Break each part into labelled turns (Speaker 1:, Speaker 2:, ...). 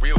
Speaker 1: Real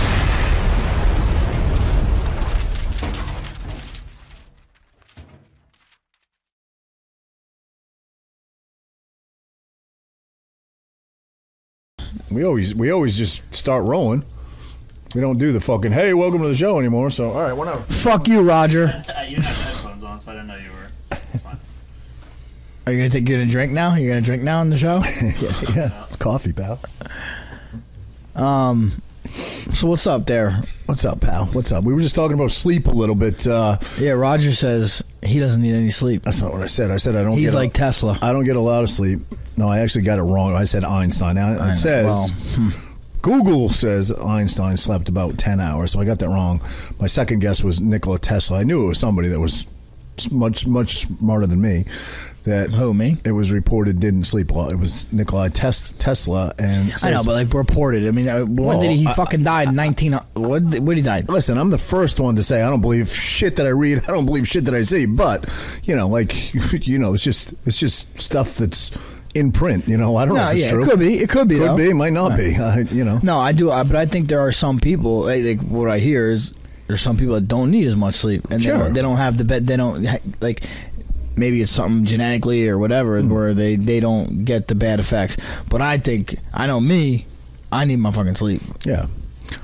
Speaker 2: We always we always just start rolling. We don't do the fucking hey, welcome to the show anymore. So all right, whatever.
Speaker 3: Fuck you, Roger.
Speaker 4: you didn't have headphones on, so I didn't know you were. It's fine.
Speaker 3: Are you gonna take you gonna drink now? You're gonna drink now on the show?
Speaker 2: yeah, it's coffee, pal.
Speaker 3: so what's up there?
Speaker 2: What's up, pal? What's up? We were just talking about sleep a little bit. Uh,
Speaker 3: Yeah, Roger says he doesn't need any sleep.
Speaker 2: that's not what I said. I said I don't.
Speaker 3: He's
Speaker 2: get
Speaker 3: like
Speaker 2: I
Speaker 3: Tesla.
Speaker 2: I don't get a lot of sleep. No, I actually got it wrong. I said Einstein. Now it
Speaker 3: know.
Speaker 2: says.
Speaker 3: Well, hmm.
Speaker 2: Google says Einstein slept about 10 hours, so I got that wrong. My second guess was Nikola Tesla. I knew it was somebody that was s- much, much smarter than me. That
Speaker 3: Who, me?
Speaker 2: It was reported didn't sleep a lot. It was Nikola Tes- Tesla, and it
Speaker 3: I know,
Speaker 2: says-
Speaker 3: but like reported. I mean, uh, when
Speaker 2: Well,
Speaker 3: did he, he
Speaker 2: I-
Speaker 3: fucking died? Nineteen. What? did- What he died?
Speaker 2: listen, I'm the first one to say I don't believe shit that I read. I don't believe shit that I see. But you know, like you know, it's just it's just stuff that's in print. You know, I don't know
Speaker 3: No,
Speaker 2: if it's
Speaker 3: yeah,
Speaker 2: true.
Speaker 3: it could be. It could be.
Speaker 2: Could
Speaker 3: though.
Speaker 2: be, might not be. I, you know,
Speaker 3: No, I do. I, but I think there are some people. Like, like what I hear is there's some people that don't need as much sleep, and
Speaker 2: Sure.
Speaker 3: they, don't, they don't have the bed. They don't ha- like. Maybe it's something genetically or whatever
Speaker 2: Hmm.
Speaker 3: where they they don't get the bad effects. But I think I know me. I need my fucking sleep.
Speaker 2: Yeah.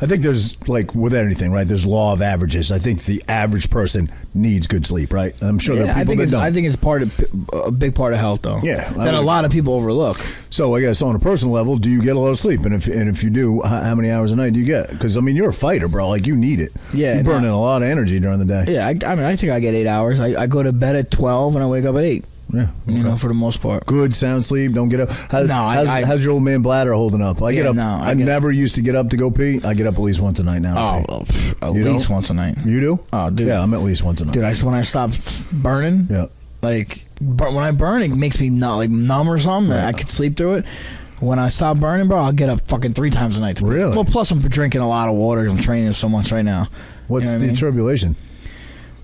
Speaker 2: I think there's like with anything, right? There's law of averages. I think the average person needs good sleep, right? I'm sure there
Speaker 3: Yeah,
Speaker 2: are
Speaker 3: I
Speaker 2: people
Speaker 3: think
Speaker 2: that
Speaker 3: it's,
Speaker 2: don't.
Speaker 3: I think it's part of a big part of health though.
Speaker 2: Yeah, I
Speaker 3: that a
Speaker 2: would-
Speaker 3: lot of people overlook.
Speaker 2: so I guess on a personal level, do you get a lot of sleep? And if and if you do, how, how many hours a night do you get? Because I mean, you're a fighter, bro. Like you need it.
Speaker 3: Yeah,
Speaker 2: you
Speaker 3: and
Speaker 2: burn
Speaker 3: I-
Speaker 2: in a lot of energy during the day.
Speaker 3: Yeah, I, I mean, I think I get eight hours. I, I go to bed at twelve and I wake up at eight.
Speaker 2: Yeah.
Speaker 3: You know, for the most part.
Speaker 2: Good sound sleep. Don't get up. How,
Speaker 3: No, I-
Speaker 2: how's,
Speaker 3: I-
Speaker 2: how's your old man bladder holding up? I get
Speaker 3: Yeah,
Speaker 2: up.
Speaker 3: no, I
Speaker 2: I,
Speaker 3: get- Oh,
Speaker 2: never used to get up to go pee. I get up at least once a night now.
Speaker 3: well, pff, at
Speaker 2: You
Speaker 3: least
Speaker 2: don't?
Speaker 3: once a night.
Speaker 2: you do?
Speaker 3: Oh, dude.
Speaker 2: Yeah, I'm at least once a night.
Speaker 3: dude. I s- when I stop burning,
Speaker 2: Yeah.
Speaker 3: like but when I burn, it makes me not like numb or something. and I could sleep through it. When I stop burning, bro, I'll get up fucking three times a night. to piss.
Speaker 2: Really?
Speaker 3: Well, plus I'm drinking a lot of water. 'cause I'm training so much right now.
Speaker 2: What's
Speaker 3: You know what
Speaker 2: the
Speaker 3: I mean?
Speaker 2: tribulation?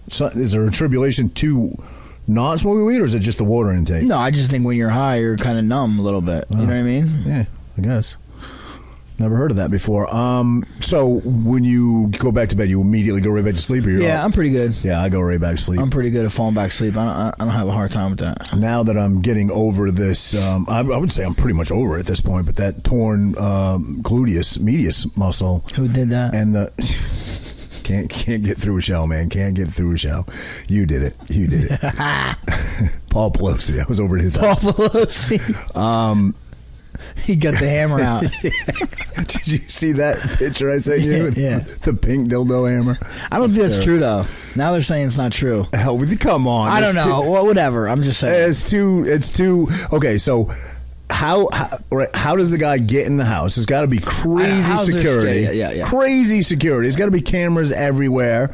Speaker 2: So, is there a tribulation to not smoking weed, or is it just the water intake?
Speaker 3: No, I just think when you're high, you're kind of numb a little bit.
Speaker 2: Uh-huh.
Speaker 3: You know what I mean?
Speaker 2: Yeah, I guess. Never heard of that before. Um, so when you go back to bed, you immediately go right back to sleep, or you're
Speaker 3: Yeah,
Speaker 2: up?
Speaker 3: I'm pretty good.
Speaker 2: yeah, I go right back to sleep.
Speaker 3: I'm pretty good at falling back asleep. I don't, I- I don't have a hard time with that.
Speaker 2: now that I'm getting over this, um, I, I would say I'm pretty much over it at this point. But that torn um, gluteus medius muscle,
Speaker 3: Who did that?
Speaker 2: and the can't can't get through a shell, man. Can't get through a shell. You did it. You did it. Paul Pelosi. I was over at his house.
Speaker 3: Pelosi. Um, he got the hammer out.
Speaker 2: Did you see that picture I sent you? with
Speaker 3: Yeah.
Speaker 2: The pink dildo hammer.
Speaker 3: I don't think that's true though. Now they're saying it's not true.
Speaker 2: Hell with you. Come on.
Speaker 3: I don't
Speaker 2: It's
Speaker 3: know.
Speaker 2: too-
Speaker 3: Well, whatever. I'm just saying.
Speaker 2: Eh, It's too. It's too. Okay, so. How, how right, how does the guy get in the house? It's got to be crazy
Speaker 3: How's there-
Speaker 2: security.
Speaker 3: yeah, yeah, yeah.
Speaker 2: Crazy security. It's got to be cameras everywhere.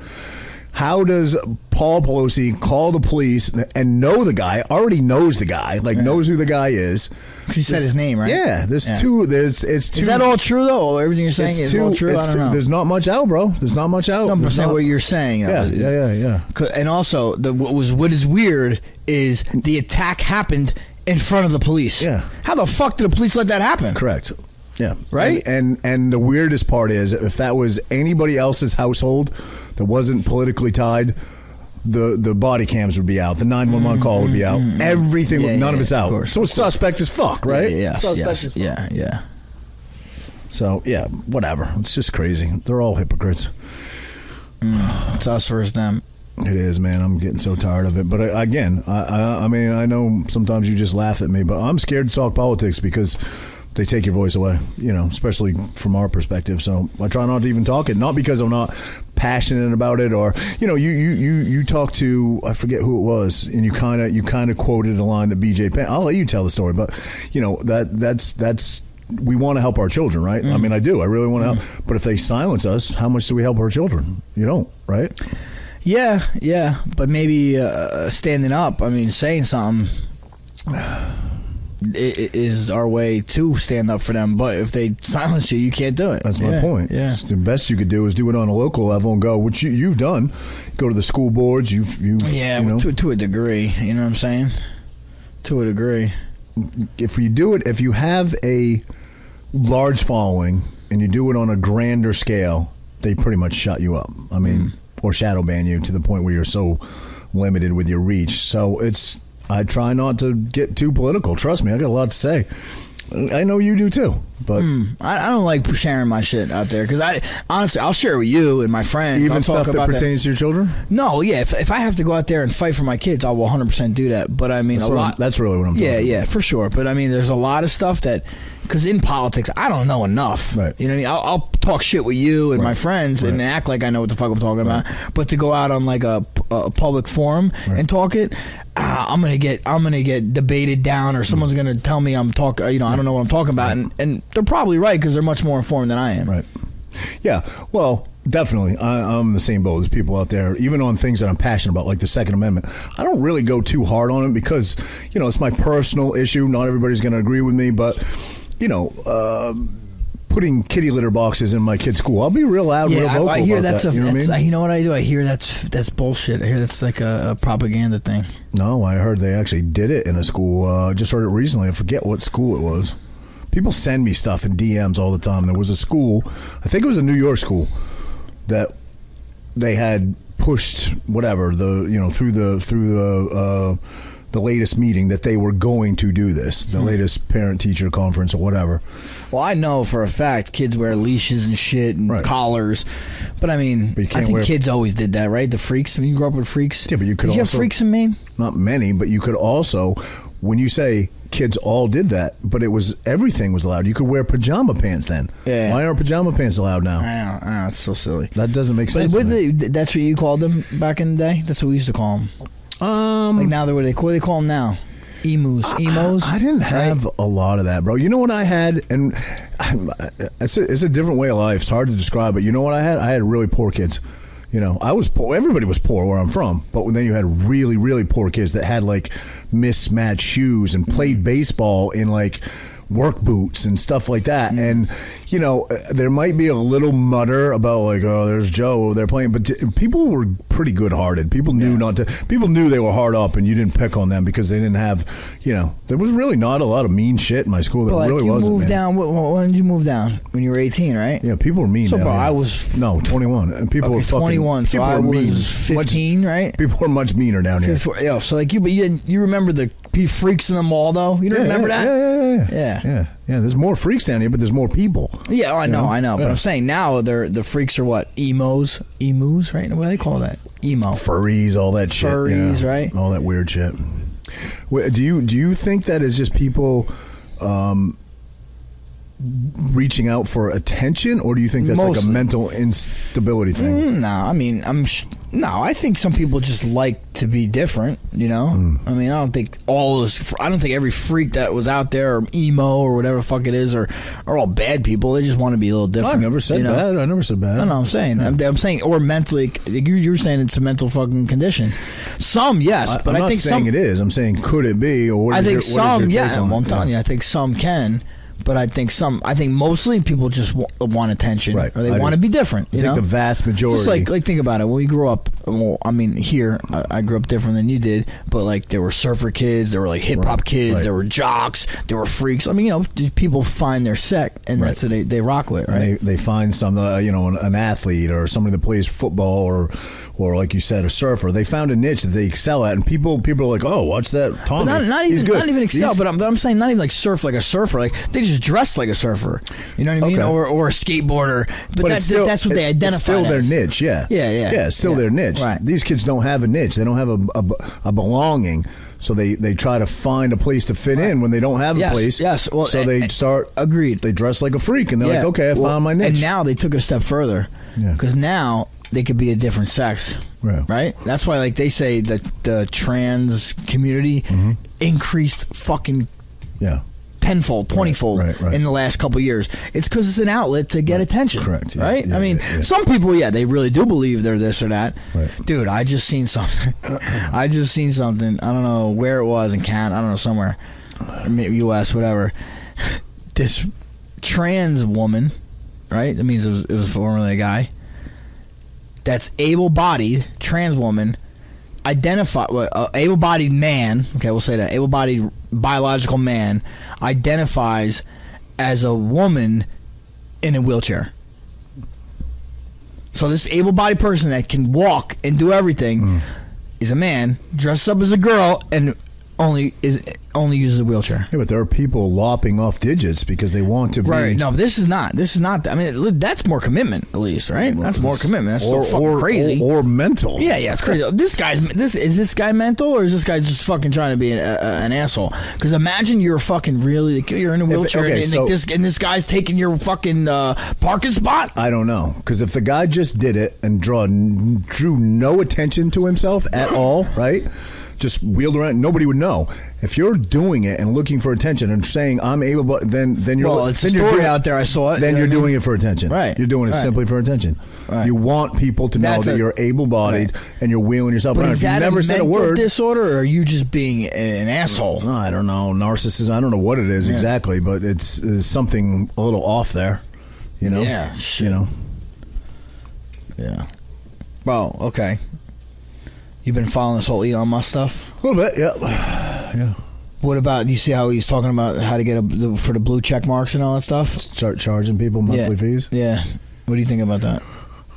Speaker 2: How does Paul Pelosi call the police and know the guy? Already knows the guy. Like knows who the guy is.
Speaker 3: 'Cause he said his name, right?
Speaker 2: Yeah, there's
Speaker 3: Yeah.
Speaker 2: two. There's it's two.
Speaker 3: Is that all true though? Everything you're saying is
Speaker 2: too-
Speaker 3: all true.
Speaker 2: it's
Speaker 3: I don't
Speaker 2: too-
Speaker 3: know.
Speaker 2: There's not much out, bro. There's not much out.
Speaker 3: I don't
Speaker 2: There's
Speaker 3: understand
Speaker 2: not-
Speaker 3: what you're saying.
Speaker 2: Yeah, yeah, yeah, yeah.
Speaker 3: 'Cause- And also, the, what was what is weird is the attack happened in front of the police.
Speaker 2: Yeah.
Speaker 3: How the fuck did the police let that happen?
Speaker 2: Correct. Yeah.
Speaker 3: Right?
Speaker 2: And, and and the weirdest part is if that was anybody else's household that wasn't politically tied, the the body cams would be out, the nine one one call would be out, everything.
Speaker 3: Mm-hmm. Yeah,
Speaker 2: would none
Speaker 3: yeah,
Speaker 2: of it's
Speaker 3: of
Speaker 2: out.
Speaker 3: course,
Speaker 2: so it's suspect as fuck,
Speaker 3: Yeah,
Speaker 2: right?
Speaker 3: Yeah.
Speaker 2: Suspect
Speaker 3: yes,
Speaker 2: as fuck.
Speaker 3: yeah. Yeah.
Speaker 2: So yeah, whatever. It's just crazy. They're all hypocrites.
Speaker 3: It's us versus them.
Speaker 2: It is, man. I'm getting so tired of it. But I, again, I, I, I mean, I know sometimes you just laugh at me, but I'm scared to talk politics because they take your voice away. You know, especially from our perspective. So I try not to even talk it, not because I'm not passionate about it, or you know, you you you you talk to I forget who it was, and you kind of you kind of quoted a line that BJ Penn. I'll let you tell the story, but you know that that's that's. We want to help our children, right? I mean, I do. I really want to help. But if they silence us, how much do we help our children? You don't, right?
Speaker 3: Yeah, yeah, but maybe uh, standing up. I mean, saying something i- i- is our way to stand up for them. But if they silence you, you can't do it.
Speaker 2: That's my
Speaker 3: Yeah,
Speaker 2: point.
Speaker 3: Yeah,
Speaker 2: It's the best you could do is do it on a local level and go, which you, you've done. Go to the school boards. You've, you've
Speaker 3: yeah,
Speaker 2: you know,
Speaker 3: to to a degree. You know what I'm saying? To a degree.
Speaker 2: if you do it, if you have a large following and you do it on a grander scale, they pretty much shut you up. I mean,
Speaker 3: Mm.
Speaker 2: or shadow ban you to the point where you're so limited with your reach. So it's, I try not to get too political. Trust me, I got a lot to say. I know you do too, but
Speaker 3: I, I don't like sharing my shit out there because I honestly I'll share it with you and my friends. I'll
Speaker 2: even
Speaker 3: talk
Speaker 2: stuff that
Speaker 3: about
Speaker 2: pertains to your children.
Speaker 3: No, yeah. If, if I have to go out there and fight for my kids, I will 100 percent do that. But I mean,
Speaker 2: That's,
Speaker 3: a
Speaker 2: what I'm-
Speaker 3: lot.
Speaker 2: that's really what I'm.
Speaker 3: yeah,
Speaker 2: talking
Speaker 3: yeah, for sure. But I mean, there's a lot of stuff that because in politics, I don't know enough.
Speaker 2: Right.
Speaker 3: You know what I mean? I'll, I'll talk shit with you and my
Speaker 2: Right.
Speaker 3: friends and
Speaker 2: Right.
Speaker 3: act like I know what the fuck I'm talking about. But to go out on like a, a public forum
Speaker 2: Right.
Speaker 3: and talk it, ah, I'm gonna get I'm gonna get debated down, or
Speaker 2: Mm.
Speaker 3: someone's gonna tell me I'm talking. You know, I don't know what I'm talking about, and, and they're probably right because they're much more informed than I am.
Speaker 2: Right. Yeah. Well, definitely. I, I'm in the same boat. There's people out there, even on things that I'm passionate about, like the Second Amendment. I don't really go too hard on it because, you know, it's my personal issue. Not everybody's going to agree with me, but, you know, uh, putting kitty litter boxes in my kid's school, I'll be real loud, real
Speaker 3: Yeah, I,
Speaker 2: vocal
Speaker 3: I hear
Speaker 2: about
Speaker 3: that's
Speaker 2: that.
Speaker 3: a
Speaker 2: you know
Speaker 3: that's,
Speaker 2: what I mean?
Speaker 3: you know what I do. I hear that's that's bullshit. I hear that's like a, a propaganda thing.
Speaker 2: no, I heard they actually did it in a school. Uh, I just heard it recently. I forget what school it was. People send me stuff in DMs all the time. There was a school, I think it was a New York school, that they had pushed whatever the you know through the through the uh, the latest meeting that they were going to do this,
Speaker 3: Hmm.
Speaker 2: the latest parent teacher conference or whatever.
Speaker 3: Well, I know for a fact kids wear leashes and shit and
Speaker 2: Right.
Speaker 3: collars, but I mean,
Speaker 2: But you
Speaker 3: I
Speaker 2: can't
Speaker 3: think
Speaker 2: wear-
Speaker 3: kids always did that, right? The freaks. I mean, you grew up with freaks.
Speaker 2: Yeah, but you could
Speaker 3: Did you have
Speaker 2: also-
Speaker 3: freaks in Maine?
Speaker 2: Not many, but you could also when you say kids all did that, but it was everything was allowed. You could wear pajama pants then.
Speaker 3: Yeah.
Speaker 2: Why aren't pajama pants allowed now?
Speaker 3: I don't. I don't it's so silly.
Speaker 2: That doesn't make
Speaker 3: But
Speaker 2: sense.
Speaker 3: what
Speaker 2: to me.
Speaker 3: they, that's what you called them back in the day. That's what we used to call them.
Speaker 2: um,
Speaker 3: Like now, they're what they what do they call them now? Emus, emos.
Speaker 2: I didn't have a lot of that, bro. You know what I had, and I'm- it's a, it's a different way of life. It's hard to describe, but you know what I had? I had really poor kids. You know, I was poor. Everybody was poor where I'm from, but then you had really, really poor kids that had like mismatched shoes and played baseball in like work boots and stuff like that.
Speaker 3: Mm-hmm.
Speaker 2: And you know, uh, there might be a little mutter about like, oh, there's Joe over there playing, but t- people were pretty good-hearted. People knew not to. People knew they were hard up, and you didn't pick on them because they didn't have. You know, there was really not a lot of mean shit in my school. There
Speaker 3: But like
Speaker 2: really
Speaker 3: you
Speaker 2: wasn't.
Speaker 3: moved
Speaker 2: man.
Speaker 3: down. When, when did you move down? When you were eighteen, right?
Speaker 2: Yeah, people were mean.
Speaker 3: So,
Speaker 2: down
Speaker 3: bro,
Speaker 2: here.
Speaker 3: I was-
Speaker 2: no twenty-one, and people were
Speaker 3: Okay,
Speaker 2: fucking
Speaker 3: 21, so
Speaker 2: People
Speaker 3: I
Speaker 2: were
Speaker 3: was
Speaker 2: mean.
Speaker 3: 15,
Speaker 2: much,
Speaker 3: right?
Speaker 2: People were much meaner down here.
Speaker 3: Before- yeah, so like you, but you you remember the p- freaks in the mall though. You don't
Speaker 2: Yeah,
Speaker 3: remember
Speaker 2: yeah,
Speaker 3: that?
Speaker 2: Yeah, yeah, yeah,
Speaker 3: Yeah.
Speaker 2: yeah, yeah. There's more freaks down here, but there's more people.
Speaker 3: Yeah, oh, I know,
Speaker 2: know?
Speaker 3: I know. But
Speaker 2: Yeah.
Speaker 3: I'm saying now they're the freaks are what emos, emus, right? What do they call that? Emo.
Speaker 2: furries, all that shit.
Speaker 3: Furries, right?
Speaker 2: All that weird shit. Wh- Do you do you think that is just people um, reaching out for attention, or do you think that's like a
Speaker 3: Mostly.
Speaker 2: mental instability thing?
Speaker 3: Mm, No, I mean, I'm sh- no. I think some people just like to be different. You know,
Speaker 2: Hmm.
Speaker 3: I mean, I don't think all those. fr- I don't think every freak that was out there or emo or whatever the fuck it is are are all bad people. They just want to be a little different.
Speaker 2: I never said
Speaker 3: you know?
Speaker 2: bad. I never said bad.
Speaker 3: No, no, I'm saying, I'm, I'm saying, or mentally, like you, you were saying it's a mental fucking condition. Some, yes,
Speaker 2: I,
Speaker 3: but
Speaker 2: am
Speaker 3: i
Speaker 2: not
Speaker 3: think
Speaker 2: saying
Speaker 3: some,
Speaker 2: it is. I'm saying could it be? Or what
Speaker 3: I
Speaker 2: is
Speaker 3: think
Speaker 2: your- what
Speaker 3: some,
Speaker 2: is your
Speaker 3: yeah.
Speaker 2: take on
Speaker 3: Well, I'm
Speaker 2: it?
Speaker 3: telling you, I think some can, but I think some, I think mostly people just w- want attention,
Speaker 2: Right,
Speaker 3: or they
Speaker 2: I do.
Speaker 3: want to be different.
Speaker 2: I
Speaker 3: You
Speaker 2: think
Speaker 3: know,
Speaker 2: the vast majority.
Speaker 3: just like like think about it. When we grew up, well, I mean, here I, I grew up different than you did, but like there were surfer kids, there were like hip hop
Speaker 2: Right,
Speaker 3: kids,
Speaker 2: right.
Speaker 3: there were jocks, there were freaks. I mean, you know, these people find their sect, and that's what
Speaker 2: Right.
Speaker 3: they they rock with, right?
Speaker 2: They, they find some, uh, you know, an, an athlete or somebody that plays football or, or like you said, a surfer. They found a niche that they excel at, and people people are like, oh, watch that Tommy.
Speaker 3: But not, not even
Speaker 2: He's good.
Speaker 3: not even excel,
Speaker 2: He's-
Speaker 3: but uh, I'm, but I'm saying not even like surf like a surfer. Like they just dress like a surfer. You know what I mean?
Speaker 2: Okay.
Speaker 3: Or or a skateboarder. But,
Speaker 2: but
Speaker 3: that,
Speaker 2: it's still-
Speaker 3: that's what they
Speaker 2: it's- it's
Speaker 3: identify.
Speaker 2: Still their
Speaker 3: as.
Speaker 2: niche, yeah,
Speaker 3: Yeah, yeah,
Speaker 2: yeah. It's still
Speaker 3: yeah.
Speaker 2: their niche.
Speaker 3: Right.
Speaker 2: These kids don't have a niche. They don't have a a, a belonging. So they, they try to find a place to fit in when they don't have
Speaker 3: Yes,
Speaker 2: a place.
Speaker 3: yes. Well,
Speaker 2: so
Speaker 3: a-
Speaker 2: they
Speaker 3: a-
Speaker 2: start.
Speaker 3: agreed.
Speaker 2: They dress like a freak, and they're like, okay, I
Speaker 3: Well,
Speaker 2: found my niche.
Speaker 3: And now they took it a step further.
Speaker 2: Yeah.
Speaker 3: Because now they could be a different sex.
Speaker 2: Yeah.
Speaker 3: Right? That's why like they say
Speaker 2: Mm-hmm.
Speaker 3: that the trans community increased fucking
Speaker 2: yeah,
Speaker 3: tenfold, twentyfold
Speaker 2: right, right.
Speaker 3: in the last couple years. It's because it's an outlet to get attention.
Speaker 2: correct, yeah,
Speaker 3: right?
Speaker 2: yeah,
Speaker 3: I mean,
Speaker 2: yeah, yeah.
Speaker 3: some people, yeah, they really do believe they're this or that.
Speaker 2: Right.
Speaker 3: Dude, I just seen something. I just seen something. I don't know where it was in Canada. I don't know somewhere, Or maybe U.S. Whatever. This trans woman, right? That means it was, it was formerly a guy. That's able-bodied trans woman identify well, uh, able-bodied man okay we'll say that able-bodied biological man identifies as a woman in a wheelchair so this able-bodied person that can walk and do everything
Speaker 2: Mm.
Speaker 3: is a man dressed up as a girl and only is only uses a wheelchair
Speaker 2: Yeah, but there are people lopping off digits because they want to be.
Speaker 3: Right. No, this is not. This is not. I mean, li- that's more commitment, at least, right? That's more commitment. That's so
Speaker 2: Mm. or,
Speaker 3: fucking
Speaker 2: or,
Speaker 3: crazy.
Speaker 2: Or, or mental.
Speaker 3: yeah, yeah, it's crazy. This guy's this is this guy mental or is this guy just fucking trying to be an, a, a- an asshole? Because imagine you're fucking really you're in a wheelchair
Speaker 2: okay,
Speaker 3: and,
Speaker 2: so-
Speaker 3: this and this guy's taking your fucking uh, parking spot.
Speaker 2: I don't know because if the guy just did it and draw drew no attention to himself at all, right? Just wheeled around, nobody would know. If you're doing it and looking for attention and saying I'm able, but then then you're
Speaker 3: Well, it's a
Speaker 2: then you're
Speaker 3: story
Speaker 2: doing-
Speaker 3: out there. I saw it.
Speaker 2: Then
Speaker 3: You
Speaker 2: you're
Speaker 3: know what I
Speaker 2: doing it for attention,
Speaker 3: Right,
Speaker 2: You're doing it
Speaker 3: right.
Speaker 2: simply for attention.
Speaker 3: Right.
Speaker 2: You want people to know
Speaker 3: That's
Speaker 2: that
Speaker 3: a-
Speaker 2: you're able-bodied and you're wheeling yourself
Speaker 3: But
Speaker 2: around.
Speaker 3: is
Speaker 2: If you
Speaker 3: that
Speaker 2: never
Speaker 3: a
Speaker 2: said a
Speaker 3: mental
Speaker 2: word.
Speaker 3: disorder or are you just being an asshole?
Speaker 2: I don't know narcissism. I don't know what it is exactly, but it's, it's something a little off there. You know,
Speaker 3: Yeah,
Speaker 2: you
Speaker 3: shit.
Speaker 2: know.
Speaker 3: Yeah. Well, okay. You've been following this whole Elon Musk stuff.
Speaker 2: A little bit, yeah.
Speaker 3: What about you? See how he's talking about how to get a, the, for the blue check marks and all that stuff.
Speaker 2: Start charging people monthly
Speaker 3: yeah.
Speaker 2: fees.
Speaker 3: Yeah. What do you think about that?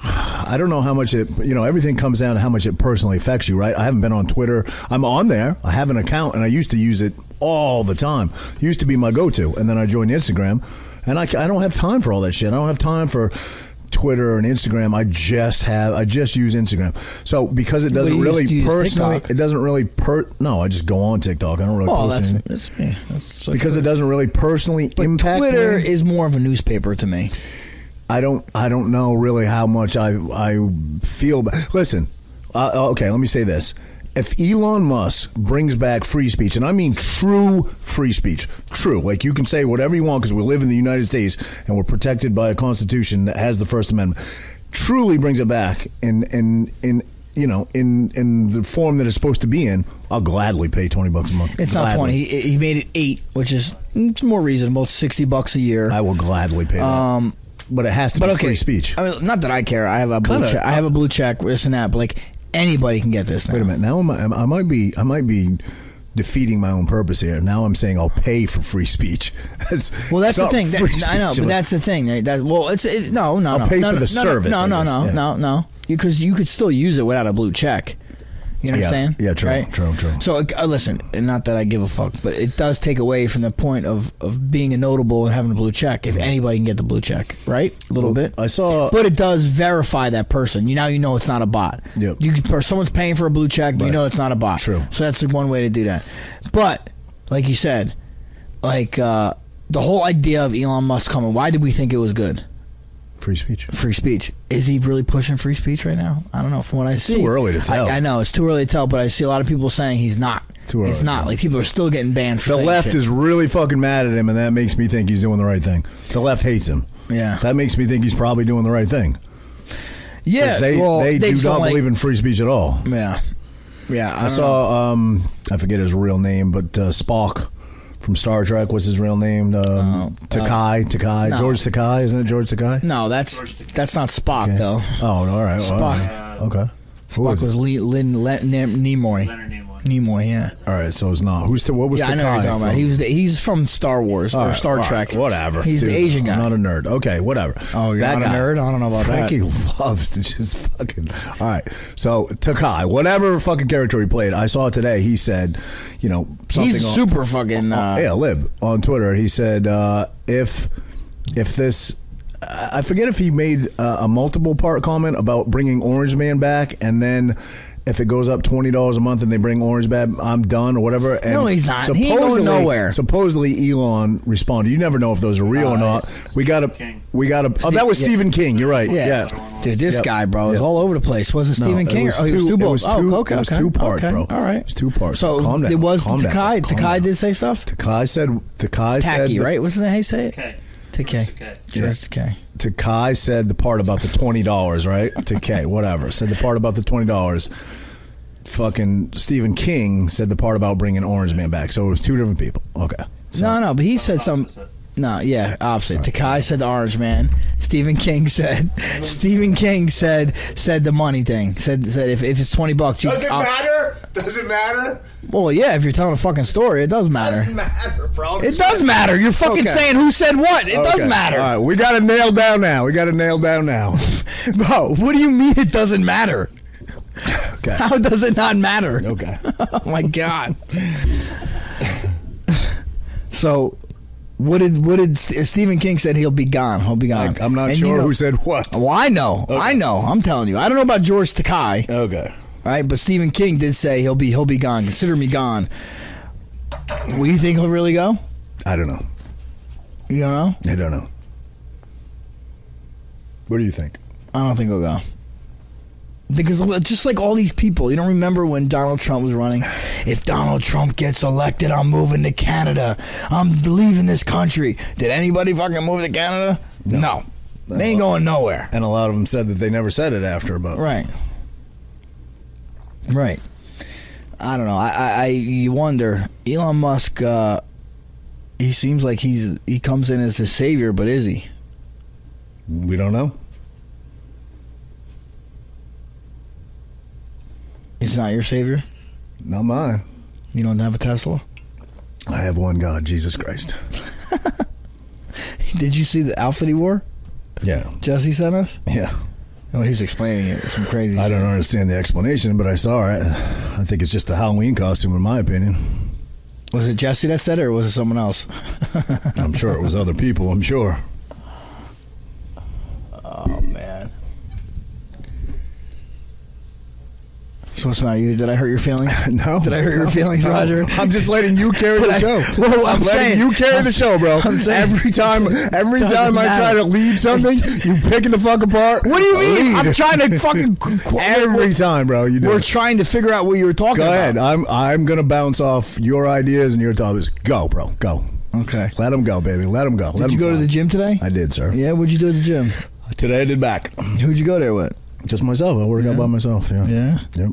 Speaker 2: I don't know how much it, you know, everything comes down to how much it personally affects you, right? I haven't been on Twitter. I'm on there. I have an account and I used to use it all the time. Used to be my go to. And then I joined Instagram and I, I don't have time for all that shit. I don't have time for Twitter and Instagram. I just have, I just use Instagram. So because it doesn't
Speaker 3: you
Speaker 2: really
Speaker 3: used to use
Speaker 2: personally,
Speaker 3: TikTok.
Speaker 2: it doesn't really per, no, I just go on TikTok. I don't really
Speaker 3: Oh,
Speaker 2: post
Speaker 3: that's
Speaker 2: anything.
Speaker 3: that's me. That's like-
Speaker 2: Because it doesn't really personally
Speaker 3: but
Speaker 2: impact
Speaker 3: Twitter
Speaker 2: me.
Speaker 3: is more of a newspaper to me.
Speaker 2: I don't I don't know really how much I I feel. Listen, uh, okay, let me say this. If Elon Musk brings back free speech, and I mean true free speech, true, like you can say whatever you want because we live in the United States and we're protected by a constitution that has the First Amendment, truly brings it back in in in you know in in the form that it's supposed to be in, I'll gladly pay twenty bucks a month.
Speaker 3: It's not
Speaker 2: Gladly.
Speaker 3: twenty. He, he made it eight, which is it's more reasonable. It's sixty bucks a year.
Speaker 2: I will gladly pay. That.
Speaker 3: Um,
Speaker 2: but it has to
Speaker 3: but
Speaker 2: be
Speaker 3: okay,
Speaker 2: free speech.
Speaker 3: I mean, not that I care. I have a blue
Speaker 2: Kinda.
Speaker 3: check. I have a blue check. This and that. But like anybody can get this. Now.
Speaker 2: Wait a minute. Now I'm, I'm- I might be I might be defeating my own purpose here. Now I'm saying I'll pay for free speech. That's,
Speaker 3: Well,
Speaker 2: it's
Speaker 3: that's the
Speaker 2: not
Speaker 3: thing. That-
Speaker 2: free
Speaker 3: I know,
Speaker 2: speech.
Speaker 3: but that's the thing. That, that- well, it's it, no, no,
Speaker 2: I'll
Speaker 3: no.
Speaker 2: pay
Speaker 3: no,
Speaker 2: for
Speaker 3: no,
Speaker 2: the
Speaker 3: no,
Speaker 2: service,
Speaker 3: No,
Speaker 2: I
Speaker 3: no,
Speaker 2: guess.
Speaker 3: no,
Speaker 2: Yeah.
Speaker 3: no, no. Because you could still use it without a blue check. You know
Speaker 2: Yeah,
Speaker 3: what I'm saying?
Speaker 2: yeah, true,
Speaker 3: Right?
Speaker 2: true, true.
Speaker 3: So like, uh, listen, and not that I give a fuck, but it does take away from the point of of being a notable and having a blue check. If anybody can get the blue check, right? A little
Speaker 2: Well,
Speaker 3: bit.
Speaker 2: I saw-
Speaker 3: but it does verify that person. You now you know it's not a bot.
Speaker 2: Yep.
Speaker 3: You or someone's paying for a blue check, you
Speaker 2: Right.
Speaker 3: know it's not a bot.
Speaker 2: True.
Speaker 3: So that's the one way to do that. But like you said, like uh, the whole idea of Elon Musk coming. Why did we think it was good?
Speaker 2: free speech.
Speaker 3: Free speech. Is he really pushing free speech right now? I don't know. From what I see,
Speaker 2: too early to tell.
Speaker 3: I, I know it's too early to tell, but I see a lot of people saying he's not.
Speaker 2: Too early
Speaker 3: It's
Speaker 2: to
Speaker 3: not.
Speaker 2: tell.
Speaker 3: Like people are still getting banned. For
Speaker 2: The
Speaker 3: saying
Speaker 2: left
Speaker 3: shit.
Speaker 2: is really fucking mad at him, and that makes me think he's doing the right thing. The left hates him.
Speaker 3: Yeah.
Speaker 2: that makes me think he's probably doing the right thing. 'Cause
Speaker 3: Yeah.
Speaker 2: they
Speaker 3: well,
Speaker 2: they, do
Speaker 3: just
Speaker 2: not
Speaker 3: don't like- Uh-huh.
Speaker 2: believe in free speech at all.
Speaker 3: Yeah. Yeah. I,
Speaker 2: I
Speaker 3: don't know.
Speaker 2: saw um, I forget his real name, but uh, Spock from Star Trek. What's his real name? Um, Takai. Takai.
Speaker 3: Oh, uh, no.
Speaker 2: George Takai. Isn't it George Takai?
Speaker 3: No, that's that's not Spock though.
Speaker 2: Oh, all right. well,
Speaker 3: Spock.
Speaker 2: all right. okay. Who
Speaker 3: Spock
Speaker 2: is it?
Speaker 3: was Le- Lin, Le- Nem- Nimoy.
Speaker 4: Leonard Nimoy.
Speaker 3: Nimoy. Yeah.
Speaker 2: All right, so it's not. Who's to, what was
Speaker 3: Yeah, I know what
Speaker 2: Takai
Speaker 3: you're talking about.
Speaker 2: from?
Speaker 3: He was the, he's from Star Wars
Speaker 2: All
Speaker 3: or
Speaker 2: right,
Speaker 3: Star
Speaker 2: all right,
Speaker 3: Trek.
Speaker 2: whatever.
Speaker 3: He's
Speaker 2: Dude,
Speaker 3: the Asian guy.
Speaker 2: I'm not a nerd. Okay, whatever.
Speaker 3: Oh, you're
Speaker 2: That
Speaker 3: not a
Speaker 2: guy.
Speaker 3: nerd? I don't know about that.
Speaker 2: Frankie loves to just fucking. All right, so Takai, whatever fucking character he played, I saw today. He said, you know, something.
Speaker 3: he's
Speaker 2: on-
Speaker 3: super fucking. Uh,
Speaker 2: Oh, yeah, Lib on Twitter. He said uh, if if this. I I forget if he made uh, a multiple part comment about bringing Orange Man back, and then if it goes up twenty dollars a month and they bring Orange Bad, I'm done or whatever. And
Speaker 3: No, he's not. He ain't going nowhere.
Speaker 2: Supposedly Elon responded. You never know if those are real or
Speaker 3: Uh,
Speaker 2: not. We got to.
Speaker 4: King.
Speaker 2: We got to. Oh, that was
Speaker 3: yeah.
Speaker 2: Stephen King. You're right. Yeah.
Speaker 3: Dude, this
Speaker 2: Yep.
Speaker 3: guy, bro, is
Speaker 2: Yep.
Speaker 3: all over the place. Was it
Speaker 2: No,
Speaker 3: Stephen
Speaker 2: it
Speaker 3: King?
Speaker 2: was
Speaker 3: or, oh, it was
Speaker 2: two-
Speaker 3: two
Speaker 2: it
Speaker 3: books.
Speaker 2: was
Speaker 3: oh,
Speaker 2: two-
Speaker 3: okay,
Speaker 2: it was
Speaker 3: okay,
Speaker 2: two parts,
Speaker 3: okay.
Speaker 2: bro.
Speaker 3: All right,
Speaker 2: It was two parts.
Speaker 3: So
Speaker 2: Calm down,
Speaker 3: it was
Speaker 2: calm down,
Speaker 3: Takai.
Speaker 2: calm
Speaker 3: Takai
Speaker 2: down.
Speaker 3: did say stuff.
Speaker 2: Takai said. Takai said.
Speaker 3: Tacky,
Speaker 2: that-
Speaker 3: right? Wasn't that how you say it?
Speaker 4: Okay.
Speaker 3: Takei.
Speaker 4: Okay.
Speaker 3: George Takei.
Speaker 2: Takai said the part about the twenty dollars, right? To K, whatever. Said the part about the twenty dollars. Fucking Stephen King said the part about bringing Orange Man back. So it was two different people. Okay. So,
Speaker 3: No, no, but he said some.
Speaker 4: opposite.
Speaker 3: No, yeah, opposite. Takai said the Orange Man. Stephen King said. Stephen King said said the money thing. Said said if, if it's twenty bucks, you.
Speaker 5: Does it
Speaker 3: I'll-
Speaker 5: matter? Does it matter?
Speaker 3: Well, yeah, if you're telling a fucking story, it does matter.
Speaker 5: Doesn't matter, bro.
Speaker 3: It does matter. You're fucking
Speaker 2: Okay.
Speaker 3: saying who said what. It does
Speaker 2: okay.
Speaker 3: matter,
Speaker 2: All right, we got it nailed down now. We got it nailed down now.
Speaker 3: bro. What do you mean it doesn't matter?
Speaker 2: Okay.
Speaker 3: How does it not matter?
Speaker 2: Okay.
Speaker 3: oh my god. so, what did what did St- Stephen King said? He'll be gone. He'll be gone.
Speaker 2: Like, I'm not
Speaker 3: And
Speaker 2: sure
Speaker 3: you know-
Speaker 2: who said what.
Speaker 3: Oh, Well, I know. I know. I'm telling you. I don't know about George Takai,
Speaker 2: Okay.
Speaker 3: right? But Stephen King did say he'll be he'll be gone. Consider me gone. What do you think he'll really go?
Speaker 2: I don't know.
Speaker 3: You don't know?
Speaker 2: I don't know. What do you think?
Speaker 3: I don't think he'll go. Because just like all these people, you don't remember when Donald Trump was running. If Donald Trump gets elected, I'm moving to Canada. I'm leaving this country. Did anybody fucking move to Canada? No. They ain't going nowhere.
Speaker 2: And a lot of them said that they never said it after, but
Speaker 3: Right. Right. I don't know. I, I, I you wonder. Elon Musk. Uh, he seems like he's he comes in as the savior, but is he?
Speaker 2: we don't know.
Speaker 3: He's not your savior.
Speaker 2: Not mine.
Speaker 3: You don't have a Tesla.
Speaker 2: I have one God, Jesus Christ.
Speaker 3: Did you see the outfit he wore?
Speaker 2: Yeah.
Speaker 3: Jesse sent us.
Speaker 2: Yeah.
Speaker 3: Oh, he's explaining it. Some crazy.
Speaker 2: I
Speaker 3: shit.
Speaker 2: don't understand the explanation, but I saw it. I think it's just a Halloween costume, in my opinion.
Speaker 3: Was it Jesse that said it, or was it someone else?
Speaker 2: I'm sure it was other people. I'm sure.
Speaker 3: Oh man. So what's the matter? You did I hurt your feelings?
Speaker 2: No,
Speaker 3: Did I hurt your feelings, Roger?
Speaker 2: I'm just letting you carry
Speaker 3: But
Speaker 2: the
Speaker 3: I-
Speaker 2: show.
Speaker 3: Well, I'm
Speaker 2: letting
Speaker 3: saying-
Speaker 2: you carry the show, bro.
Speaker 3: I'm saying-
Speaker 2: every time, every
Speaker 3: Doesn't
Speaker 2: time I try
Speaker 3: matter.
Speaker 2: to lead something, you picking the fuck apart.
Speaker 3: What do you mean?
Speaker 2: Lead.
Speaker 3: I'm trying to fucking. qu- qu-
Speaker 2: every time, bro. You do.
Speaker 3: We're
Speaker 2: it.
Speaker 3: trying to figure out what you were talking
Speaker 2: go
Speaker 3: about.
Speaker 2: ahead. I'm I'm gonna bounce off your ideas and your topics. Go, bro. Go.
Speaker 3: Okay.
Speaker 2: Let them go, baby. Let them go.
Speaker 3: Did you go to the gym today?
Speaker 2: I did, sir.
Speaker 3: Yeah. What'd you do at the gym?
Speaker 2: Today I did back.
Speaker 3: Who'd you go there with?
Speaker 2: Just myself. I work out by myself. Yeah.
Speaker 3: Yeah.
Speaker 2: Yep.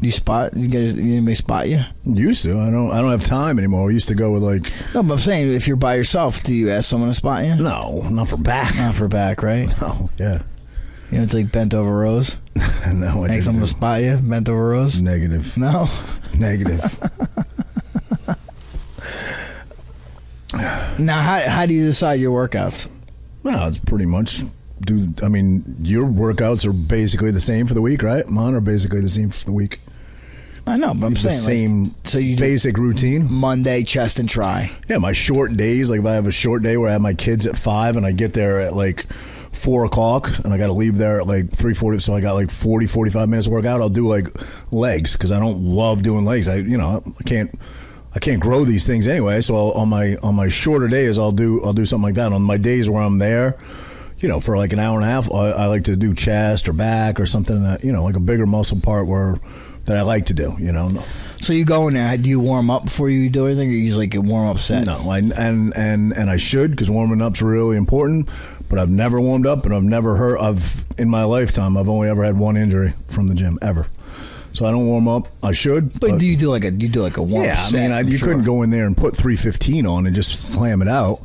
Speaker 3: You spot? You guys? Anybody spot you?
Speaker 2: Used to. I don't. I don't have time anymore. We used to go with like
Speaker 3: No, but I'm saying if you're by yourself, do you ask someone to spot you?
Speaker 2: no, not for back.
Speaker 3: Not for back, right?
Speaker 2: No, yeah,
Speaker 3: You know, it's like bent over rows.
Speaker 2: no. I
Speaker 3: Make
Speaker 2: didn't
Speaker 3: someone
Speaker 2: do-
Speaker 3: to spot you. Bent over rows.
Speaker 2: negative,
Speaker 3: No.
Speaker 2: negative.
Speaker 3: Now, how, how do you decide your workouts?
Speaker 2: no, it's pretty much. Do I mean your workouts are basically the same for the week, right? Mine are basically the same for the week.
Speaker 3: I know, but I'm
Speaker 2: the
Speaker 3: saying like,
Speaker 2: same
Speaker 3: so you do-
Speaker 2: basic routine.
Speaker 3: Monday chest and try.
Speaker 2: Yeah, my short days. Like if I have a short day where I have my kids at five and I get there at like four o'clock and I got to leave there at like 3.40 so i got like 40 45 minutes of workout i'll do like legs because i don't love doing legs i you know i can't i can't grow these things anyway so I'll, on my on my shorter days i'll do i'll do something like that on my days where i'm there you know for like an hour and a half i, I like to do chest or back or something that you know like a bigger muscle part where that i like to do you know
Speaker 3: So you go in there. Do you warm up before you do anything, or you use like a warm up set?
Speaker 2: No, I, and and and I should because warming up's really important. But I've never warmed up, and I've never hurt. I've in my lifetime, I've only ever had one injury from the gym ever. So I don't warm up. I should,
Speaker 3: But do you do like a you do like a warm up
Speaker 2: yeah, I
Speaker 3: set?
Speaker 2: mean, I,
Speaker 3: I'm
Speaker 2: you
Speaker 3: sure.
Speaker 2: couldn't go in there and put 315 on and just slam it out.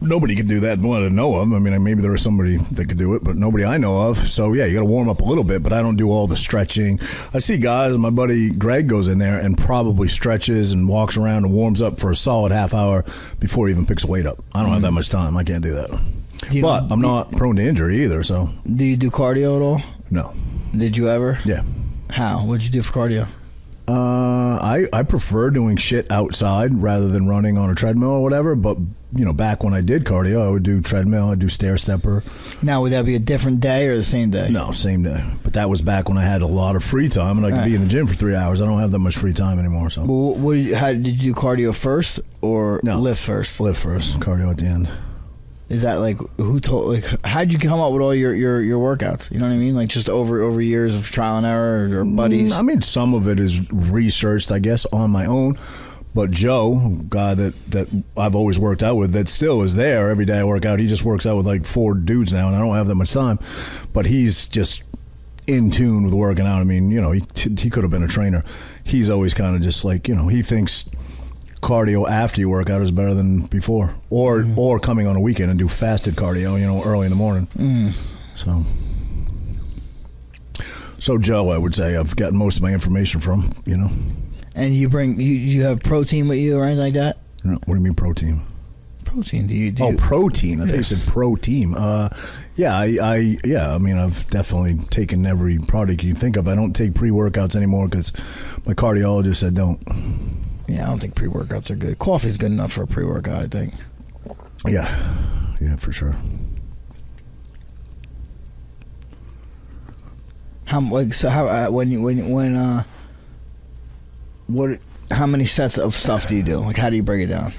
Speaker 2: Nobody could do that, one I know of. I mean, maybe there was somebody that could do it, but nobody I know of. So yeah, you got to warm up a little bit, but I don't do all the stretching. I see guys. My buddy Greg goes in there and probably stretches and walks around and warms up for a solid half hour before he even picks a weight up. I don't have that much time. I can't do that.
Speaker 3: Mm-hmm. Do you
Speaker 2: but
Speaker 3: know-
Speaker 2: I'm not prone to injury either, so
Speaker 3: Do you do cardio at all?
Speaker 2: no.
Speaker 3: Did you ever?
Speaker 2: Yeah.
Speaker 3: How? What'd you do for cardio?
Speaker 2: Uh, know, I, I prefer doing shit outside rather than running on a treadmill or whatever. But you know, back when I did cardio, I would do treadmill, I'd do stair stepper.
Speaker 3: Now, would that be a different day or the same day?
Speaker 2: No, same day. But that was back when I had a lot of free time and I could be in the gym for three hours. I don't have that much free time anymore. So
Speaker 3: Well, what, do you- how did you do cardio first or
Speaker 2: No.
Speaker 3: lift first?
Speaker 2: lift first, cardio at the end.
Speaker 3: Is that like who told? Like, how'd you come up with all your, your, your workouts? You know what I mean? Like just over over years of trial and error or, or buddies.
Speaker 2: Mm, I mean, some of it is researched, I guess, on my own. But Joe, guy that that I've always worked out with, that still is there every day I work out. He just works out with like four dudes now, and I don't have that much time. But he's just in tune with working out. I mean, you know, he he could have been a trainer. He's always kind of just like you know, he thinks cardio after you work out is better than before, or or coming on a weekend and do fasted cardio, you know, early in the morning. So. So Joe, I would say I've gotten most of my information from. You know,
Speaker 3: And you bring you, you have protein with you or anything like that?
Speaker 2: You know, what do you mean protein?
Speaker 3: Protein? Do you do?
Speaker 2: oh,
Speaker 3: you-
Speaker 2: protein. I think you said pro team. Uh, yeah, I, I yeah. I mean, I've definitely taken every product you think of. I don't take pre workouts anymore because my cardiologist said don't.
Speaker 3: yeah, I don't think pre workouts are good. Coffee's good enough for a pre workout, I think.
Speaker 2: Yeah, yeah, for sure.
Speaker 3: How m- like so? How uh, when you when when uh, what? How many sets of stuff do you do? Like, how do you break it down?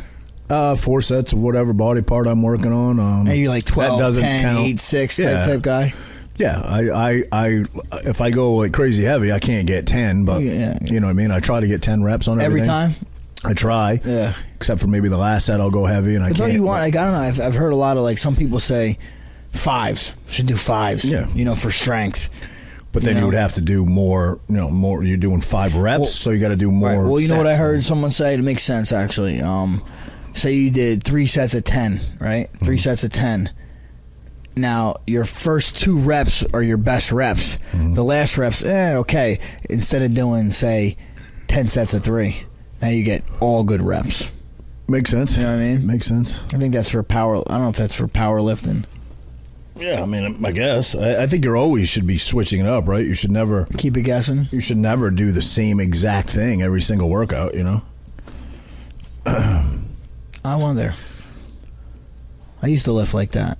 Speaker 2: Uh, four sets of whatever body part I'm working on. Um,
Speaker 3: Are you like 12, 10, 8, 6 type,
Speaker 2: Yeah.
Speaker 3: type guy?
Speaker 2: Yeah, I, I, I, if I go like crazy heavy, I can't get ten. But
Speaker 3: Oh, Yeah, yeah.
Speaker 2: you know what I mean. I try to get ten reps on
Speaker 3: Every
Speaker 2: everything.
Speaker 3: time?
Speaker 2: I try.
Speaker 3: Yeah.
Speaker 2: Except for maybe the last set, I'll go heavy and I
Speaker 3: It's all
Speaker 2: can't.
Speaker 3: you want. Like, I don't know. I've, I've heard a lot of like some people say fives should do fives.
Speaker 2: Yeah.
Speaker 3: You know, for strength.
Speaker 2: But then
Speaker 3: you
Speaker 2: you,
Speaker 3: know.
Speaker 2: would have to do more. You know, more. You're doing five reps,
Speaker 3: Well-
Speaker 2: so you got to do more.
Speaker 3: Right. Well, you know what I
Speaker 2: sets.
Speaker 3: heard someone say. It makes sense actually. Um, say you did three sets of ten, right?
Speaker 2: Mm-hmm.
Speaker 3: 3 sets of ten. Now your first two reps are your best reps.
Speaker 2: Mm-hmm.
Speaker 3: The last reps, eh, okay. Instead of doing say ten sets of three, now you get all good reps.
Speaker 2: Makes sense.
Speaker 3: You know what I mean?
Speaker 2: Makes sense.
Speaker 3: I think that's for power. I don't know if that's for powerlifting.
Speaker 2: Yeah, I mean, I guess I, I think you're always should be switching it up, right? You should never.
Speaker 3: Keep it guessing.
Speaker 2: You should never do the same exact thing every single workout. You know.
Speaker 3: I wonder. I used to lift like that.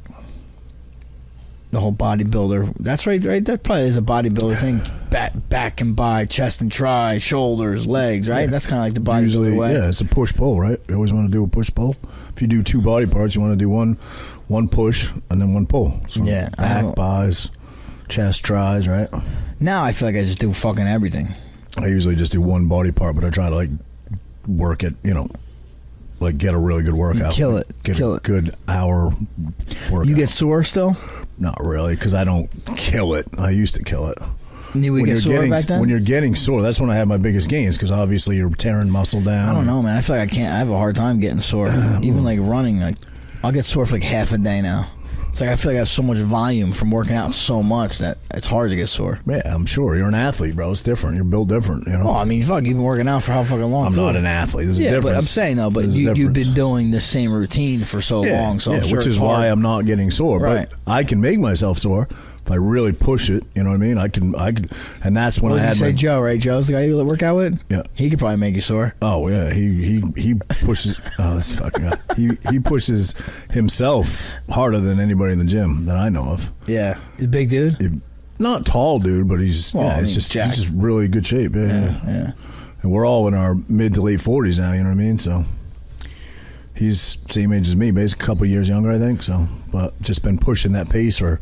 Speaker 3: The whole bodybuilder. That's right, right. That probably is a bodybuilder thing. Back, back and by, chest and try, shoulders, legs. Right. That's kind of like the bodybuilder
Speaker 2: Usually,
Speaker 3: way.
Speaker 2: yeah, it's a push pull, right? You always want to do a push pull. If you do two body parts, you want to do one, one push and then one pull. So
Speaker 3: Yeah, I
Speaker 2: back
Speaker 3: don't-
Speaker 2: buys, chest tries, right?
Speaker 3: Now I feel like I just do fucking everything.
Speaker 2: I usually just do one body part, but I try to like work it, you know, like get a really good workout.
Speaker 3: kill it,
Speaker 2: Get
Speaker 3: kill
Speaker 2: a
Speaker 3: it.
Speaker 2: good hour workout.
Speaker 3: You get sore still.
Speaker 2: not really because I don't kill it. I used to kill it.
Speaker 3: You would get sore
Speaker 2: getting
Speaker 3: back then.
Speaker 2: when you're getting sore, that's when I had my biggest gains because obviously you're tearing muscle down.
Speaker 3: I don't know, man. I feel like I can't. I have a hard time getting sore. Even like running, like I'll get sore for like half a day now. It's like I feel like I have so much volume from working out so much that it's hard to get sore.
Speaker 2: Yeah, I'm sure you're an athlete, bro. It's different. You're built different. You know.
Speaker 3: Oh, I mean, fuck, you've been working out for how fucking long?
Speaker 2: I'm
Speaker 3: too?
Speaker 2: not an athlete. There's a
Speaker 3: Yeah,
Speaker 2: difference.
Speaker 3: but I'm saying though, but
Speaker 2: There's a
Speaker 3: you, you've been
Speaker 2: difference.
Speaker 3: doing the same routine for so
Speaker 2: yeah,
Speaker 3: long, so
Speaker 2: yeah,
Speaker 3: I'm sure
Speaker 2: which
Speaker 3: it's
Speaker 2: is why
Speaker 3: hard.
Speaker 2: I'm not getting sore.
Speaker 3: Right.
Speaker 2: But I can make myself sore if I really push it. You know what I mean? I can. I could, and that's when
Speaker 3: What
Speaker 2: I
Speaker 3: did you
Speaker 2: had
Speaker 3: say,
Speaker 2: my.
Speaker 3: Joe? Right, Joe's the guy you work out with.
Speaker 2: Yeah.
Speaker 3: he could probably make you sore.
Speaker 2: Oh yeah, he he he pushes. oh, that's fucking. Up. He he pushes himself harder than anybody in the gym that I know of.
Speaker 3: Yeah, he's a big dude.
Speaker 2: He- not tall dude, but he's
Speaker 3: Well,
Speaker 2: yeah,
Speaker 3: I
Speaker 2: it's
Speaker 3: mean,
Speaker 2: just
Speaker 3: jacked.
Speaker 2: he's just really good shape. Yeah, yeah, And we're all in our mid to late forties now. You know what I mean? So he's same age as me, basically a couple years younger, I think. So, but just been pushing that pace for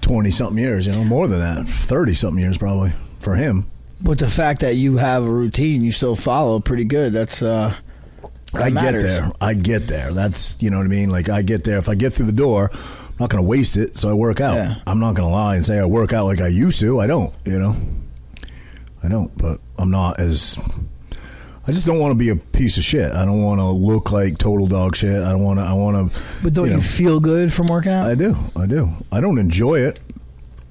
Speaker 2: twenty something years. You know, more than that, thirty something years probably for him.
Speaker 3: But the fact that you have a routine you still follow pretty good. That's uh, that
Speaker 2: I
Speaker 3: matters.
Speaker 2: get there. I get there. That's you know what I mean. Like I get there. If I get through the door, I'm not going to waste it. So I work out.
Speaker 3: Yeah.
Speaker 2: I'm not going to lie and say I work out like I used to. I don't. You know, I don't. But I'm not as. I just don't want to be a piece of shit. I don't want to look like total dog shit. I don't want to. I want to.
Speaker 3: But don't you,
Speaker 2: know,
Speaker 3: feel good from working out?
Speaker 2: I do. I do. I don't enjoy it.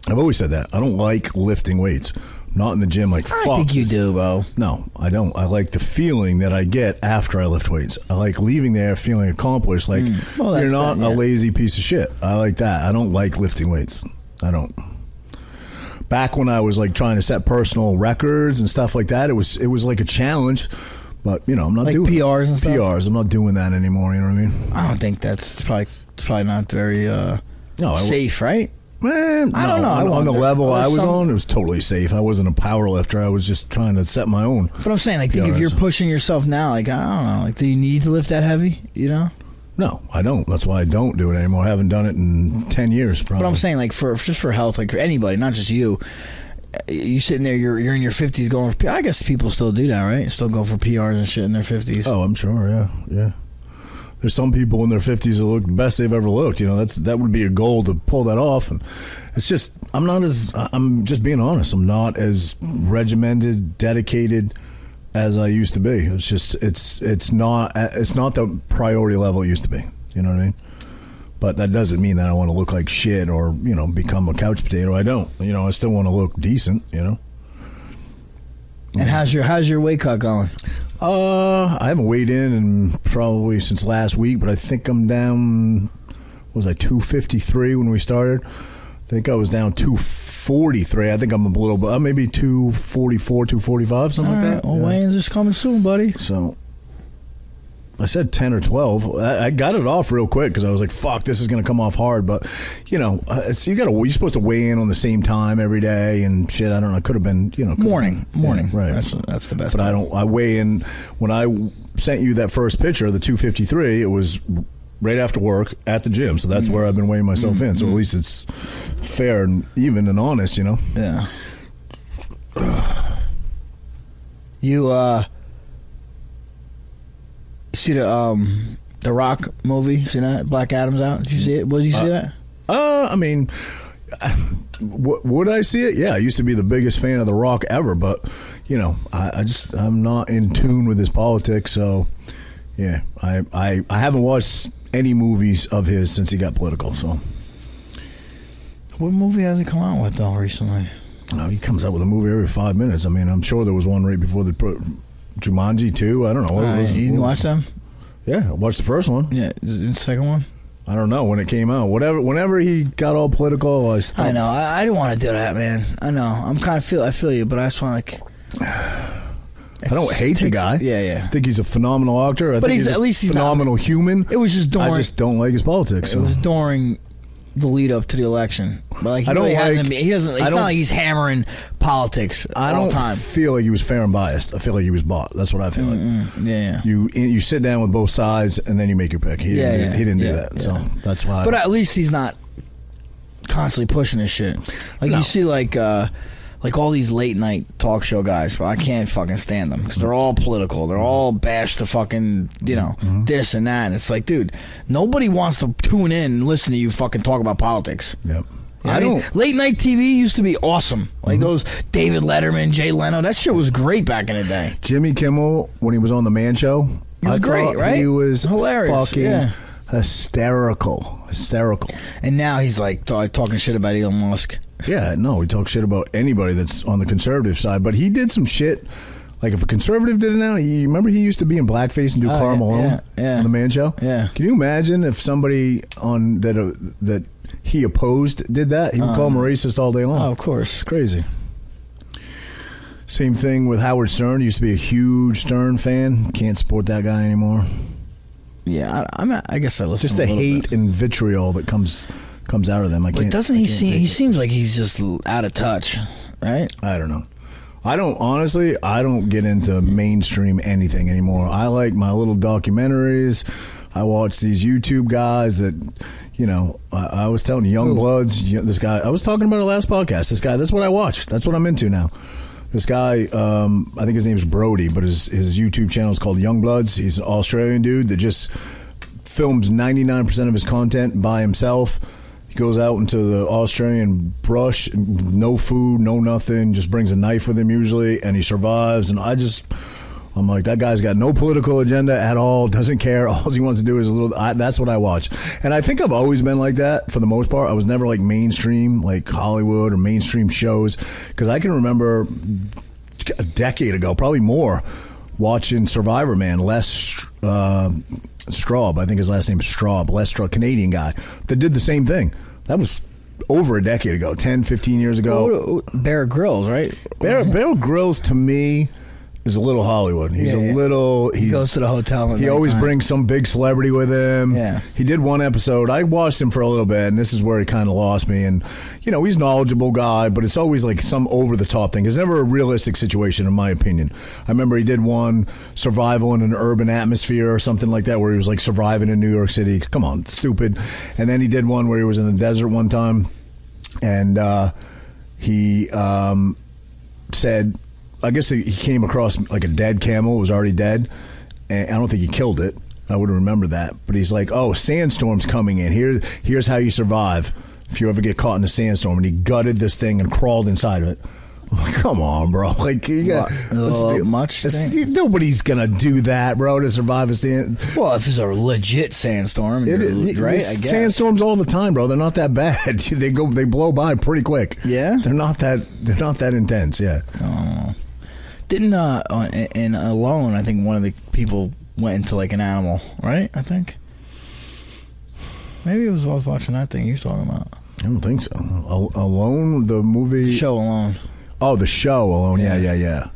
Speaker 2: I've always said that. I don't like lifting weights. Not in the gym. Like
Speaker 3: I
Speaker 2: fuck.
Speaker 3: think you do, bro.
Speaker 2: No, I don't. I like the feeling that I get after I lift weights. I like leaving there feeling accomplished. Like
Speaker 3: Hmm. Well, that's
Speaker 2: you're not
Speaker 3: that,
Speaker 2: a
Speaker 3: yeah.
Speaker 2: lazy piece of shit. I like that. I don't like lifting weights. I don't. back when I was like trying to set personal records and stuff like that, it was it was like a challenge. But you know, I'm not
Speaker 3: Like
Speaker 2: doing
Speaker 3: PRs and stuff?
Speaker 2: PRs. I'm not doing that anymore. You know what I mean?
Speaker 3: I don't think that's it's probably it's probably not very uh,
Speaker 2: No, Oh, I-
Speaker 3: safe, right?
Speaker 2: Man,
Speaker 3: I
Speaker 2: no,
Speaker 3: don't know. I
Speaker 2: On, on the
Speaker 3: wonder.
Speaker 2: level
Speaker 3: Or
Speaker 2: I was
Speaker 3: some-
Speaker 2: on, it was totally safe. I wasn't a power lifter. I was just trying to set my own.
Speaker 3: But I'm saying, like, think if
Speaker 2: PRs.
Speaker 3: you're pushing yourself now, like, I don't know, like, do you need to lift that heavy? You know.
Speaker 2: No, I don't. That's why I don't do it anymore. I haven't done it in ten years. Probably.
Speaker 3: But I'm saying, like, for just for health, like for anybody, not just you. eh, You sitting there, you're you're in your 50s going for. P- I guess people still do that, right? Still go for PRs and shit in their 50s.
Speaker 2: Oh, I'm sure. Yeah, yeah. There's some people in their 50s that look the best they've ever looked. You know, that's that would be a goal to pull that off. And it's just, I'm not as, I- I'm just being honest. I'm not as regimented, dedicated as I used to be. It's just, it's, it's not, it's not the priority level it used to be. You know what I mean? But that doesn't mean that I want to look like shit or you know become a couch potato. I don't. You know, I still want to look decent. You know.
Speaker 3: And how's your how's your weight cut going?
Speaker 2: Uh, I haven't weighed in in probably since last week, but I think I'm down. Was I 253 when we started? I think I was down 243. I think I'm a little, bit- uh, maybe 244, 245, something
Speaker 3: All
Speaker 2: like
Speaker 3: right,
Speaker 2: that.
Speaker 3: well,
Speaker 2: Yeah.
Speaker 3: Wayne's is coming soon, buddy.
Speaker 2: So I said 10 or 12. I, I got it off real quick because I was like, fuck, this is going to come off hard. But, you know, uh, it's, you got to, you're supposed to weigh in on the same time every day and shit. I don't know. It could have been, you know, could've-
Speaker 3: Morning, morning.
Speaker 2: Yeah, right.
Speaker 3: That's that's the best.
Speaker 2: But I don't. I weigh in when I w- sent you that first picture, the 253. It was right after work at the gym, so that's where I've been weighing myself in. So at least it's fair and even and honest, you know.
Speaker 3: Yeah. You uh you see the um the Rock movie? See that Black Adam's out? Did you see it? Well, did you see that?
Speaker 2: Uh, I mean, w- would I see it? Yeah, I used to be the biggest fan of The Rock ever, but you know, I, I just I'm not in tune with his politics. So yeah, I I, I haven't watched any movies of his since he got political. So.
Speaker 3: What movie has it come out with though recently?
Speaker 2: No, he comes out with a movie every five minutes. I mean, I'm sure there was one right before the pro- Jumanji too. I don't know. What
Speaker 3: Uh,
Speaker 2: was-
Speaker 3: you didn't
Speaker 2: what
Speaker 3: watch
Speaker 2: was-
Speaker 3: them?
Speaker 2: Yeah, I watched the first one.
Speaker 3: Yeah, the second one.
Speaker 2: I don't know when it came out. Whatever, whenever he got all political, I stopped.
Speaker 3: I know. I, I didn't want to do that, man. I know. I'm kind of feel. I feel you, but I just want like.
Speaker 2: I don't hate the guy.
Speaker 3: Yeah, yeah.
Speaker 2: I think he's a phenomenal actor. I
Speaker 3: But
Speaker 2: think
Speaker 3: he's-
Speaker 2: he's a
Speaker 3: at least he's not-
Speaker 2: phenomenal human.
Speaker 3: It was just during.
Speaker 2: I just don't like his politics.
Speaker 3: It
Speaker 2: so.
Speaker 3: was during the lead up to the election, but like he
Speaker 2: I don't
Speaker 3: really hasn't.
Speaker 2: like-
Speaker 3: Been, he doesn't.
Speaker 2: I
Speaker 3: It's not
Speaker 2: don't-
Speaker 3: like he's hammering politics
Speaker 2: I
Speaker 3: all
Speaker 2: don't
Speaker 3: the time.
Speaker 2: feel like he was fair and biased. I feel like he was bought. That's what I feel like.
Speaker 3: Mm, yeah, yeah.
Speaker 2: You you sit down with both sides and then you make your pick. He
Speaker 3: Yeah,
Speaker 2: didn't,
Speaker 3: yeah,
Speaker 2: he didn't
Speaker 3: yeah,
Speaker 2: do that.
Speaker 3: yeah.
Speaker 2: So that's why.
Speaker 3: but at least he's not constantly pushing his shit. Like
Speaker 2: No.
Speaker 3: you see, like uh, like all these late night talk show guys. But I can't fucking stand them because they're all political.
Speaker 2: Mm-hmm.
Speaker 3: They're all bash the fucking you know this and that. And it's like, dude, nobody wants to tune in and listen to you fucking talk about politics.
Speaker 2: Yep.
Speaker 3: You know
Speaker 2: I
Speaker 3: what mean?
Speaker 2: don't. Mm-hmm.
Speaker 3: Late night TV used to be awesome. Like those David Letterman, Jay Leno. That shit was great back in the day.
Speaker 2: Jimmy Kimmel when he was on the Man Show.
Speaker 3: He was
Speaker 2: I
Speaker 3: great,
Speaker 2: thought
Speaker 3: right?
Speaker 2: He was
Speaker 3: Hilarious,
Speaker 2: fucking
Speaker 3: yeah.
Speaker 2: hysterical, hysterical.
Speaker 3: And now he's like t- talking shit about Elon Musk.
Speaker 2: Yeah, no, he talks shit about anybody that's on the conservative side, but he did some shit. Like if a conservative did it now, he, remember he used to be in blackface and do
Speaker 3: Oh,
Speaker 2: Karl
Speaker 3: yeah,
Speaker 2: Malone
Speaker 3: yeah, yeah.
Speaker 2: on the Man Show.
Speaker 3: Yeah.
Speaker 2: can you imagine if somebody on that uh, that he opposed did that? He would call him a racist all day long.
Speaker 3: Uh-huh. Oh, of course.
Speaker 2: It's crazy. Same thing with Howard Stern. Used to be a huge Stern fan. Can't support that guy anymore.
Speaker 3: Yeah, I, I'm. I guess I listen.
Speaker 2: just
Speaker 3: to
Speaker 2: the
Speaker 3: him a little
Speaker 2: hate
Speaker 3: bit.
Speaker 2: and vitriol that comes comes out of them. I can't.
Speaker 3: But doesn't
Speaker 2: I
Speaker 3: he
Speaker 2: can't
Speaker 3: seem?
Speaker 2: take
Speaker 3: He
Speaker 2: it.
Speaker 3: seems like he's just l- out of touch, right?
Speaker 2: I don't know. I don't honestly. I don't get into mainstream anything anymore. I like my little documentaries. I watch these YouTube guys that, you know, I, I was telling you, Young Bloods. You know, this guy. I was talking about it last podcast. This guy. That's what I watch. That's what I'm into now. This guy, um, I think his name's Brody, but his his YouTube channel is called Young Bloods. He's an Australian dude that just films 99% of his content by himself. He goes out into the Australian brush, no food, no nothing, just brings a knife with him usually, and he survives. And I just, I'm like, that guy's got no political agenda at all, doesn't care. All he wants to do is a little, I, that's what I watch. And I think I've always been like that for the most part. I was never like mainstream, like Hollywood or mainstream shows, because I can remember a decade ago, probably more, watching Survivor Man. Les uh, Straub, I think his last name is Straub, Les Straub, Canadian guy that did the same thing. That was over a decade ago, 10, 15 years ago.
Speaker 3: Oh, Bear Grylls, right?
Speaker 2: Bear, Bear Grylls to me is a little Hollywood. He's
Speaker 3: Yeah,
Speaker 2: a
Speaker 3: yeah.
Speaker 2: little. He's, he
Speaker 3: goes to the hotel at
Speaker 2: He always
Speaker 3: nighttime.
Speaker 2: brings some big celebrity with him.
Speaker 3: Yeah.
Speaker 2: He did one episode. I watched him for a little bit, and this is where he kind of lost me. And you know, he's a knowledgeable guy, but it's always like some over the top thing. It's never a realistic situation, in my opinion. I remember he did one survival in an urban atmosphere or something like that, where he was like surviving in New York City. Come on, stupid. And then he did one where he was in the desert one time and uh, he um, said, I guess he he came across like a dead camel it was already dead, and I don't think he killed it. I would remember that, but he's like, "Oh, sandstorm's coming in. Here, here's how you survive if you ever get caught in a sandstorm." And he gutted this thing and crawled inside of it. I'm like, come on, bro! Like, you got
Speaker 3: What?
Speaker 2: it's-
Speaker 3: Uh, much, you
Speaker 2: it's-
Speaker 3: think?
Speaker 2: Nobody's gonna do that, bro, to survive a sand.
Speaker 3: Well, if it's a legit sandstorm,
Speaker 2: It-
Speaker 3: you're-
Speaker 2: it-
Speaker 3: right?
Speaker 2: it's
Speaker 3: I guess.
Speaker 2: Sandstorms all the time, bro. They're not that bad. they go, they blow by pretty quick.
Speaker 3: Yeah?
Speaker 2: they're not that. They're not that intense. Yeah.
Speaker 3: Didn't uh on- in Alone? I think one of the people went into like an animal, right? I think. Maybe it was I was watching that thing you was talking about.
Speaker 2: I don't think so. Al- Alone, the movie.
Speaker 3: Show Alone.
Speaker 2: Oh, the show Alone. Yeah, yeah, yeah.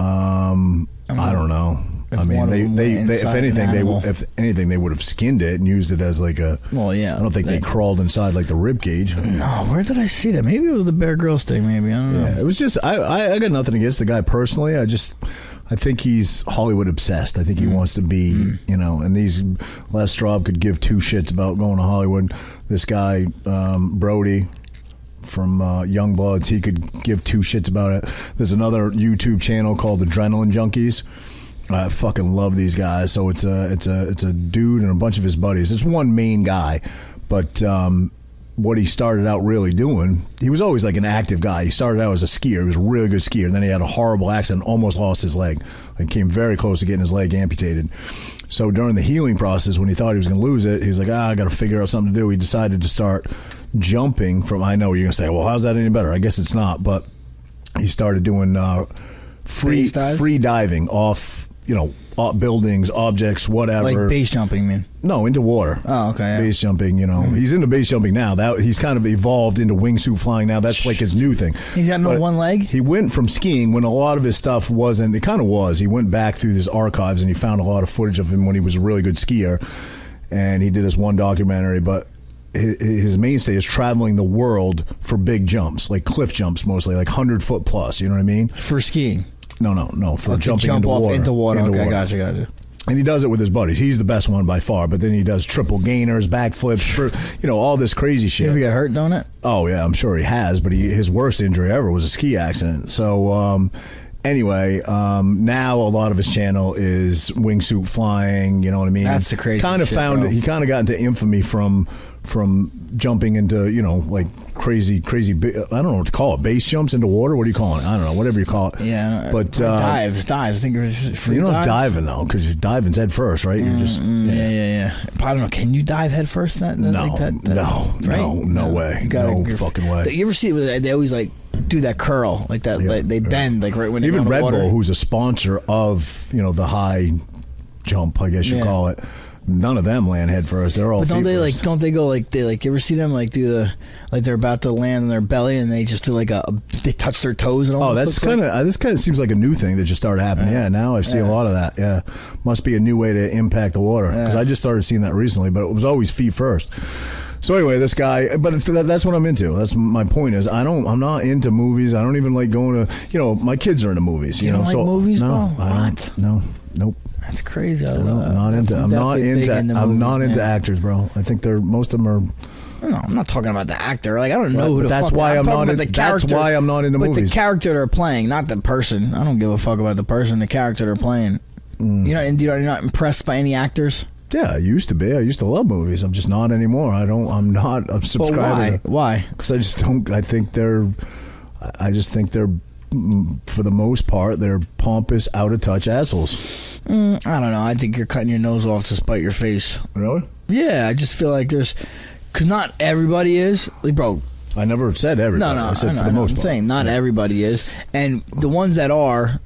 Speaker 2: Um, I don't know.
Speaker 3: If
Speaker 2: I
Speaker 3: one
Speaker 2: mean,
Speaker 3: of
Speaker 2: they,
Speaker 3: them
Speaker 2: they,
Speaker 3: went
Speaker 2: they
Speaker 3: inside
Speaker 2: if
Speaker 3: an
Speaker 2: anything they
Speaker 3: animal.
Speaker 2: if anything they would have skinned it and used it as like a.
Speaker 3: Well, yeah,
Speaker 2: I don't think they,
Speaker 3: they-
Speaker 2: crawled inside like the rib cage.
Speaker 3: No, where did I see that? Maybe it was the Bear Grylls thing. Maybe I don't know.
Speaker 2: Yeah, it was just I, I I got nothing against the guy personally. I just I think he's Hollywood obsessed. I think
Speaker 3: Mm.
Speaker 2: he wants to be you know. And these Les Straub could give two shits about going to Hollywood. This guy um, Brody from uh, Young Bloods, he could give two shits about it. There's another YouTube channel called Adrenaline Junkies. I fucking love these guys. So it's a it's a it's a dude and a bunch of his buddies. It's one main guy, but um, what he started out really doing, he was always like an active guy. He started out as a skier. He was a really good skier, and then he had a horrible accident, almost lost his leg, and came very close to getting his leg amputated. So during the healing process, when he thought he was going to lose it, he was like, ah, I got to figure out something to do. He decided to start jumping from. I know you're going to say, well, how's that any better? I guess it's not, but he started doing uh, free
Speaker 3: Base dive?
Speaker 2: free diving off you know off buildings, objects, whatever.
Speaker 3: Like base jumping, man.
Speaker 2: No, into water.
Speaker 3: Oh, okay, yeah. Hmm.
Speaker 2: Base jumping, you know, he's into base jumping now. That he's kind of evolved into wingsuit flying now. That's like his new thing.
Speaker 3: He's got no
Speaker 2: But
Speaker 3: one leg?
Speaker 2: He went from skiing when a lot of his stuff wasn't. It kind of was. He went back through his archives and he found a lot of footage of him when he was a really good skier, and he did this one documentary, but. hi- His mainstay is traveling the world for big jumps, like cliff jumps mostly, like hundred foot plus. You know what I mean?
Speaker 3: For skiing.
Speaker 2: No, no, no. For
Speaker 3: Oh, to
Speaker 2: jumping
Speaker 3: jump
Speaker 2: into
Speaker 3: off
Speaker 2: water.
Speaker 3: into water. okay, gotcha, gotcha.
Speaker 2: And he does it with his buddies. He's the best one by far. But then he does triple gainers, backflips, fr- you know, all this crazy
Speaker 3: You
Speaker 2: shit.
Speaker 3: ever get hurt doing it?
Speaker 2: Oh yeah, I'm sure he has. But he, his worst injury ever was a ski accident. So um, anyway, um, now a lot of his channel is wingsuit flying. You know what I mean?
Speaker 3: That's the crazy
Speaker 2: Kind of
Speaker 3: shit,
Speaker 2: found
Speaker 3: bro.
Speaker 2: he kind of got into infamy from from jumping into you know like crazy crazy. Bi- I don't know what to call it. Base jumps into water. What are you calling it? I don't know. Whatever you call it.
Speaker 3: Yeah.
Speaker 2: But
Speaker 3: or
Speaker 2: uh,
Speaker 3: dives, dives. I think it was free
Speaker 2: You're not
Speaker 3: dives.
Speaker 2: diving though, because you're diving's head first, right? You're just
Speaker 3: Mm, yeah. yeah, yeah, I don't know. Can you dive headfirst? That, that,
Speaker 2: No,
Speaker 3: like that, that-
Speaker 2: no,
Speaker 3: right?
Speaker 2: no, no way.
Speaker 3: You gotta-
Speaker 2: No
Speaker 3: you're-
Speaker 2: fucking way.
Speaker 3: You ever see? it? They always like do that curl, like that.
Speaker 2: Yeah,
Speaker 3: like, they
Speaker 2: yeah.
Speaker 3: bend, like right when they go
Speaker 2: even
Speaker 3: in the
Speaker 2: Red
Speaker 3: water.
Speaker 2: Bull, who's a sponsor of you know the high jump, I guess you
Speaker 3: Yeah.
Speaker 2: call it. None of them land head first. They're all.
Speaker 3: But don't
Speaker 2: feet
Speaker 3: they like?
Speaker 2: first.
Speaker 3: Don't they go like? They like? You ever see them like do the like they're about to land on their belly and they just do like a, a- they touch their toes and all.
Speaker 2: Oh, that's kind of this kind of seems like a new thing that just started happening. Yeah, now I see a lot of that. Yeah, must be a new way to impact the water because
Speaker 3: Yeah.
Speaker 2: I just started seeing that recently, but it was always feet first. So anyway, this guy, but it's, that, that's what I'm into. That's my point is I don't, I'm not into movies. I don't even like going to, you know, my kids are into movies. You,
Speaker 3: You
Speaker 2: know,
Speaker 3: don't like
Speaker 2: so
Speaker 3: movies,
Speaker 2: no,
Speaker 3: bro?
Speaker 2: I don't.
Speaker 3: What?
Speaker 2: No, nope.
Speaker 3: that's crazy. I
Speaker 2: No,
Speaker 3: love-
Speaker 2: I'm not into. I'm not
Speaker 3: definitely big
Speaker 2: into. I'm
Speaker 3: movies,
Speaker 2: not into
Speaker 3: man.
Speaker 2: actors, bro. I think they're most of them are.
Speaker 3: No, I'm not talking about the actor. Like I don't know
Speaker 2: Right,
Speaker 3: who
Speaker 2: but
Speaker 3: the
Speaker 2: that's
Speaker 3: fuck.
Speaker 2: why I'm
Speaker 3: talking
Speaker 2: not
Speaker 3: about
Speaker 2: in-
Speaker 3: the
Speaker 2: that's
Speaker 3: character.
Speaker 2: why I'm not into
Speaker 3: but
Speaker 2: movies.
Speaker 3: the character they're playing, not the person. I don't give a fuck about the person. The character they're playing.
Speaker 2: Mm.
Speaker 3: You know, and you're not impressed by any actors.
Speaker 2: Yeah, I used to be. I used to love movies. I'm just not anymore. I don't. I'm not. I'm
Speaker 3: But
Speaker 2: subscribing.
Speaker 3: why? Why?
Speaker 2: because I just don't. I think they're. I- I just think they're, mm, for the most part, they're pompous, out of touch assholes.
Speaker 3: Mm, I don't know. I think you're cutting your nose off to spite your face.
Speaker 2: Really?
Speaker 3: Yeah, I just feel like there's, because not everybody is. Like, bro,
Speaker 2: I never said
Speaker 3: No,
Speaker 2: everybody.
Speaker 3: no,
Speaker 2: I said
Speaker 3: I know,
Speaker 2: for
Speaker 3: I
Speaker 2: the
Speaker 3: know.
Speaker 2: most
Speaker 3: I'm
Speaker 2: part.
Speaker 3: saying not everybody is, and the ones that are.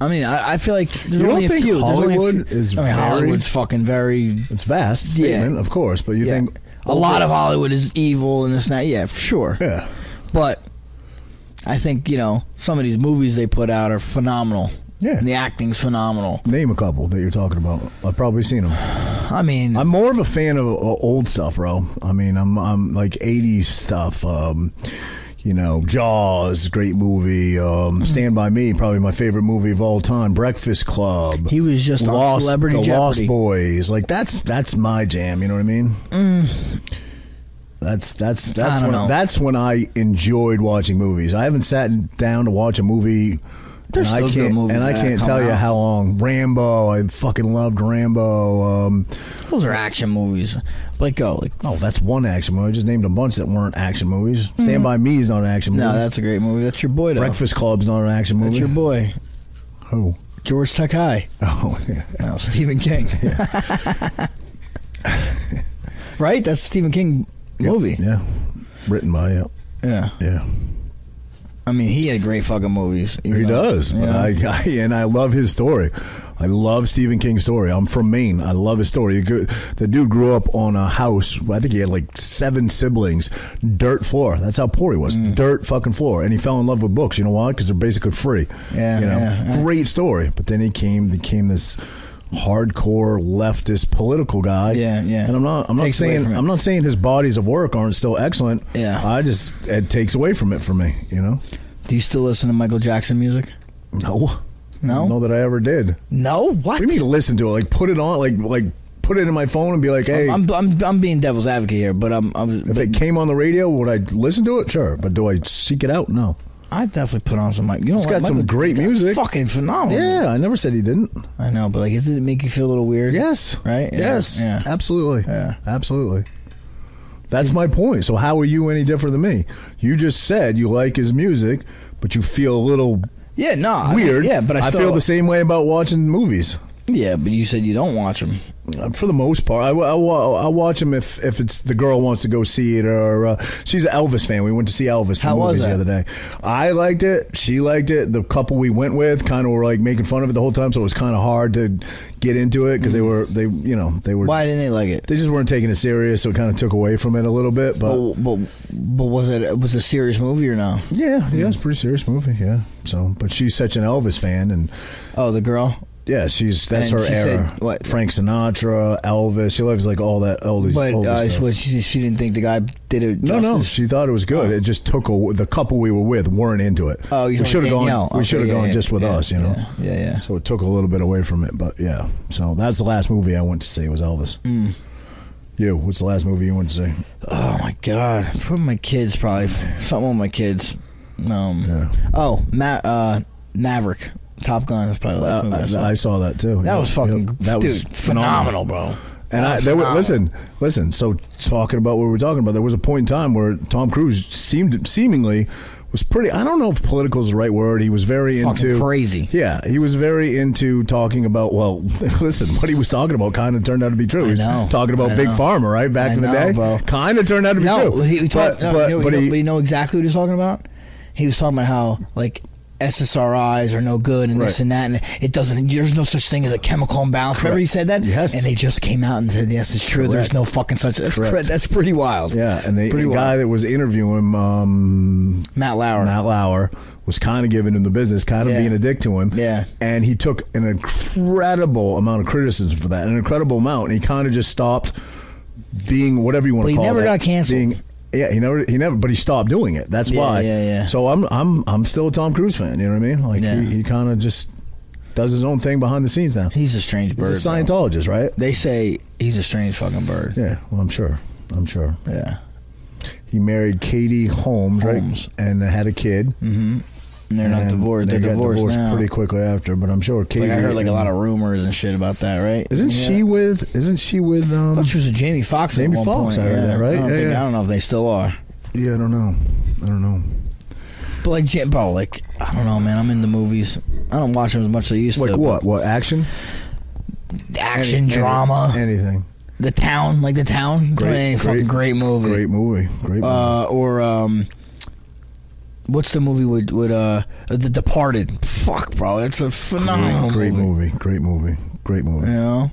Speaker 3: I mean, I, I feel like there's
Speaker 2: You don't
Speaker 3: only a
Speaker 2: think
Speaker 3: few. There's only a
Speaker 2: Hollywood
Speaker 3: few-
Speaker 2: is
Speaker 3: I mean,
Speaker 2: very-
Speaker 3: Hollywood's fucking very.
Speaker 2: It's vast
Speaker 3: Yeah.
Speaker 2: statement, of course, but you
Speaker 3: Yeah.
Speaker 2: think
Speaker 3: a lot of Hollywood is evil and this and that. Yeah, for sure.
Speaker 2: Yeah.
Speaker 3: But I think you know some of these movies they put out are phenomenal.
Speaker 2: Yeah.
Speaker 3: and the acting's phenomenal.
Speaker 2: Name a couple that you're talking about. I've probably seen them.
Speaker 3: I mean,
Speaker 2: I'm more of a fan of uh, old stuff, bro. I mean, I'm I'm like '80s stuff. Um, you know, Jaws, great movie. Um,
Speaker 3: Mm-hmm.
Speaker 2: Stand by Me, probably my favorite movie of all time. Breakfast Club.
Speaker 3: He was just on Celebrity
Speaker 2: the Lost
Speaker 3: Jeopardy.
Speaker 2: Boys. Like that's that's my jam. You know what I mean? That's that's that's
Speaker 3: Mm.
Speaker 2: when
Speaker 3: don't know.
Speaker 2: that's when I enjoyed watching movies. I haven't sat down to watch a movie.
Speaker 3: There's
Speaker 2: and I
Speaker 3: still good
Speaker 2: can't,
Speaker 3: movies
Speaker 2: and I
Speaker 3: that
Speaker 2: can't
Speaker 3: come
Speaker 2: tell you
Speaker 3: out.
Speaker 2: how long. Rambo, I fucking loved Rambo. Um,
Speaker 3: those are action movies. Like go, like
Speaker 2: Oh, that's one action movie. I just named a bunch that weren't action movies. Stand by Me is not an action movie.
Speaker 3: Hmm. no, that's a great movie. That's your boy. Though.
Speaker 2: Breakfast Club's not an action movie.
Speaker 3: That's your boy,
Speaker 2: Who?
Speaker 3: George Takai.
Speaker 2: Oh, yeah.
Speaker 3: No, Stephen King. right? That's a Stephen King movie.
Speaker 2: Yeah. Written by yeah.
Speaker 3: Yeah.
Speaker 2: Yeah.
Speaker 3: I mean, he had great fucking movies. even
Speaker 2: He
Speaker 3: though-
Speaker 2: does. But
Speaker 3: Yeah.
Speaker 2: I, I and I love his story. I love Stephen King's story. I'm from Maine. I love his story. He grew- The dude grew up on a house. I think he had like seven siblings. Dirt floor. That's how poor he was.
Speaker 3: Mm.
Speaker 2: Dirt fucking floor. And he fell in love with books. You know why? Because they're basically free.
Speaker 3: Yeah,
Speaker 2: You know,
Speaker 3: yeah.
Speaker 2: great story. But then he came. Became this hardcore leftist political guy.
Speaker 3: Yeah, yeah.
Speaker 2: And I'm not. I'm not
Speaker 3: Takes away
Speaker 2: saying.
Speaker 3: from it.
Speaker 2: I'm not saying his bodies of work aren't still excellent.
Speaker 3: Yeah.
Speaker 2: I just it takes away from it for me. You know.
Speaker 3: Do you still listen to Michael Jackson music?
Speaker 2: No.
Speaker 3: No?
Speaker 2: No that I ever did.
Speaker 3: No. What?
Speaker 2: We need to listen to it. Like put it on like like put it in my phone and be like, hey,
Speaker 3: I'm, I'm, I'm being devil's advocate here, but I'm, I'm
Speaker 2: if it came on the radio, would I listen to it? Sure. But do I seek it out? No.
Speaker 3: I definitely put on some Mike. You know,
Speaker 2: He's
Speaker 3: what?
Speaker 2: got some
Speaker 3: Michael
Speaker 2: great
Speaker 3: Jackson's
Speaker 2: music.
Speaker 3: Fucking phenomenal.
Speaker 2: Yeah, I never said he didn't.
Speaker 3: I know, but like, does it make you feel a little weird?
Speaker 2: Yes.
Speaker 3: Right? Yeah,
Speaker 2: Yes.
Speaker 3: yeah.
Speaker 2: Absolutely.
Speaker 3: Yeah.
Speaker 2: Absolutely. That's my point. So how are you any different than me? You just said you like his music, but you feel a little
Speaker 3: Yeah. No. I-
Speaker 2: weird.
Speaker 3: yeah, but I, still,
Speaker 2: feel the same way about watching movies.
Speaker 3: Yeah, but you said you don't watch them.
Speaker 2: for the most part, I, I, I watch them if, if it's the girl wants to go see it or uh, she's an Elvis fan. We went to see Elvis
Speaker 3: How
Speaker 2: the
Speaker 3: was
Speaker 2: movies the
Speaker 3: that?
Speaker 2: other day. I liked it. She liked it. The couple we went with kind of were like making fun of it the whole time, so it was kind of hard to get into it because they were they you know they were
Speaker 3: Mm. Why didn't they like it?
Speaker 2: they just weren't taking it serious, so it kind of took away from it a little bit. But
Speaker 3: But, but, but was it was it a serious movie or no?
Speaker 2: yeah,
Speaker 3: Mm.
Speaker 2: yeah, it's a pretty serious movie. Yeah, so but she's such an Elvis fan and.
Speaker 3: Oh, the girl.
Speaker 2: Yeah, she's that's
Speaker 3: And
Speaker 2: her
Speaker 3: she
Speaker 2: era.
Speaker 3: said what?
Speaker 2: Frank Sinatra, Elvis. She loves like all that oldies.
Speaker 3: But
Speaker 2: oldies
Speaker 3: uh,
Speaker 2: stuff.
Speaker 3: what she she didn't think the guy did it.
Speaker 2: No, no,
Speaker 3: justice?
Speaker 2: she thought it was good.
Speaker 3: Oh.
Speaker 2: It just took a, the couple we were with weren't into it.
Speaker 3: Oh,
Speaker 2: we
Speaker 3: you
Speaker 2: should have gone. We should have gone just with us, you know.
Speaker 3: Yeah, yeah. yeah.
Speaker 2: So it took a little bit away from it, but yeah. So that's the last movie I went to see was Elvis.
Speaker 3: Mm.
Speaker 2: You, what's the last movie you went to see?
Speaker 3: Oh my god, from my kids probably something with my kids. Um,
Speaker 2: Yeah.
Speaker 3: Oh, Ma- uh, Maverick, Top Gun is probably the last movie. I,
Speaker 2: I,
Speaker 3: saw.
Speaker 2: Uh, I, saw that too.
Speaker 3: that
Speaker 2: Yeah,
Speaker 3: was fucking
Speaker 2: yeah, that
Speaker 3: dude,
Speaker 2: was
Speaker 3: phenomenal, bro.
Speaker 2: And
Speaker 3: That
Speaker 2: I,
Speaker 3: was
Speaker 2: there were,
Speaker 3: phenomenal.
Speaker 2: listen, listen. So talking about what we were talking about, there was a point in time where Tom Cruise seemed seemingly was pretty. I don't know if political is the right word. He was very
Speaker 3: Fucking
Speaker 2: into
Speaker 3: crazy.
Speaker 2: Yeah, he was very into talking about. Well, listen, what he was talking about kind of turned out to be true. He was
Speaker 3: know.
Speaker 2: talking about
Speaker 3: I
Speaker 2: Big
Speaker 3: know.
Speaker 2: Pharma, right? Back
Speaker 3: I
Speaker 2: in the
Speaker 3: know,
Speaker 2: day,
Speaker 3: bro.
Speaker 2: kind of turned out to be
Speaker 3: No,
Speaker 2: true.
Speaker 3: he, he talked.
Speaker 2: But-
Speaker 3: no,
Speaker 2: but-
Speaker 3: you, know,
Speaker 2: but
Speaker 3: you, know,
Speaker 2: he-
Speaker 3: but you know exactly what he's talking about. He was talking about how like SSRIs are no good and
Speaker 2: Right.
Speaker 3: this and that, and it doesn't. There's no such thing as a chemical imbalance. Remember he said that?
Speaker 2: Yes.
Speaker 3: And they just came out and said, "Yes, it's true.
Speaker 2: Correct.
Speaker 3: There's no fucking such." That's
Speaker 2: Correct.
Speaker 3: cra- that's pretty wild.
Speaker 2: Yeah, and the,
Speaker 3: Pretty
Speaker 2: the guy
Speaker 3: wild.
Speaker 2: that was interviewing him, um,
Speaker 3: Matt Lauer.
Speaker 2: Matt Lauer, was kind of giving him the business, kind of
Speaker 3: Yeah.
Speaker 2: being a dick to him.
Speaker 3: Yeah.
Speaker 2: and he took an incredible amount of criticism for that, an incredible amount, and he kind of just stopped being whatever you want
Speaker 3: But
Speaker 2: to
Speaker 3: he
Speaker 2: call.
Speaker 3: never
Speaker 2: that,
Speaker 3: got canceled.
Speaker 2: Being, yeah, he never, he never, but he stopped doing it. That's
Speaker 3: Yeah,
Speaker 2: why.
Speaker 3: yeah, yeah.
Speaker 2: So I'm, I'm, I'm still a Tom Cruise fan. You know what I mean? Like
Speaker 3: Yeah.
Speaker 2: he, he kind of just does his own thing behind the scenes now.
Speaker 3: He's a strange bird.
Speaker 2: He's a
Speaker 3: bro.
Speaker 2: Scientologist, right?
Speaker 3: They say he's a strange fucking bird.
Speaker 2: Yeah. Well, I'm sure. I'm sure.
Speaker 3: Yeah.
Speaker 2: He married Katie Holmes,
Speaker 3: Holmes.
Speaker 2: right? And had a kid.
Speaker 3: And they're not
Speaker 2: And
Speaker 3: divorced.
Speaker 2: They got
Speaker 3: They're divorced, now.
Speaker 2: pretty quickly after, but I'm sure Katie.
Speaker 3: like I heard like a
Speaker 2: and-
Speaker 3: lot of rumors and shit about that, right?
Speaker 2: Isn't
Speaker 3: Yeah.
Speaker 2: she with? Isn't she with?
Speaker 3: I
Speaker 2: Um,
Speaker 3: thought she was a Jamie Foxx.
Speaker 2: Jamie
Speaker 3: at one
Speaker 2: Foxx,
Speaker 3: Point.
Speaker 2: I heard
Speaker 3: yeah.
Speaker 2: that, right?
Speaker 3: I don't,
Speaker 2: Yeah,
Speaker 3: think,
Speaker 2: yeah.
Speaker 3: I don't know if they still are.
Speaker 2: yeah, I don't know. I don't know.
Speaker 3: But like, Jam- bro, like I don't know, man. I'm into movies. I don't watch them as much as I used
Speaker 2: Like
Speaker 3: to.
Speaker 2: what? What action?
Speaker 3: but Action,
Speaker 2: Any- any-
Speaker 3: drama,
Speaker 2: anything.
Speaker 3: The Town, like The Town. Great,
Speaker 2: Great-
Speaker 3: fucking great movie.
Speaker 2: Great movie. Great. Movie.
Speaker 3: Uh, or um, what's the movie with with uh The Departed? Fuck, bro, that's a
Speaker 2: great,
Speaker 3: phenomenal
Speaker 2: great
Speaker 3: movie.
Speaker 2: movie. Great movie. Great movie.
Speaker 3: You know,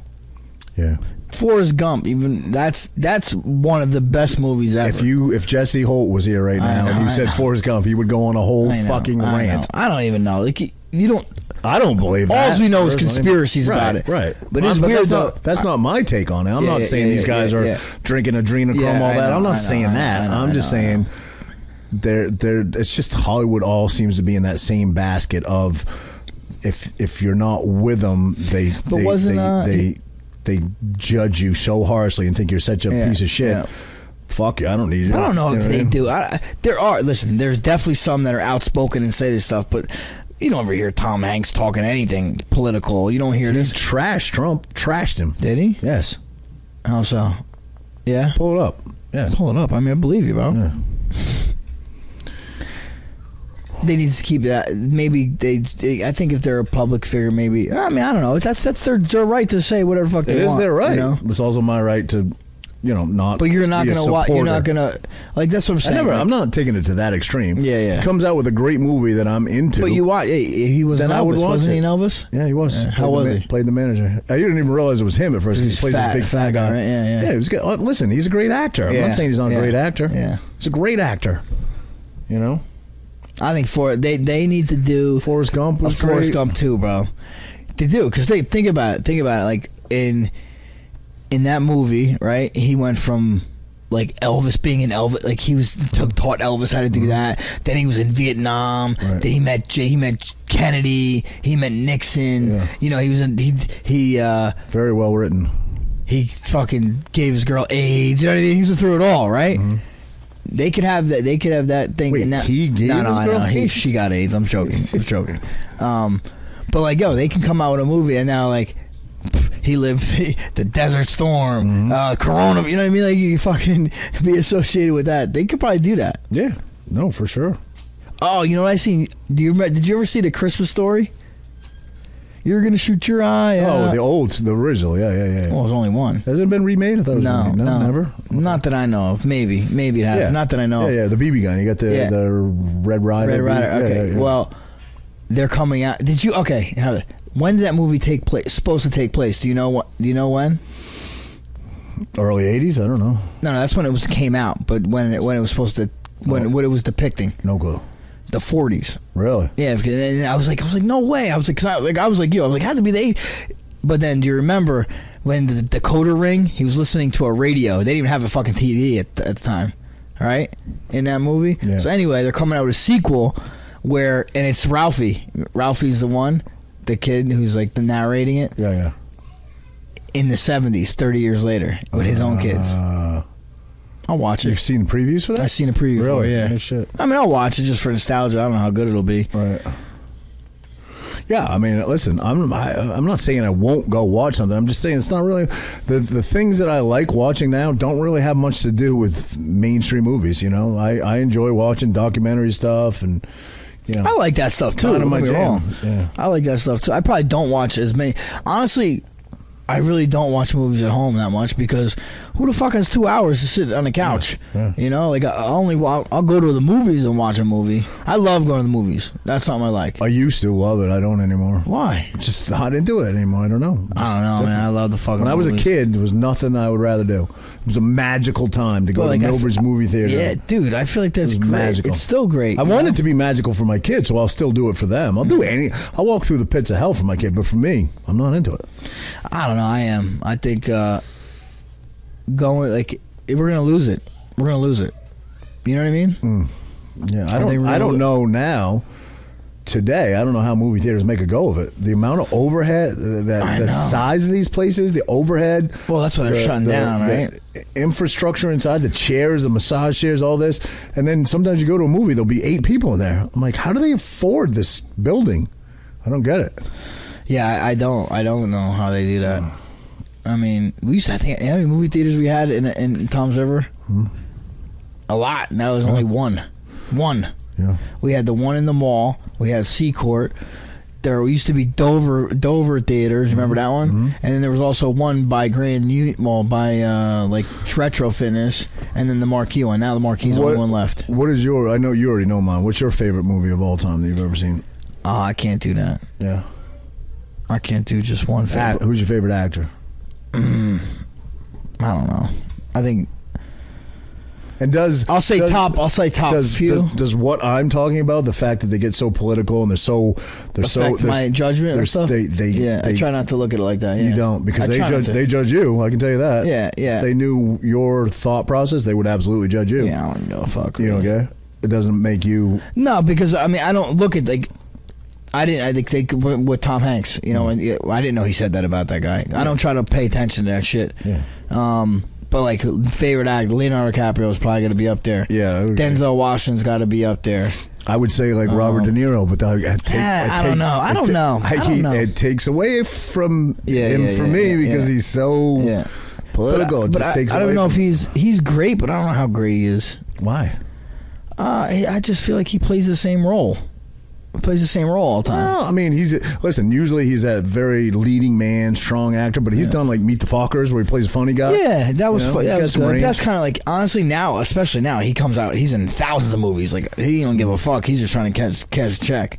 Speaker 2: Yeah.
Speaker 3: Forrest Gump, even that's that's one of the best movies ever.
Speaker 2: If you if Jesse Holt was here right
Speaker 3: I
Speaker 2: now
Speaker 3: know,
Speaker 2: and you
Speaker 3: I
Speaker 2: said
Speaker 3: know.
Speaker 2: Forrest Gump, he would go on a whole
Speaker 3: I know,
Speaker 2: fucking
Speaker 3: I know.
Speaker 2: rant.
Speaker 3: I don't even know. Like you- you don't.
Speaker 2: I don't believe that.
Speaker 3: Alls we know is
Speaker 2: There's nothing-
Speaker 3: conspiracies
Speaker 2: right,
Speaker 3: about it.
Speaker 2: Right.
Speaker 3: But it's
Speaker 2: Um,
Speaker 3: weird,
Speaker 2: that's
Speaker 3: though.
Speaker 2: Not, that's not my take on it. I'm
Speaker 3: Yeah,
Speaker 2: not
Speaker 3: yeah,
Speaker 2: saying
Speaker 3: yeah,
Speaker 2: these guys
Speaker 3: yeah,
Speaker 2: are
Speaker 3: yeah.
Speaker 2: drinking adrenochrome,
Speaker 3: Yeah,
Speaker 2: all
Speaker 3: I
Speaker 2: that.
Speaker 3: know,
Speaker 2: I'm
Speaker 3: I
Speaker 2: not
Speaker 3: know,
Speaker 2: saying
Speaker 3: I know,
Speaker 2: that.
Speaker 3: I know,
Speaker 2: I'm
Speaker 3: I
Speaker 2: just
Speaker 3: know, I
Speaker 2: saying they're, they're, it's just Hollywood all seems to be in that same basket of if if you're not with them, they
Speaker 3: But
Speaker 2: they,
Speaker 3: wasn't,
Speaker 2: they,
Speaker 3: uh,
Speaker 2: they they judge you so harshly and think you're such a
Speaker 3: Yeah,
Speaker 2: piece of shit.
Speaker 3: yeah.
Speaker 2: Fuck you! I don't need you.
Speaker 3: I don't know
Speaker 2: You
Speaker 3: if
Speaker 2: what I
Speaker 3: they
Speaker 2: mean?
Speaker 3: do. I, I- there are listen. There's definitely some that are outspoken and say this stuff, but you don't ever hear Tom Hanks talking anything political. You don't hear this.
Speaker 2: Trash Trump trashed him.
Speaker 3: Did he?
Speaker 2: Yes.
Speaker 3: How so? Yeah.
Speaker 2: Pull it up. Yeah.
Speaker 3: Pull it up. I mean, I believe you, bro.
Speaker 2: Yeah.
Speaker 3: They need to keep that. Maybe they, they- I think if they're a public figure, maybe. I mean, I don't know. That's that's their, their right to say whatever the fuck they
Speaker 2: It is
Speaker 3: want.
Speaker 2: their
Speaker 3: you
Speaker 2: right.
Speaker 3: know?
Speaker 2: It's also my right to, you know, not.
Speaker 3: But you're not
Speaker 2: be a
Speaker 3: gonna watch. You're not
Speaker 2: supporter.
Speaker 3: gonna like. That's what I'm
Speaker 2: I
Speaker 3: saying.
Speaker 2: never.
Speaker 3: Like,
Speaker 2: I'm not taking it to that extreme.
Speaker 3: Yeah, yeah.
Speaker 2: He comes out with a great movie that I'm into.
Speaker 3: But you watch. He he was
Speaker 2: Then
Speaker 3: an
Speaker 2: I would
Speaker 3: Elvis,
Speaker 2: watch
Speaker 3: wasn't he?
Speaker 2: it.
Speaker 3: An Elvis.
Speaker 2: Yeah, he was.
Speaker 3: Yeah.
Speaker 2: Played
Speaker 3: How
Speaker 2: the
Speaker 3: was
Speaker 2: ma-
Speaker 3: he?
Speaker 2: Played the manager. I didn't even realize it was him at first. He
Speaker 3: He's
Speaker 2: plays
Speaker 3: fat,
Speaker 2: this big fat guy.
Speaker 3: right? Yeah, yeah.
Speaker 2: Yeah, he was good. Oh, Listen, he's a great actor. I'm
Speaker 3: Yeah,
Speaker 2: not saying he's not
Speaker 3: yeah,
Speaker 2: a great actor.
Speaker 3: yeah.
Speaker 2: he's a great actor. You know,
Speaker 3: I think for they they need to do
Speaker 2: Forrest Gump
Speaker 3: a
Speaker 2: was
Speaker 3: Forrest
Speaker 2: great.
Speaker 3: Gump too, bro. They do because they think about it. Think about it. Like in in that movie, right? He went from like Elvis being an Elvis, like he was t- taught Elvis how to do that. Then he was in Vietnam.
Speaker 2: Right.
Speaker 3: Then he met J- he met Kennedy. He met Nixon.
Speaker 2: Yeah.
Speaker 3: You know, he was in he he uh,
Speaker 2: Very well written.
Speaker 3: he fucking gave his girl AIDS. You know what I mean? He was through it all, right? They could have that. They could have that thing.
Speaker 2: Mm-hmm. Wait,
Speaker 3: and that,
Speaker 2: he gave
Speaker 3: no, no,
Speaker 2: his
Speaker 3: I
Speaker 2: girl
Speaker 3: know. He,
Speaker 2: AIDS?
Speaker 3: she got AIDS. I'm joking. I'm joking. Um, but like, yo, they can come out with a movie and now like. pff, He lived the, the Desert Storm,
Speaker 2: Mm-hmm.
Speaker 3: uh, Corona. You know what I mean? Like you can fucking be associated with that. They could probably do that.
Speaker 2: Yeah, no, for sure.
Speaker 3: Oh, you know what I seen? Do you remember? Did you ever see the Christmas Story? You're gonna shoot your eye.
Speaker 2: Oh,
Speaker 3: out.
Speaker 2: the old, the original. Yeah, yeah, yeah.
Speaker 3: well, it was only one.
Speaker 2: Has it been remade? I thought it was
Speaker 3: No,
Speaker 2: remade.
Speaker 3: no,
Speaker 2: no, never.
Speaker 3: Not that I know of. Maybe, maybe it happened. Not that I know.
Speaker 2: Yeah,
Speaker 3: of.
Speaker 2: yeah, the BB gun. You got the
Speaker 3: Yeah.
Speaker 2: the Red Rider.
Speaker 3: Red
Speaker 2: BB
Speaker 3: Rider.
Speaker 2: yeah,
Speaker 3: Okay.
Speaker 2: yeah, yeah.
Speaker 3: Well, they're coming out. Did you? Okay. how- When did that movie take place? Supposed to take place? Do you know what? Do you know when?
Speaker 2: early '80s. I don't know.
Speaker 3: No, no. That's when it was came out. But when it when it was supposed to when
Speaker 2: Oh.
Speaker 3: what it was depicting
Speaker 2: No clue.
Speaker 3: the 40s.
Speaker 2: Really?
Speaker 3: Yeah. Because and I was like, I was like, no way. I was like, 'cause I, like I was like, you. I was like, had to be the. eight- But then, do you remember when the Dakota Ring? He was listening to a radio. They didn't even have a fucking TV at the, at the time. All right, in that movie.
Speaker 2: Yeah.
Speaker 3: So anyway, they're coming out with a sequel where, and it's Ralphie. Ralphie's the one, the kid who's like the narrating it
Speaker 2: Yeah, yeah.
Speaker 3: in the seventies, thirty years later, with his own kids.
Speaker 2: Uh,
Speaker 3: I'll watch
Speaker 2: you've
Speaker 3: it.
Speaker 2: seen previews for that?
Speaker 3: I've seen a preview. for
Speaker 2: Really?
Speaker 3: it, yeah.
Speaker 2: Shit.
Speaker 3: I mean, I'll watch it just for nostalgia. I don't know how good it'll be.
Speaker 2: Right. Yeah, I mean, listen, I'm I, I'm not saying I won't go watch something. I'm just saying it's not really the the things that I like watching now don't really have much to do with mainstream movies. You know, I I enjoy watching documentary stuff and you know
Speaker 3: I like that stuff too.
Speaker 2: Not in
Speaker 3: Don't
Speaker 2: my
Speaker 3: get me
Speaker 2: jam.
Speaker 3: wrong.
Speaker 2: Yeah.
Speaker 3: I like that stuff too. I probably don't watch as many. Honestly, I really don't watch movies at home that much because who the fuck has two hours to sit on the couch?
Speaker 2: yeah.
Speaker 3: You know, like I I only I'll, I'll go to the movies and watch a movie. I love going to the movies. That's something I like.
Speaker 2: I used to love it. I don't anymore.
Speaker 3: Why?
Speaker 2: Just not into it anymore. I don't know.
Speaker 3: I don't know, man. I love the fucking.
Speaker 2: When I was a
Speaker 3: movies.
Speaker 2: kid, there was nothing I would rather do. It was a magical time to go to
Speaker 3: But, like, I
Speaker 2: Millbridge
Speaker 3: f-
Speaker 2: Movie Theater.
Speaker 3: yeah, dude, I feel like that's
Speaker 2: It
Speaker 3: great.
Speaker 2: was magical.
Speaker 3: It's still great.
Speaker 2: I
Speaker 3: you
Speaker 2: want
Speaker 3: know? Mm.
Speaker 2: it to be magical for my kids, so I'll still do it for them. I'll do any. I'll walk through the pits of hell for my kid, but for me, I'm not into it.
Speaker 3: I don't know. I am. I think uh, going like we're gonna lose it. We're gonna lose it. You know what I mean?
Speaker 2: Yeah, I
Speaker 3: Are they
Speaker 2: don't. I
Speaker 3: really-
Speaker 2: don't know now. Today, I don't know how movie theaters make a go of it. The amount of overhead, the,
Speaker 3: I
Speaker 2: the
Speaker 3: know.
Speaker 2: size of these places, the overhead.
Speaker 3: Well, that's why they're shutting down, right?
Speaker 2: Infrastructure inside the chairs, the massage chairs, all this, and then sometimes you go to a movie, there'll be eight people in there. I'm like, how do they afford this building? I don't get it.
Speaker 3: Yeah, I, I don't. I don't know how they do that. I mean, we used to. I think how many movie theaters we had in in Tom's River? A lot. Now there's only one. One.
Speaker 2: Yeah.
Speaker 3: We had the one in the mall. We had Seacourt. There used to be Dover Dover theaters. Remember
Speaker 2: Mm-hmm.
Speaker 3: that one? And then there was also one by Grand Union, well, by uh, like Retro Fitness, and then the Marquee one. Now the Marquee's the only one left.
Speaker 2: What is your? I know you already know mine. What's your favorite movie of all time that you've ever seen?
Speaker 3: Oh, I can't do that.
Speaker 2: Yeah.
Speaker 3: I can't do just one.
Speaker 2: Act,
Speaker 3: favorite.
Speaker 2: who's your favorite actor?
Speaker 3: I don't know. I think
Speaker 2: And does
Speaker 3: I'll say
Speaker 2: does-
Speaker 3: top. I'll say top
Speaker 2: does,
Speaker 3: few.
Speaker 2: does does what I'm talking about the fact that they get so political and they're so they're so
Speaker 3: affect
Speaker 2: they're-
Speaker 3: my judgment
Speaker 2: they're-
Speaker 3: or stuff.
Speaker 2: They, they
Speaker 3: yeah,
Speaker 2: they-
Speaker 3: I try not to look at it like that. Yeah.
Speaker 2: You don't because
Speaker 3: I
Speaker 2: they
Speaker 3: try not
Speaker 2: judge
Speaker 3: to.
Speaker 2: they judge you. I can tell you that.
Speaker 3: Yeah, yeah.
Speaker 2: If they knew your thought process, they would absolutely judge you.
Speaker 3: Yeah, I don't give a fuck.
Speaker 2: You don't
Speaker 3: really.
Speaker 2: care. It doesn't make you.
Speaker 3: No, because I mean I don't look at like I didn't. I think they could- with with Tom Hanks. You know, and yeah, I didn't know he said that about that guy. I don't try to pay attention to that shit.
Speaker 2: Yeah.
Speaker 3: Um, but like favorite act, Leonardo DiCaprio is probably gonna be up there.
Speaker 2: Yeah, I would agree.
Speaker 3: Denzel Washington's got to be up there.
Speaker 2: I would say like Robert De Niro, but I, I, take,
Speaker 3: Ah, Oh. I don't
Speaker 2: take-
Speaker 3: know. I
Speaker 2: it
Speaker 3: don't
Speaker 2: ta-
Speaker 3: know. I don't
Speaker 2: he-
Speaker 3: know.
Speaker 2: It takes away from
Speaker 3: Yeah,
Speaker 2: him
Speaker 3: yeah,
Speaker 2: for
Speaker 3: yeah,
Speaker 2: me
Speaker 3: yeah,
Speaker 2: because
Speaker 3: yeah.
Speaker 2: he's so
Speaker 3: Yeah.
Speaker 2: political. it
Speaker 3: But, I-
Speaker 2: just
Speaker 3: but
Speaker 2: takes
Speaker 3: I, I
Speaker 2: away
Speaker 3: don't know
Speaker 2: from-
Speaker 3: if he's he's great, but I don't know how great he is.
Speaker 2: why.
Speaker 3: Uh, I I just feel like he plays the same role. He plays the same role all the time.
Speaker 2: Well, I mean, he's listen. Usually, he's that very leading man, strong actor, but he's done like Meet the Fockers, where he plays a funny guy.
Speaker 3: Yeah, that was
Speaker 2: You know,
Speaker 3: fu-
Speaker 2: he's
Speaker 3: that
Speaker 2: got
Speaker 3: was
Speaker 2: some
Speaker 3: good. But
Speaker 2: range.
Speaker 3: That's kind of like honestly now, especially now, he comes out. He's in thousands of movies. Like he don't give a fuck. He's just trying to catch catch a check.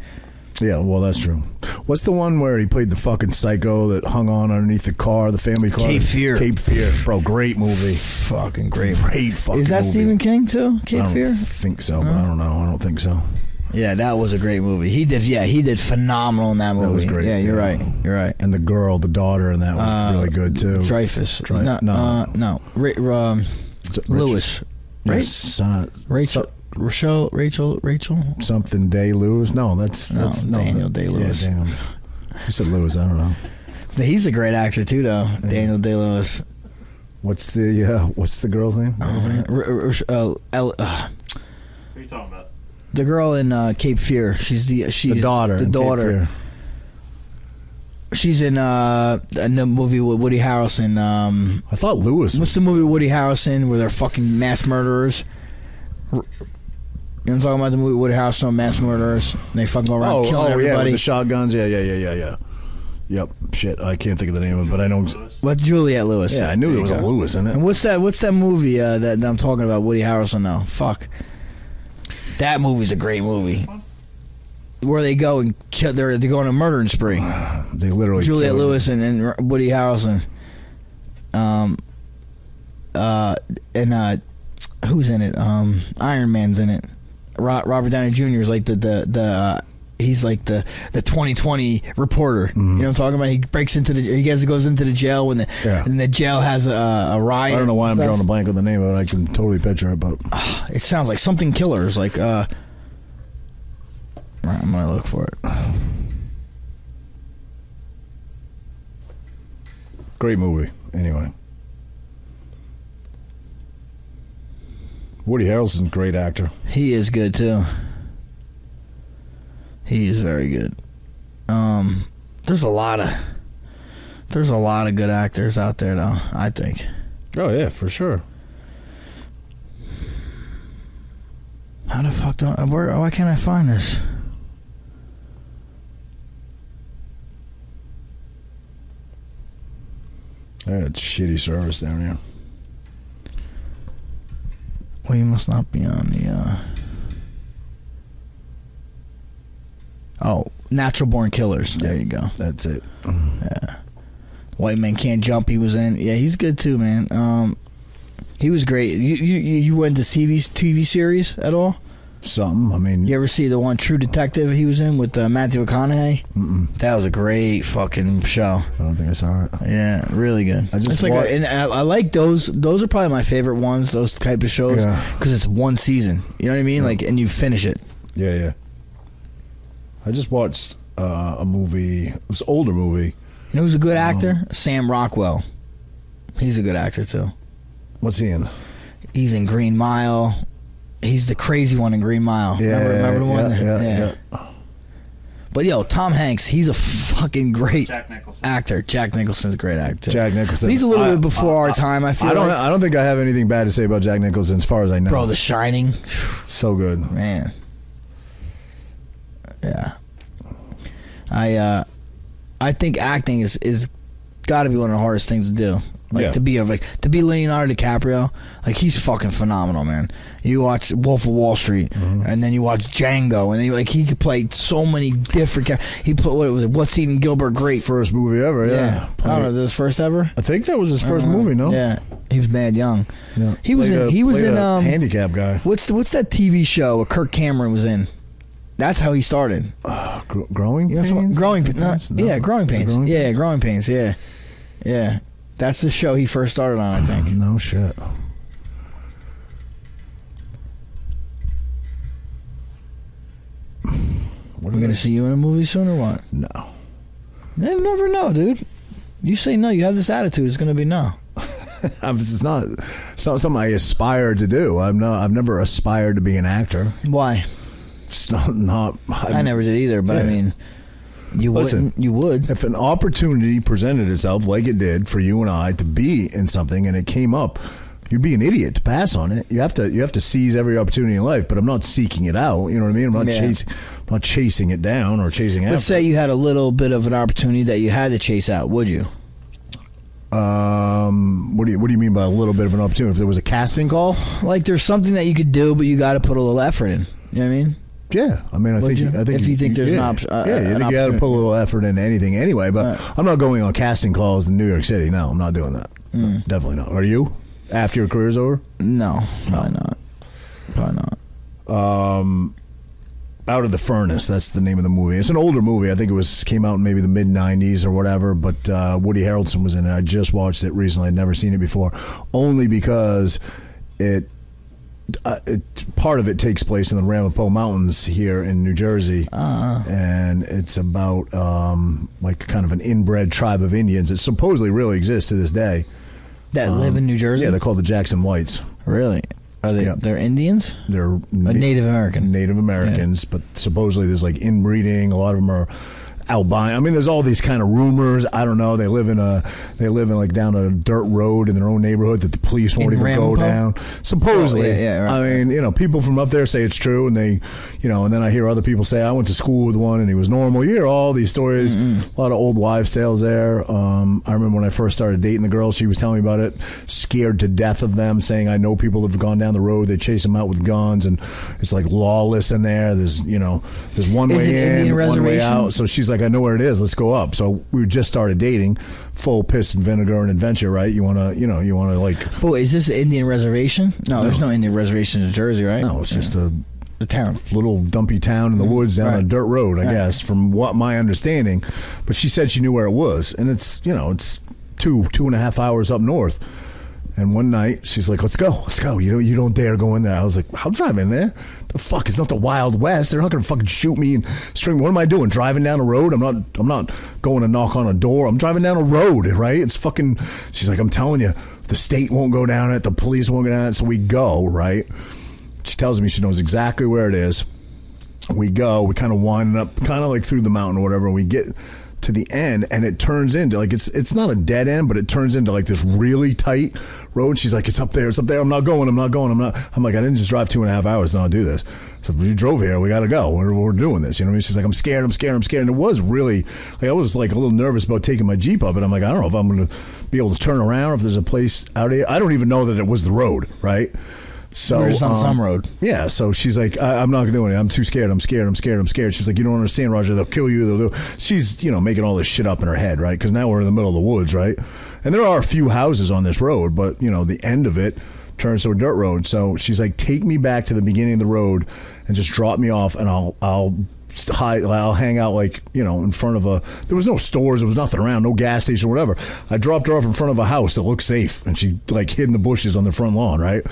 Speaker 2: Yeah, well, that's true. What's the one where he played the fucking psycho that hung on underneath the car, the family car?
Speaker 3: Cape Fear.
Speaker 2: Cape Fear, bro. Great movie.
Speaker 3: Fucking great.
Speaker 2: Great fucking.
Speaker 3: Is that
Speaker 2: movie.
Speaker 3: Stephen King too?
Speaker 2: I
Speaker 3: Cape
Speaker 2: don't
Speaker 3: Fear.
Speaker 2: think so, but I don't know. I don't think so.
Speaker 3: Yeah, that was a great movie. He did. Yeah, he did phenomenal in that movie.
Speaker 2: That was great.
Speaker 3: Yeah, you're
Speaker 2: yeah.
Speaker 3: right. You're right.
Speaker 2: And the girl, the daughter, and that was
Speaker 3: Uh,
Speaker 2: really good too.
Speaker 3: Dreyfus.
Speaker 2: Drey-
Speaker 3: no,
Speaker 2: no.
Speaker 3: no, uh, no. Ra- um,
Speaker 2: Richard.
Speaker 3: Lewis. Right?
Speaker 2: Yes, uh,
Speaker 3: Rachel. Rochelle. Rachel. Rachel.
Speaker 2: something Day Lewis. No, that's
Speaker 3: No,
Speaker 2: that's no,
Speaker 3: Daniel
Speaker 2: that-
Speaker 3: Day-Lewis.
Speaker 2: Yeah, Daniel. You said Lewis. I don't know.
Speaker 3: He's a great actor too, though. Daniel Day Lewis.
Speaker 2: What's the uh, what's the girl's name?
Speaker 3: Uh, R- R- uh, L- uh,
Speaker 4: What are you talking about?
Speaker 3: the girl in uh, Cape Fear. She's the she's
Speaker 2: the daughter.
Speaker 3: The
Speaker 2: in Cape
Speaker 3: daughter.
Speaker 2: Fear.
Speaker 3: She's in uh, a new movie with Woody Harrelson. Um,
Speaker 2: I thought Lewis. Was,
Speaker 3: what's the movie with Woody Harrelson where they're fucking mass murderers? R- You know what I'm talking about? The movie Woody Harrelson on mass murderers. And they fucking go around
Speaker 2: oh,
Speaker 3: killing
Speaker 2: oh yeah,
Speaker 3: everybody.
Speaker 2: with the shotguns. Yeah, yeah, yeah, yeah, yeah. Yep. Shit, I can't think of the name of it, but I know.
Speaker 4: Lewis?
Speaker 3: What Juliet Lewis?
Speaker 2: Yeah, I knew there
Speaker 3: you
Speaker 2: was a
Speaker 3: go.
Speaker 2: Lewis in it.
Speaker 3: And what's that? What's that movie uh, that, that I'm talking about? Woody Harrelson now. Fuck, that movie's a great movie. Where they go and kill, they're they go on a murdering spree.
Speaker 2: They literally
Speaker 3: Juliet
Speaker 2: killed-
Speaker 3: Lewis and, and Woody Harrelson. Um, uh, and uh, who's in it? Um, Iron Man's in it. Ro- Robert Downey Jr. is like the the the. Uh, He's like the, the 2020 reporter.
Speaker 2: Mm-hmm.
Speaker 3: You know what I'm talking about? He breaks into the he guys goes into the jail when the
Speaker 2: Yeah.
Speaker 3: and the jail has a, a riot.
Speaker 2: I don't know why I'm
Speaker 3: and stuff.
Speaker 2: drawing a blank on the name of it. I can totally picture it, but
Speaker 3: It sounds like something killers. Like uh, right, I'm gonna look for it.
Speaker 2: great movie. Anyway, Woody Harrelson's a great actor.
Speaker 3: He is good too. He is very good. Um, there's a lot of there's a lot of good actors out there though. I think.
Speaker 2: Oh yeah, for sure.
Speaker 3: How the fuck don't where? Why can't I find this?
Speaker 2: Yeah, it's shitty service down here.
Speaker 3: We must not be on the. uh Oh, natural born killers. There you go.
Speaker 2: That's it.
Speaker 3: White Man Can't Jump. He was in. Yeah, he's good too, man. Um, he was great. You you you went to TV's TV series at all?
Speaker 2: Something. I mean,
Speaker 3: You ever see the one True Detective he was in with uh, Matthew McConaughey? Mm-mm. That was a great fucking show.
Speaker 2: I don't think I saw it.
Speaker 3: Yeah, really good.
Speaker 2: I just
Speaker 3: It's like
Speaker 2: wa-
Speaker 3: a, and I, I like those. Those are probably my favorite ones. Those type of shows
Speaker 2: Yeah.
Speaker 3: because it's one season. You know what I mean? Like, and you finish it.
Speaker 2: Yeah, yeah. I just watched uh, a movie. It was an older movie.
Speaker 3: You know who's a good
Speaker 2: Uh-huh.
Speaker 3: actor? Sam Rockwell. He's a good actor too.
Speaker 2: What's he in?
Speaker 3: He's in Green Mile. He's the crazy one in Green Mile. remember, remember the one?
Speaker 2: yeah, yeah,
Speaker 3: But yo, Tom Hanks, he's a fucking great
Speaker 4: Jack Nicholson.
Speaker 3: actor. Jack Nicholson's a great actor.
Speaker 2: Jack Nicholson.
Speaker 3: He's a little
Speaker 2: I-
Speaker 3: bit before our time. I feel.
Speaker 2: I don't.
Speaker 3: like.
Speaker 2: I don't think I have anything bad to say about Jack Nicholson, as far as I know.
Speaker 3: bro. The Shining,
Speaker 2: so good.
Speaker 3: man. Yeah, I uh, I think acting is is got to be one of the hardest things to do. Like
Speaker 2: Yeah.
Speaker 3: to be a like to be Leonardo DiCaprio, like he's fucking phenomenal, man. You watch Wolf of Wall Street,
Speaker 2: Mm-hmm.
Speaker 3: and then you watch Django, and then you, like he could play so many different. Ca- he put what it was What's Eating Gilbert Grape.
Speaker 2: First movie ever. Yeah.
Speaker 3: I don't know. This first ever.
Speaker 2: I think that was his first movie. No.
Speaker 3: Yeah, He was mad young.
Speaker 2: Yeah.
Speaker 3: He was
Speaker 2: Played
Speaker 3: in.
Speaker 2: a-
Speaker 3: he was
Speaker 2: played
Speaker 3: in.
Speaker 2: a
Speaker 3: Um,
Speaker 2: handicap guy.
Speaker 3: What's the, what's that TV show where Kirk Cameron was in? That's how he started.
Speaker 2: Gr- growing
Speaker 3: You know, Oh, some-
Speaker 2: pains?
Speaker 3: growing pains. not-
Speaker 2: No.
Speaker 3: Yeah, growing pains.
Speaker 2: Growing
Speaker 3: yeah,
Speaker 2: pains?
Speaker 3: growing pains. Yeah, yeah. That's the show he first started on. I think.
Speaker 2: No shit. What
Speaker 3: We're gonna
Speaker 2: I-
Speaker 3: see you in a movie soon or what?
Speaker 2: No.
Speaker 3: You never know, dude. You say no, you have this attitude. It's gonna be no.
Speaker 2: I'm, it's not. It's not something I aspire to do. I'm not. I've never aspired to be an actor.
Speaker 3: Why?
Speaker 2: It's not. Not.
Speaker 3: i never did either. But I
Speaker 2: Yeah.
Speaker 3: mean, you
Speaker 2: Listen.
Speaker 3: wouldn't. You would.
Speaker 2: If an opportunity presented itself, like it did for you and I, to be in something, and it came up, you'd be an idiot to pass on it. You have to. You have to seize every opportunity in life. But I'm not seeking it out. You know what I mean? I'm not
Speaker 3: Yeah.
Speaker 2: chasing. I'm not chasing it down or chasing
Speaker 3: But
Speaker 2: after.
Speaker 3: say you had a little bit of an opportunity that you had to chase out, would you?
Speaker 2: um. What do you What do you mean by a little bit of an opportunity? If there was a casting call,
Speaker 3: Like there's something that you could do, but you got to put a little effort in. You know what I mean?
Speaker 2: Yeah, I mean, I
Speaker 3: Would
Speaker 2: think
Speaker 3: you?
Speaker 2: I think
Speaker 3: If you think there's an
Speaker 2: yeah.
Speaker 3: opt- uh,
Speaker 2: yeah,
Speaker 3: an
Speaker 2: you think you got to
Speaker 3: opportunity.
Speaker 2: put a little effort into anything anyway. But I'm not going on casting calls in New York City. No, I'm not doing that.
Speaker 3: Mm.
Speaker 2: Definitely not. Are you? After your career's over,
Speaker 3: No, probably not. Probably not.
Speaker 2: Um, Out of the Furnace. That's the name of the movie. It's an older movie. I think it was came out in maybe the mid '90s or whatever. But uh, Woody Harrelson was in it. I just watched it recently. I'd never seen it before, only because it. Uh, it, part of it takes place in the Ramapo Mountains here in New Jersey,
Speaker 3: Ah.
Speaker 2: and it's about um, like kind of an inbred tribe of Indians that supposedly really exists to this day.
Speaker 3: That live in New Jersey.
Speaker 2: Um, Yeah, they're called the Jackson Whites.
Speaker 3: really. Are they?
Speaker 2: Yeah.
Speaker 3: They're Indians.
Speaker 2: They're
Speaker 3: Or Native American.
Speaker 2: Native Americans, but supposedly there's like inbreeding. A lot of them are albino. I mean, there's all these kind of rumors. I don't know. They live in a they live in like down a dirt road in their own neighborhood that the police won't
Speaker 3: In
Speaker 2: even go
Speaker 3: Ramapo?
Speaker 2: down. Supposedly,
Speaker 3: Oh, yeah, yeah, right,
Speaker 2: I mean, you know, people from up there say it's true, and they, you know, and then I hear other people say I went to school with one and he was normal. You hear all these stories.
Speaker 3: Mm-hmm.
Speaker 2: A lot of old wives' tales there. Um, I remember when I first started dating the girl, she was telling me about it, scared to death of them, saying I know people have gone down the road, they chase them out with guns, and it's like lawless in there. There's you know, there's one
Speaker 3: Is
Speaker 2: way
Speaker 3: it
Speaker 2: in,
Speaker 3: Indian
Speaker 2: one way
Speaker 3: reservation?
Speaker 2: out. So she's like, I know where it is. Let's go up. So we just started dating. Full piss and vinegar and adventure, right? You wanna, you know, you wanna like.
Speaker 3: Boy, is this an Indian reservation? No, there's no Indian reservation in New Jersey, right?
Speaker 2: No, it's just a
Speaker 3: the town.
Speaker 2: little dumpy town in the woods down a
Speaker 3: Mm-hmm. Right.
Speaker 2: dirt road, I guess, from what my understanding. But she said she knew where it was, and it's you know it's two two and a half hours up north. And one night she's like, "Let's go, let's go." You know, you don't dare go in there. I was like, "I'll drive in there. The fuck, it's not the Wild West. They're not gonna fucking shoot me and string. me. What am I doing? Driving down a road? I'm not. I'm not going to knock on a door. I'm driving down a road, right? It's fucking." She's like, "I'm telling you, the state won't go down it. The police won't go down it. So we go, right?" She tells me she knows exactly where it is. We go, we kind of wind up, kind of like through the mountain or whatever. And we get to the end, and it turns into like it's it's not a dead end, but it turns into like this really tight road. And she's like, "It's up there, it's up there. I'm not going. I'm not going. I'm not." I'm like, "I didn't just drive two and a half hours and I'll do this." So we drove here. We got to go. We're, we're doing this. You know what I mean? She's like, "I'm scared. I'm scared. I'm scared." And it was really like I was like a little nervous about taking my jeep up, and I'm like, "I don't know if I'm going to be able to turn around or if there's a place out here." I don't even know that it was the road, right? So um,
Speaker 3: We're just on some road.
Speaker 2: yeah, so she's like, I, I'm not gonna do it. I'm too scared. I'm scared. I'm scared. I'm scared. She's like, you don't understand, Roger. They'll kill you. They'll do. She's you know making all this shit up in her head, right? Because now we're in the middle of the woods, right? And there are a few houses on this road, but you know the end of it turns to a dirt road. So she's like, take me back to the beginning of the road and just drop me off, and I'll I'll hide. I'll hang out like you know in front of a. There was no stores. There was nothing around. No gas station. Whatever. I dropped her off in front of a house that looked safe, and she like hid in the bushes on the front lawn, right?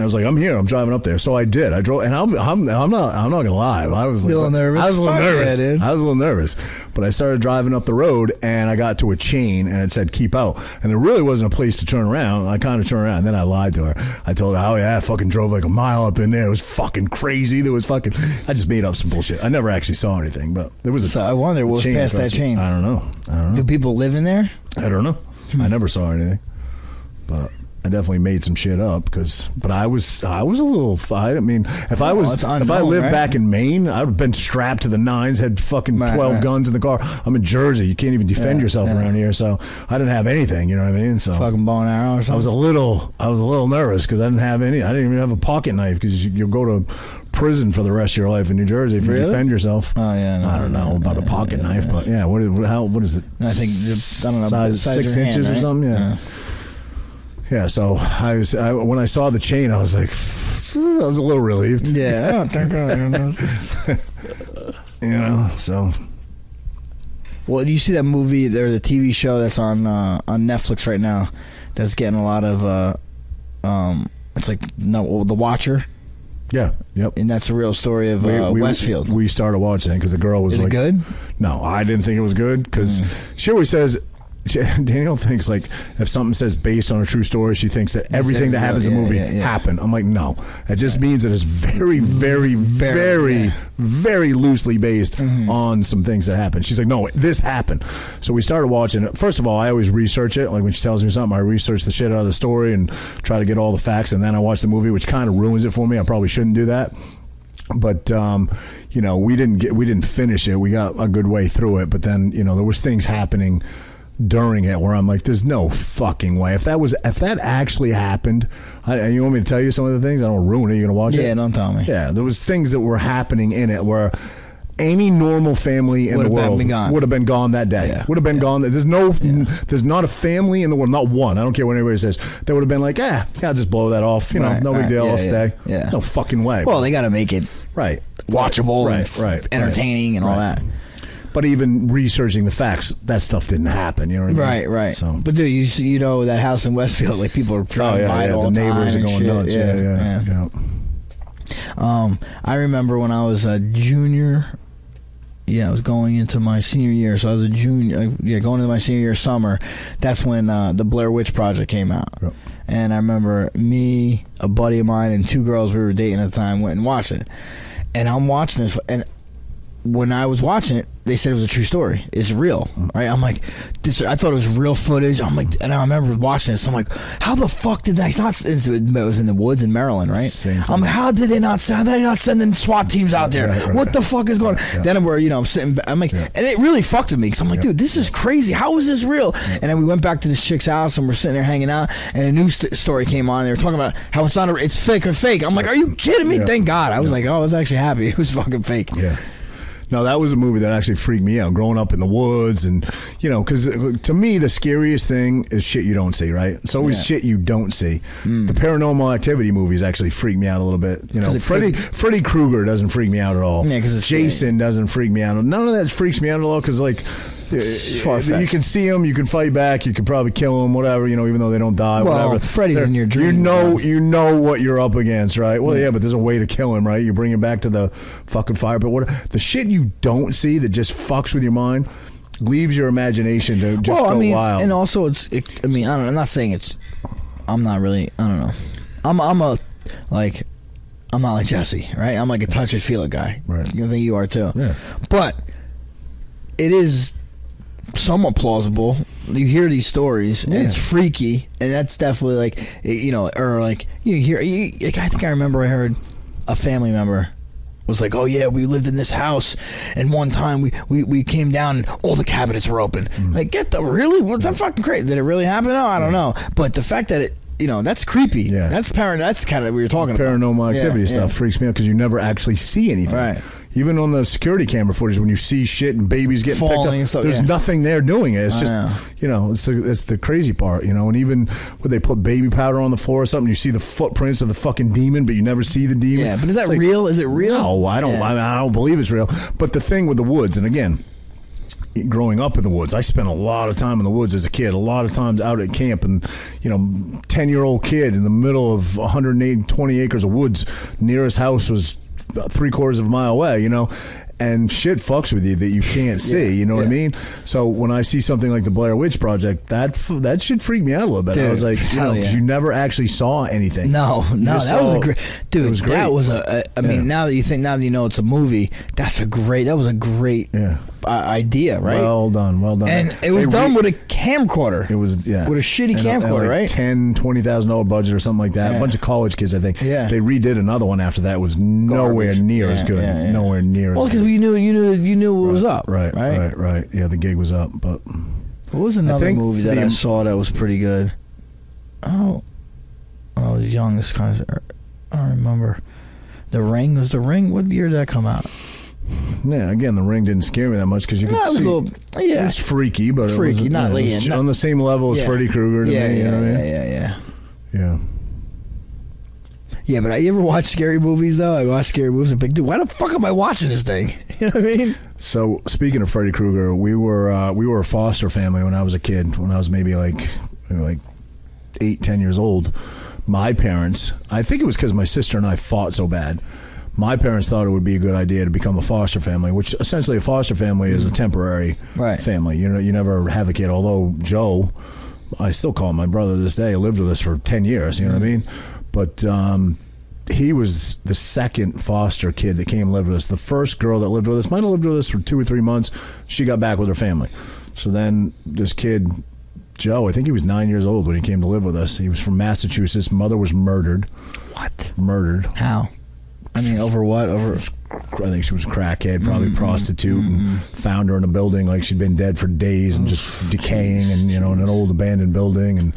Speaker 2: I was like, I'm here. I'm driving up there. So I did. I drove, and I'm, I'm, I'm not, I'm not gonna lie. I was like,
Speaker 3: A little nervous.
Speaker 2: I was a little
Speaker 3: Fuck yeah,
Speaker 2: nervous.
Speaker 3: dude.
Speaker 2: I was a little nervous, but I started driving up the road, and I got to a chain, and it said keep out, and there really wasn't a place to turn around. I kind of turned around, and then I lied to her. I told her, oh yeah, I fucking drove like a mile up in there. It was fucking crazy. There was fucking. I just made up some bullshit. I never actually saw anything, but there was a.
Speaker 3: So I wonder what was
Speaker 2: chain
Speaker 3: past
Speaker 2: across
Speaker 3: that
Speaker 2: the-
Speaker 3: chain.
Speaker 2: I don't know. I don't know.
Speaker 3: Do people live in there?
Speaker 2: I don't know.
Speaker 3: Hmm.
Speaker 2: I never saw anything, but I definitely made some shit up because. But I was I was a little. f- I mean, if I was
Speaker 3: it's
Speaker 2: if I
Speaker 3: unknown,
Speaker 2: lived
Speaker 3: right?
Speaker 2: back in Maine, I'd have been strapped to the nines, had fucking
Speaker 3: Right,
Speaker 2: twelve
Speaker 3: right.
Speaker 2: guns in the car. I'm in Jersey. You can't even defend
Speaker 3: Yeah,
Speaker 2: yourself
Speaker 3: yeah.
Speaker 2: around here, so I didn't have anything. You know what I mean? So.
Speaker 3: Fucking bow and arrow or something.
Speaker 2: I was a little, I was a little nervous because I didn't have any. I didn't even have a pocket knife because you, you'll go to prison for the rest of your life in New Jersey if you
Speaker 3: Really?
Speaker 2: defend yourself.
Speaker 3: Oh, yeah, no,
Speaker 2: I don't know
Speaker 3: no,
Speaker 2: about a
Speaker 3: no,
Speaker 2: pocket
Speaker 3: yeah,
Speaker 2: knife, but yeah, what, is- how, what is it?
Speaker 3: I think I don't know
Speaker 2: size,
Speaker 3: size of
Speaker 2: six
Speaker 3: your hand,
Speaker 2: inches or
Speaker 3: right?
Speaker 2: something. Yeah. yeah. So I was I, when I saw the chain, I was like, I was a little relieved,
Speaker 3: Yeah, I don't think I don't know.
Speaker 2: you know. So
Speaker 3: Well, do you see that movie or the TV show that's on uh, on Netflix right now? That's getting a lot of. Uh, um, it's like no, The Watcher,
Speaker 2: yeah, yep.
Speaker 3: and that's a real story of uh, Westfield.
Speaker 2: We started watching it because the girl was
Speaker 3: Is it
Speaker 2: like,
Speaker 3: good? Mm.
Speaker 2: No, I didn't think it was good because she always says. she- Daniel thinks like if something says based on a true story, she thinks that everything that happens in the
Speaker 3: yeah,
Speaker 2: movie
Speaker 3: yeah, yeah.
Speaker 2: happened. I'm like, no, that just means that it's very, very, very, very,
Speaker 3: yeah. Mm-hmm.
Speaker 2: loosely based on some things that happened. She's like, no, this happened. So we started watching it. First of all, I always research it. Like when she tells me something, I research the shit out of the story and try to get all the facts, and then I watch the movie, which kind of ruins it for me. I probably shouldn't do that but um, you know we didn't get we didn't finish it we got a good way through it but then you know there was things happening during it where i'm like there's no fucking way if that was if that actually happened I, and you want me to tell you some of the things i don't ruin it you're gonna watch it
Speaker 3: Yeah, don't tell me.
Speaker 2: yeah there was things that were happening in it where any normal family in
Speaker 3: Would've
Speaker 2: the
Speaker 3: been-
Speaker 2: world
Speaker 3: been gone.
Speaker 2: would have been gone that day.
Speaker 3: Yeah.
Speaker 2: Would have been gone. There's no, there's not a family in the world, not one. I don't care what anybody says. That would have been like, ah, yeah, I'll just blow that off. You know,
Speaker 3: Right,
Speaker 2: no
Speaker 3: right.
Speaker 2: big deal.
Speaker 3: Yeah,
Speaker 2: I'll
Speaker 3: yeah,
Speaker 2: stay.
Speaker 3: yeah.
Speaker 2: No fucking way.
Speaker 3: Well, they got to make it
Speaker 2: Right.
Speaker 3: watchable,
Speaker 2: Right,
Speaker 3: and
Speaker 2: right, right.
Speaker 3: entertaining, and all that.
Speaker 2: But even researching the facts, that stuff didn't happen. You know what I mean?
Speaker 3: Right, right.
Speaker 2: So,
Speaker 3: But dude, you see- you know that house in Westfield, like people are
Speaker 2: oh
Speaker 3: driving
Speaker 2: yeah,
Speaker 3: by
Speaker 2: yeah,
Speaker 3: it all
Speaker 2: the neighbors
Speaker 3: time
Speaker 2: are
Speaker 3: and
Speaker 2: going
Speaker 3: shit.
Speaker 2: nuts. Yeah, yeah, yeah.
Speaker 3: Um, I remember when I was a junior. Yeah, I was going into my senior year, so I was a junior. uh, Yeah, going into my senior year summer. That's when uh, the Blair Witch Project came out,
Speaker 2: Yep.
Speaker 3: and I remember me, a buddy of mine, and two girls we were dating at the time went and watched it. And I'm watching this, and when I was watching it, they said it was a true story. It's real,
Speaker 2: Mm-hmm.
Speaker 3: right? I'm like, this. I thought it was real footage. I'm like, and I remember watching this. I'm like, how the fuck did that? It's not. It's, it was in the woods in Maryland, right?
Speaker 2: Same thing.
Speaker 3: I'm like, how did they not send? How did they not sending SWAT teams out there?
Speaker 2: Right, right,
Speaker 3: what the fuck is going? on?
Speaker 2: yeah.
Speaker 3: Then I'm where you know I'm sitting. ba- I'm like,
Speaker 2: Yeah.
Speaker 3: and it really fucked with me because I'm like,
Speaker 2: Yeah.
Speaker 3: dude, this is crazy. How is this real? And then we went back to this chick's house and we're sitting there hanging out, and a news st- story came on. They were talking about how it's not. A, it's fake or fake. I'm like, are you kidding me?
Speaker 2: Yeah.
Speaker 3: Thank God. I was like, oh, I was actually happy. It was fucking fake.
Speaker 2: Yeah. No, that was a movie that actually freaked me out. Growing up in the woods, and you know, because to me the scariest thing is shit you don't see. Right? It's always
Speaker 3: Yeah. Hmm.
Speaker 2: shit you don't see. The Paranormal Activity movies actually freak me out a little bit. You know,
Speaker 3: 'Cause it
Speaker 2: Freddy Freddy Krueger doesn't freak me out at all.
Speaker 3: Yeah, 'cause it's-
Speaker 2: Jason doesn't freak me out. None of that freaks me out at all. Because like.
Speaker 3: It's
Speaker 2: uh,
Speaker 3: far-fetched.
Speaker 2: You can see them. You can fight back. You can probably kill them. Whatever you know, even though they don't die.
Speaker 3: Well,
Speaker 2: whatever.
Speaker 3: Freddy's
Speaker 2: They're-
Speaker 3: in your
Speaker 2: You
Speaker 3: dreams,
Speaker 2: know,
Speaker 3: yeah.
Speaker 2: you know what you're up against, right? Well, yeah. but there's a way to kill him, right? You bring him back to the fucking fire. But what the shit you don't see that just fucks with your mind leaves your imagination to just
Speaker 3: well,
Speaker 2: go
Speaker 3: I mean,
Speaker 2: wild.
Speaker 3: and also it's. It, I mean, I don't. I'm not saying it's. I'm not really. I don't know. I'm. I'm a like. I'm not like Jesse, right? I'm like a touch and feel it guy.
Speaker 2: Right.
Speaker 3: I think you are too.
Speaker 2: Yeah.
Speaker 3: But it is somewhat plausible. You hear these stories,
Speaker 2: Yeah.
Speaker 3: and it's freaky, and that's definitely like it- you know, or like you hear. You, like, I think I remember I heard a family member was like, "Oh yeah, we lived in this house, and one time we we, we came down, and all the cabinets were open.
Speaker 2: Mm.
Speaker 3: Like, get the really? What's that fucking crazy? Did it really happen? No, I don't know. But the fact that it, you know, that's creepy.
Speaker 2: Yeah.
Speaker 3: that's parent. That's kind of we were talking
Speaker 2: paranormal
Speaker 3: about
Speaker 2: activity
Speaker 3: Yeah,
Speaker 2: stuff
Speaker 3: yeah.
Speaker 2: freaks me out because you never actually see anything.
Speaker 3: Right.
Speaker 2: Even on the security camera footage, when you see shit and babies getting picked up,
Speaker 3: Falling and stuff,
Speaker 2: there's
Speaker 3: yeah.
Speaker 2: nothing there doing it. It's
Speaker 3: I
Speaker 2: just
Speaker 3: know.
Speaker 2: you know, it's the it's the crazy part, you know. And even when they put baby powder on the floor or something, you see the footprints of the fucking demon, but you never see the demon.
Speaker 3: Yeah, but is that
Speaker 2: It's like,
Speaker 3: real? Is it real?
Speaker 2: No, I don't.
Speaker 3: Yeah.
Speaker 2: I, mean, I don't believe it's real. But the thing with the woods, and again, growing up in the woods. I spent a lot of time in the woods as a kid, a lot of times out at camp and, you know, 10 year old kid in the middle of 120 acres of woods. Nearest house was three quarters of a mile away, you know, and shit fucks with you that you can't see, you know what I
Speaker 3: yeah.
Speaker 2: mean? So when I see something like the Blair Witch Project, that f- that should freak me out a little bit. I
Speaker 3: Dude,
Speaker 2: was like, you know,
Speaker 3: hell
Speaker 2: 'cause
Speaker 3: yeah.
Speaker 2: you never actually saw anything.
Speaker 3: No,
Speaker 2: You
Speaker 3: no, that
Speaker 2: just
Speaker 3: was
Speaker 2: saw-
Speaker 3: a great
Speaker 2: it
Speaker 3: dude.
Speaker 2: was great.
Speaker 3: That was a. a
Speaker 2: Yeah.
Speaker 3: I mean, now that you think, now that you know it's a movie, that's a great. That was a great
Speaker 2: Yeah.
Speaker 3: uh, idea, right?
Speaker 2: Well done, well done.
Speaker 3: and it was
Speaker 2: They
Speaker 3: done
Speaker 2: re-
Speaker 3: with a camcorder.
Speaker 2: It was yeah,
Speaker 3: with a shitty
Speaker 2: And and
Speaker 3: camcorder,
Speaker 2: like
Speaker 3: right?
Speaker 2: Ten, twenty thousand dollar budget or something like that. A
Speaker 3: Yeah.
Speaker 2: bunch of college kids, I think.
Speaker 3: Yeah.
Speaker 2: they redid another one after that. It was nowhere
Speaker 3: Garbage.
Speaker 2: near as
Speaker 3: Yeah,
Speaker 2: good.
Speaker 3: yeah, yeah.
Speaker 2: Nowhere near.
Speaker 3: Well,
Speaker 2: as
Speaker 3: because
Speaker 2: good.
Speaker 3: we knew you knew you knew what was up,
Speaker 2: Right,
Speaker 3: Right.
Speaker 2: right, right. Yeah, the gig was up, but
Speaker 3: What was another
Speaker 2: think
Speaker 3: movie that
Speaker 2: the-
Speaker 3: I saw that was pretty good? Oh, when I was young. This kind of I don't remember. The Ring was the Ring. What year did that come out?
Speaker 2: yeah, again, the ring didn't scare me that much because you could
Speaker 3: No, it was
Speaker 2: see.
Speaker 3: a little.
Speaker 2: It
Speaker 3: Yeah,
Speaker 2: was freaky, but it
Speaker 3: Freaky,
Speaker 2: wasn't-
Speaker 3: not
Speaker 2: yeah, it
Speaker 3: like-
Speaker 2: was
Speaker 3: not-
Speaker 2: on the same level as
Speaker 3: Yeah.
Speaker 2: Freddy Krueger. to
Speaker 3: yeah,
Speaker 2: me, you
Speaker 3: yeah,
Speaker 2: know what I mean?
Speaker 3: yeah, yeah, yeah.
Speaker 2: Yeah.
Speaker 3: Yeah, but I you ever watch scary movies though? I watch scary movies and think, dude, why the fuck am I watching this thing? You know what I mean?
Speaker 2: So speaking of Freddy Krueger, we were uh, we were a foster family when I was a kid. When I was maybe like maybe like eight, ten years old, my parents. I think it was because my sister and I fought so bad. My parents thought it would be a good idea to become a foster family, which essentially a foster family is a temporary
Speaker 3: Right.
Speaker 2: family. You know, you never have a kid. Although Joe, I still call him my brother to this day. Lived with us for ten years. You know what I mean? But um, he was the second foster kid that came and lived with us. The first girl that lived with us might have lived with us for two or three months. She got back with her family. So then this kid, Joe, I think he was nine years old when he came to live with us. He was from Massachusetts. Mother was murdered.
Speaker 3: What?
Speaker 2: Murdered.
Speaker 3: How? I mean, over what? Over
Speaker 2: I think she was a crackhead,
Speaker 3: Mm-hmm.
Speaker 2: probably prostitute, and found her in a building like she'd been dead for days and
Speaker 3: Oh,
Speaker 2: just decaying, and you know, in an old abandoned building. And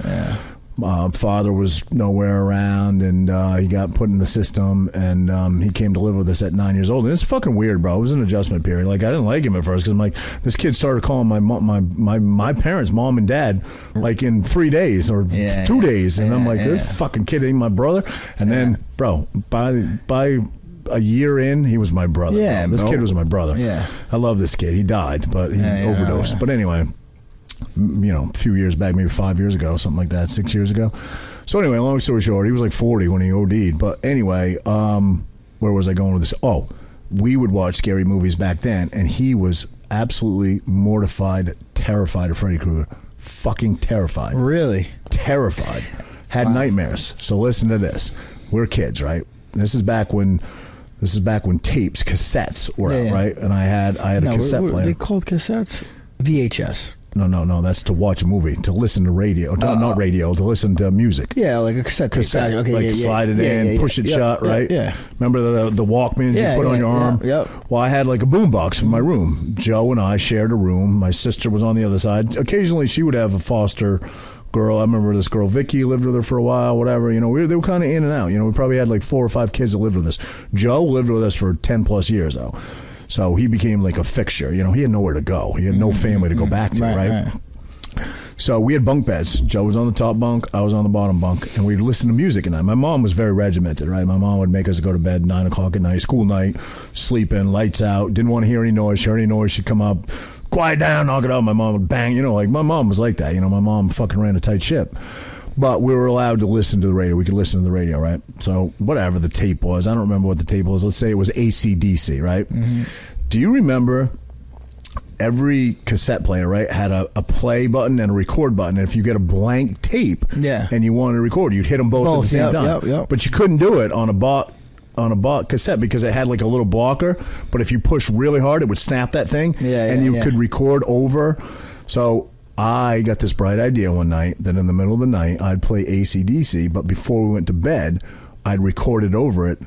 Speaker 2: uh, father was nowhere around, and uh, he got put in the system, and um, he came to live with us at nine years old. And it's fucking weird, bro. It was an adjustment period. Like I didn't like him at first because I'm like, this kid started calling my mo- my my my parents, mom and dad, like in three days or
Speaker 3: Yeah,
Speaker 2: two
Speaker 3: yeah.
Speaker 2: days, and I'm
Speaker 3: Yeah,
Speaker 2: like, this
Speaker 3: yeah.
Speaker 2: fucking kid ain't my brother. And then, bro, by by a year in, he was my brother.
Speaker 3: Yeah,
Speaker 2: Bro, this
Speaker 3: bro.
Speaker 2: kid was my brother.
Speaker 3: Yeah.
Speaker 2: I love this kid. He died, but he
Speaker 3: Yeah, yeah,
Speaker 2: overdosed.
Speaker 3: yeah.
Speaker 2: But anyway, m- you know, a few years back, maybe five years ago, something like that, six years ago. So anyway, long story short, he was like 40 when he OD'd. But anyway, um, where was I going with this? Oh, we would watch scary movies back then, and he was absolutely mortified, terrified of Freddy Krueger. Fucking terrified
Speaker 3: really?
Speaker 2: terrified, had nightmares. So listen to this: we're kids, right? This is back when, this is back when tapes, cassettes were
Speaker 3: Yeah,
Speaker 2: out,
Speaker 3: yeah.
Speaker 2: right? And I had I had a
Speaker 3: No,
Speaker 2: cassette
Speaker 3: what, what are
Speaker 2: player.
Speaker 3: they called cassettes? VHS.
Speaker 2: no, no, no. That's to watch a movie, to listen to radio, no,
Speaker 3: Ah.
Speaker 2: not radio, to listen to music.
Speaker 3: Yeah, like a cassette. tape.
Speaker 2: Cassette,
Speaker 3: Okay,
Speaker 2: like
Speaker 3: yeah, yeah,
Speaker 2: slide it
Speaker 3: yeah,
Speaker 2: in,
Speaker 3: yeah, yeah,
Speaker 2: push it
Speaker 3: yeah,
Speaker 2: shut,
Speaker 3: yeah,
Speaker 2: right?
Speaker 3: Yeah.
Speaker 2: Remember the the Walkmans
Speaker 3: Yeah,
Speaker 2: you put on
Speaker 3: yeah,
Speaker 2: your arm?
Speaker 3: yeah, Mm. yep.
Speaker 2: Well, I had like a boombox in my room. Joe and I shared a room. My sister was on the other side. Occasionally, she would have a foster girl. I remember this girl Vicky lived with her for a while. Whatever, you know, we were, they were kind of in and out. You know, we probably had like four or five kids that lived with us. Joe lived with us for ten plus years though, so he became like a fixture. You know, he had nowhere to go. He had no family to go back to.
Speaker 3: Mm. Right,
Speaker 2: right.
Speaker 3: right.
Speaker 2: So we had bunk beds. Joe was on the top bunk, I was on the bottom bunk, and we'd listen to music at night. My mom was very regimented, right? My mom would make us go to bed nine o'clock at night, school night, sleeping, lights out. Didn't want to hear any noise. Hear any noise, she'd come up, quiet down, knock it out. My mom would bang, you know, like my mom was like that. You know, my mom fucking ran a tight ship. But we were allowed to listen to the radio. We could listen to the radio, right? So whatever the tape was, I don't remember what the tape was. Let's say it was ACDC, right? Do you remember every cassette player, right, had a, a play button and a record button. And if you get a blank tape
Speaker 3: Yeah.
Speaker 2: and you wanted to record, you'd hit them both, at the
Speaker 3: Both,
Speaker 2: same
Speaker 3: yep,
Speaker 2: time.
Speaker 3: yep, yep.
Speaker 2: But you couldn't do it on a bot on a bot cassette because it had like a little blocker. But if you push really hard, it would snap that thing,
Speaker 3: Yeah,
Speaker 2: and
Speaker 3: yeah,
Speaker 2: you
Speaker 3: yeah.
Speaker 2: could record over. So I got this bright idea one night that in the middle of the night I'd play ACDC, but before we went to bed, I'd record it over it.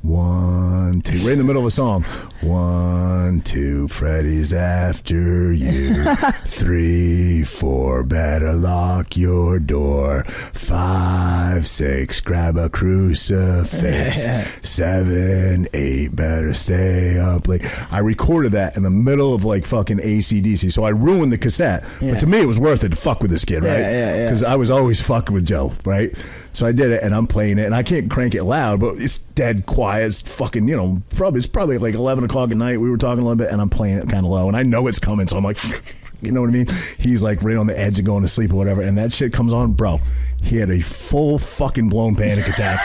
Speaker 2: One, two, right in the middle of a song. One, two, Freddy's after you. Three, four, better lock your door. Five, six, grab a crucifix. Seven, eight, better stay up late. I recorded that in the middle of like fucking ACDC, so I ruined the cassette. But
Speaker 3: Yeah.
Speaker 2: to me, it was worth it to fuck with this kid, right?
Speaker 3: yeah, yeah.
Speaker 2: Because I was always fucking with Joe, right? So I did it, and I'm playing it, and I can't crank it loud, but it's dead quiet. It's fucking, you know, probably it's probably like 11 o'clock at night. We were talking a little bit, and I'm playing it kind of low, and I know it's coming, so I'm like, you know what I mean? He's like right on the edge of going to sleep or whatever, and that shit comes on, bro. He had a full fucking blown panic attack.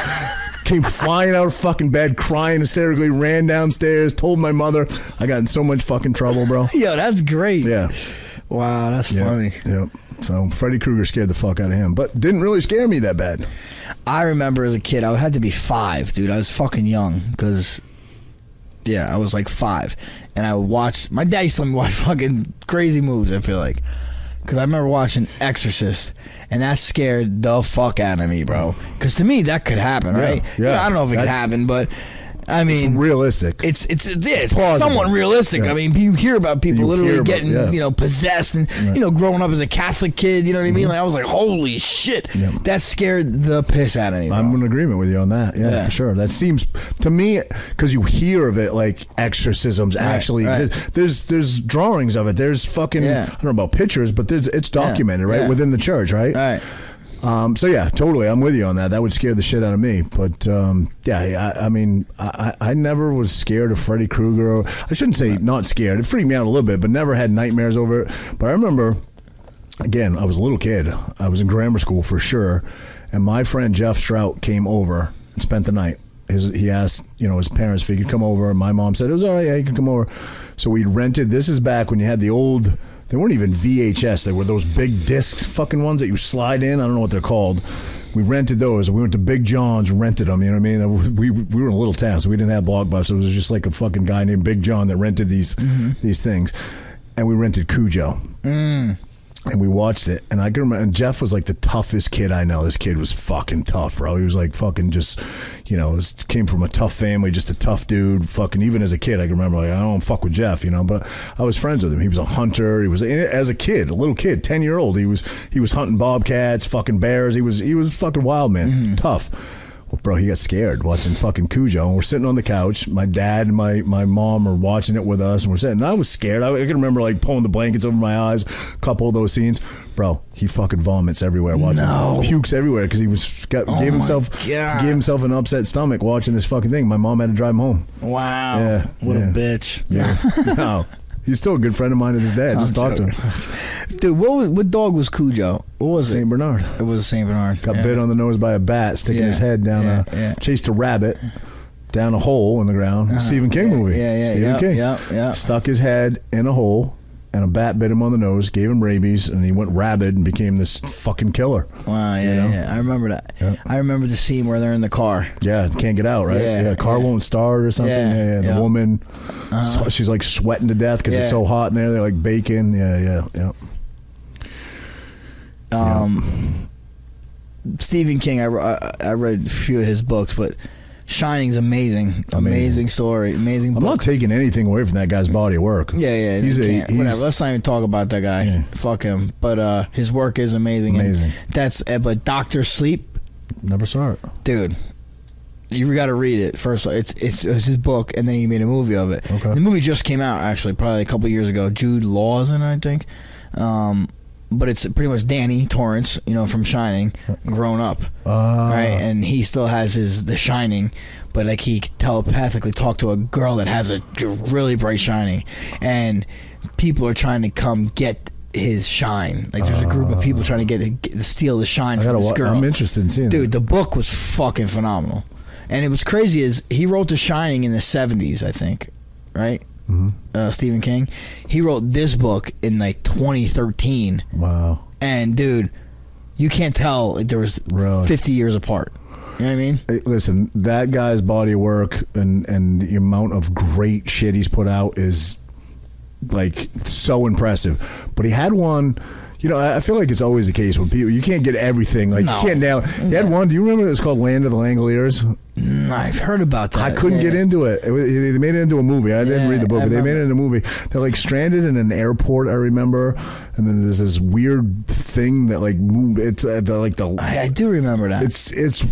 Speaker 2: Came flying out of fucking bed, crying hysterically, ran downstairs, told my mother. I got in so much fucking trouble, bro.
Speaker 3: Yo, that's great.
Speaker 2: Yeah.
Speaker 3: Wow, that's
Speaker 2: Yeah.
Speaker 3: funny.
Speaker 2: Yep. So Freddy Krueger scared the fuck out of him, but didn't really scare me that bad.
Speaker 3: I remember as a kid, I had to be five, dude. I was fucking young because, yeah, I was like five, and I watched. My dad used to let me watch fucking crazy movies. I feel like because I remember watching Exorcist, and that scared the fuck out of me, bro. Because to me, that could happen, right? You know,
Speaker 2: yeah.
Speaker 3: I don't know if it
Speaker 2: That-
Speaker 3: could happen, but I mean,
Speaker 2: Realistic.
Speaker 3: it's it's it's, it's
Speaker 2: plausible.
Speaker 3: somewhat realistic.
Speaker 2: Yeah.
Speaker 3: I mean, you hear about people
Speaker 2: You
Speaker 3: literally
Speaker 2: hear about-
Speaker 3: getting
Speaker 2: yeah.
Speaker 3: you know possessed, and
Speaker 2: Right. Mm-hmm.
Speaker 3: you know growing up as a Catholic kid, you know what I mean? Like I was like, holy shit,
Speaker 2: Yeah.
Speaker 3: that scared the piss out of me. bro.
Speaker 2: I'm in agreement with you on that. Yeah,
Speaker 3: Yeah.
Speaker 2: for sure. That seems to me because you hear of it like exorcisms actually
Speaker 3: right.
Speaker 2: exist. There's there's drawings of it. There's fucking
Speaker 3: Yeah.
Speaker 2: I don't know about pictures, but there's it's documented right
Speaker 3: yeah.
Speaker 2: within the church, right?
Speaker 3: Right.
Speaker 2: Um, so yeah, totally, I'm with you on that. That would scare the shit out of me. But um, yeah, I, I mean, I, I I never was scared of Freddy Krueger. or- I shouldn't say not scared. It freaked me out a little bit, but never had nightmares over it. But I remember again, I was a little kid. I was in grammar school for sure, and my friend Jeff Strout came over and spent the night. His, he asked, you know, his parents if he could come over. and My mom said it was all right. Yeah, you can come over. So we rented. This is back when you had the old. They weren't even VHS. They were those big discs, fucking ones that you slide in. I don't know what they're called. We rented those. We went to Big John's, rented them. You know what I mean? We, we were in a little town, so we didn't have Blockbuster. It was just like a fucking guy named Big John that rented these these things, and we rented Cujo and we watched it and i can remember and jeff was like the toughest kid i know this kid was fucking tough bro he was like fucking just you know this came from a tough family just a tough dude fucking even as a kid i can remember like i don't fuck with jeff you know but i was friends with him he was a hunter he was and as a kid a little kid 10 year old he was he was hunting bobcats fucking bears he was he was fucking wild man tough well, bro, he got scared watching fucking Cujo. And we're sitting on the couch. My dad and my, my mom are watching it with us, and we're sitting. And I was scared. I, I can remember like pulling the blankets over my eyes. A couple of those scenes, bro. He fucking vomits everywhere watching.
Speaker 3: No. Oh
Speaker 2: It. Pukes everywhere because he was got, gave
Speaker 3: my
Speaker 2: himself
Speaker 3: God.
Speaker 2: gave himself an upset stomach watching this fucking thing. My mom had to drive him home.
Speaker 3: Wow.
Speaker 2: Yeah,
Speaker 3: What
Speaker 2: yeah.
Speaker 3: a bitch.
Speaker 2: Yeah, no, he's still a good friend of mine to this day. I just talked to him.
Speaker 3: Dude, what was what dog was Cujo? What was
Speaker 2: Saint Bernard.
Speaker 3: it? It was Saint Bernard.
Speaker 2: Got
Speaker 3: yeah.
Speaker 2: bit on the nose by a bat, sticking
Speaker 3: Yeah,
Speaker 2: his head down
Speaker 3: yeah,
Speaker 2: a
Speaker 3: yeah. Uh-huh.
Speaker 2: chased a rabbit down a hole in the ground. Stephen King movie.
Speaker 3: yeah, yeah,
Speaker 2: Stephen
Speaker 3: yeah,
Speaker 2: King.
Speaker 3: yeah, yeah.
Speaker 2: Stuck his head in a hole, and a bat bit him on the nose, gave him rabies, and he went rabid and became this fucking killer.
Speaker 3: Wow, yeah,
Speaker 2: you know?
Speaker 3: yeah. I remember that. I remember the scene where they're in the car.
Speaker 2: Yeah, can't get out, right?
Speaker 3: Yeah,
Speaker 2: car won't start or something.
Speaker 3: Yeah,
Speaker 2: Yeah, yeah. The
Speaker 3: yeah. Uh-huh.
Speaker 2: woman, so- she's like sweating to death because it's
Speaker 3: Yeah.
Speaker 2: so hot in there. They're like baking. Yeah, yeah, yeah.
Speaker 3: Um, Stephen King, I, I, I read a few of his books, but Shining's amazing. Amazing, story. Amazing
Speaker 2: I'm
Speaker 3: book.
Speaker 2: not taking anything away from that guy's body of work.
Speaker 3: yeah, yeah.
Speaker 2: He's
Speaker 3: you
Speaker 2: a
Speaker 3: can't-
Speaker 2: he's,
Speaker 3: whatever. Let's not even talk about that guy.
Speaker 2: Yeah.
Speaker 3: Fuck him. But uh, his work is amazing. and
Speaker 2: Amazing.
Speaker 3: That's uh, but Doctor Sleep,
Speaker 2: never saw it.
Speaker 3: dude. You got to read it first. It's, it's it's his book, and then he made a movie of it.
Speaker 2: Okay.
Speaker 3: The movie just came out actually, probably a couple years ago. Jude Law's in, it, I think. Um, but it's pretty much Danny Torrance, you know, from Shining, grown up,
Speaker 2: Ah.
Speaker 3: right? Uh, And he still has his The Shining, but like he could telepathically talk to a girl that has a really bright shining, and people are trying to come get his shine. Like there's a group of people trying to get, get steal the shine
Speaker 2: I
Speaker 3: from
Speaker 2: gotta.
Speaker 3: this
Speaker 2: Wa-
Speaker 3: girl
Speaker 2: I'm interested in seeing.
Speaker 3: dude
Speaker 2: that.
Speaker 3: the book was fucking phenomenal and it was crazy is he wrote the shining in the 70s i think right mm-hmm. uh, stephen king he wrote this book in like 2013
Speaker 2: Wow.
Speaker 3: and dude you can't tell like, there was
Speaker 2: Really?
Speaker 3: 50 years apart you know what i mean
Speaker 2: Hey, Listen, that guy's body of work and and the amount of great shit he's put out is like so impressive. But he had one. You know, I I feel like it's always the case when people you can't get everything. Like
Speaker 3: No.
Speaker 2: you can't nail. He had one. Do you remember it was called Land of the Langoliers?
Speaker 3: Mm, i've heard about that
Speaker 2: I couldn't
Speaker 3: Yeah.
Speaker 2: get into it. It was- They made it into a movie. I didn't
Speaker 3: Yeah,
Speaker 2: read the book,
Speaker 3: I
Speaker 2: but they made it into a movie. They're like stranded in an airport. I remember, and then there's this weird thing that like move- it's uh, the, like the
Speaker 3: I, I do remember that
Speaker 2: it's it's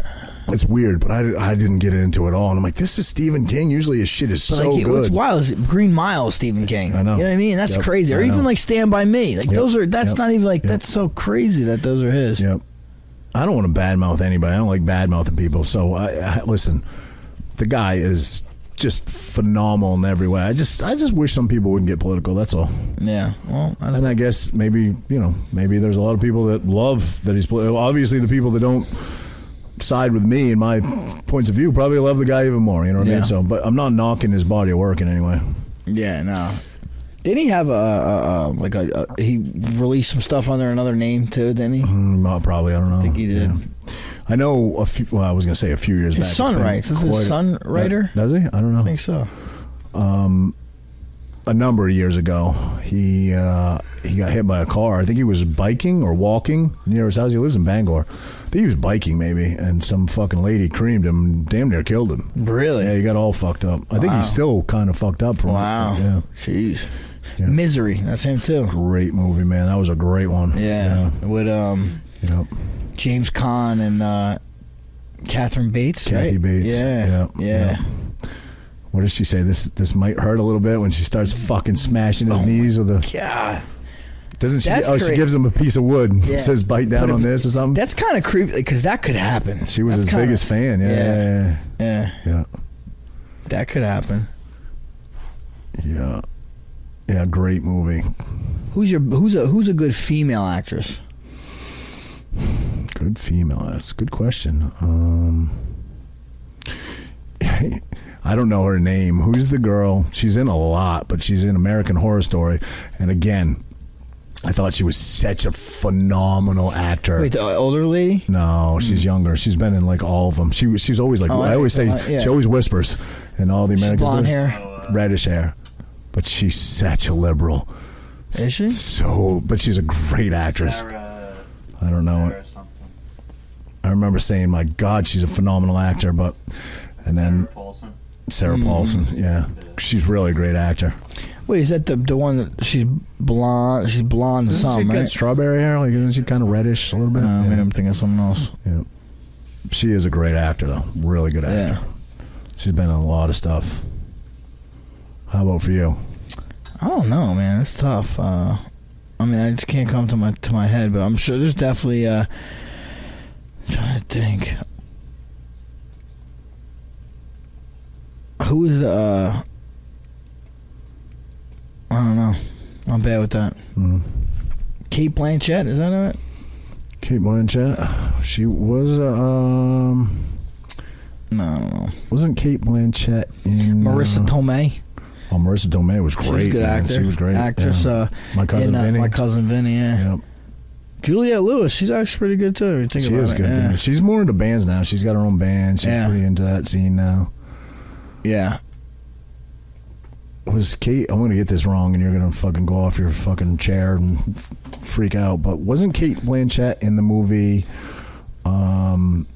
Speaker 2: it's weird, but I, I didn't get into it at all. And I'm like, this is Stephen King. Usually his shit is
Speaker 3: But
Speaker 2: so
Speaker 3: like, it- what's
Speaker 2: good.
Speaker 3: wild is Green Mile, Stephen King.
Speaker 2: I know.
Speaker 3: You know what I mean? That's
Speaker 2: Yep,
Speaker 3: crazy. Or
Speaker 2: I
Speaker 3: even
Speaker 2: know.
Speaker 3: like Stand by Me. Like
Speaker 2: Yep,
Speaker 3: those are. That's
Speaker 2: yep,
Speaker 3: not even like.
Speaker 2: yep.
Speaker 3: That's so crazy that those are his.
Speaker 2: Yep. I don't want to badmouth anybody. I don't like badmouthing people. So I, I listen. The guy is just phenomenal in every way. I just I just wish some people wouldn't get political. That's all.
Speaker 3: Yeah. Well, that's
Speaker 2: And I guess maybe you know maybe there's a lot of people that love that he's poli- obviously the people that don't side with me and my points of view probably love the guy even more. You know what I
Speaker 3: Yeah.
Speaker 2: mean? So, but I'm not knocking his body of work in any way.
Speaker 3: Yeah, no. Didn't he have a, a, a like a, a he released some stuff under another name too? Didn't he?
Speaker 2: Mm, uh, probably. I don't know. I
Speaker 3: think he did.
Speaker 2: I know a few. Well, I was gonna say a few years
Speaker 3: His
Speaker 2: back.
Speaker 3: son
Speaker 2: it's been
Speaker 3: writes. Is his
Speaker 2: quite a-
Speaker 3: son writer?
Speaker 2: Does he? I don't know.
Speaker 3: I think so.
Speaker 2: A number of years ago, he uh, he got hit by a car. I think he was biking or walking near his house. He lives in Bangor. I think he was biking maybe, and some fucking lady creamed him, and damn near killed him.
Speaker 3: Really?
Speaker 2: Yeah, he got all fucked up. I think
Speaker 3: Wow.
Speaker 2: he's still kind of fucked up from
Speaker 3: Wow.
Speaker 2: it. Yeah.
Speaker 3: Jeez.
Speaker 2: Yeah.
Speaker 3: Misery. That's him too.
Speaker 2: Great movie, man. That was a great one.
Speaker 3: Yeah. With um
Speaker 2: Yeah. Yep.
Speaker 3: James Caan and uh Catherine Bates.
Speaker 2: Kathy
Speaker 3: right?
Speaker 2: Bates.
Speaker 3: Yeah.
Speaker 2: Yeah.
Speaker 3: Yeah.
Speaker 2: Yeah. What does she
Speaker 3: Oh
Speaker 2: say? This this might hurt a little bit when she starts fucking smashing his knees with a
Speaker 3: God.
Speaker 2: Doesn't she?
Speaker 3: That's
Speaker 2: oh, she
Speaker 3: crazy.
Speaker 2: gives him a piece of wood. and
Speaker 3: Yeah.
Speaker 2: Says bite down
Speaker 3: But
Speaker 2: on
Speaker 3: if-
Speaker 2: this or something.
Speaker 3: That's kind of creepy because that could happen.
Speaker 2: she was
Speaker 3: That's
Speaker 2: his
Speaker 3: kinda-
Speaker 2: biggest fan. Yeah, yeah,
Speaker 3: Yeah,
Speaker 2: yeah,
Speaker 3: that could happen.
Speaker 2: yeah, yeah. Yeah, Great movie.
Speaker 3: Who's your who's a who's a good female actress?
Speaker 2: Good female. That's a good question. Um, I don't know her name. Who's the girl? She's in a lot, but she's in American Horror Story. And again, I thought she was such a phenomenal actor.
Speaker 3: Wait, the older lady.
Speaker 2: No, she's younger. She's been in like all of them. She was- she's always like
Speaker 3: Hmm. Oh,
Speaker 2: I
Speaker 3: I-
Speaker 2: always say
Speaker 3: uh, yeah.
Speaker 2: she always whispers in all the
Speaker 3: She's
Speaker 2: American
Speaker 3: blonde
Speaker 2: Story.
Speaker 3: hair.
Speaker 2: reddish hair, but she's such a liberal.
Speaker 3: Is she?
Speaker 2: So, but she's a great actress.
Speaker 4: Sarah,
Speaker 2: I don't know.
Speaker 4: Sarah something.
Speaker 2: I remember saying, "My God, she's a phenomenal actor," but and then
Speaker 4: Paulson.
Speaker 2: Sarah
Speaker 3: Hmm.
Speaker 2: Paulson, yeah, she's really a great actor.
Speaker 3: Wait, is that the the one that she's blonde? She's blonde or
Speaker 2: Isn't she
Speaker 3: something,
Speaker 2: got
Speaker 3: right?
Speaker 2: strawberry hair? Like isn't she kind of reddish a little bit?
Speaker 3: Uh,
Speaker 2: yeah.
Speaker 3: maybe I'm thinking of someone else.
Speaker 2: yeah. She is a great actor, though. Really good actor.
Speaker 3: Yeah.
Speaker 2: She's been in a lot of stuff. How about for you?
Speaker 3: I don't know, man. It's tough. Uh, I mean, I just can't come to my to my head, but I'm sure there's definitely. Uh, I'm trying to think. Who is uh? I don't know. I'm bad with that.
Speaker 2: Mm.
Speaker 3: Kate Blanchett is that it?
Speaker 2: Kate Blanchett. She was uh, um
Speaker 3: No, I don't know.
Speaker 2: wasn't Kate Blanchett in
Speaker 3: Marissa
Speaker 2: Uh,
Speaker 3: Tomei.
Speaker 2: oh, Marissa Tomei was great.
Speaker 3: She was a good
Speaker 2: man.
Speaker 3: actor.
Speaker 2: She was great.
Speaker 3: Actress.
Speaker 2: yeah.
Speaker 3: Uh,
Speaker 2: my cousin
Speaker 3: in, uh,
Speaker 2: Vinny.
Speaker 3: My cousin Vinny. Yeah.
Speaker 2: Yep.
Speaker 3: Juliette Lewis. She's actually pretty good too. if you Think
Speaker 2: She
Speaker 3: about
Speaker 2: is
Speaker 3: it.
Speaker 2: good.
Speaker 3: Yeah.
Speaker 2: yeah. She's more into bands now. She's got her own band. She's
Speaker 3: Yeah.
Speaker 2: pretty into that scene now.
Speaker 3: yeah.
Speaker 2: Was Kate? I'm gonna get this wrong, and you're gonna fucking go off your fucking chair and f- freak out. But wasn't Kate Blanchett in the movie? Um,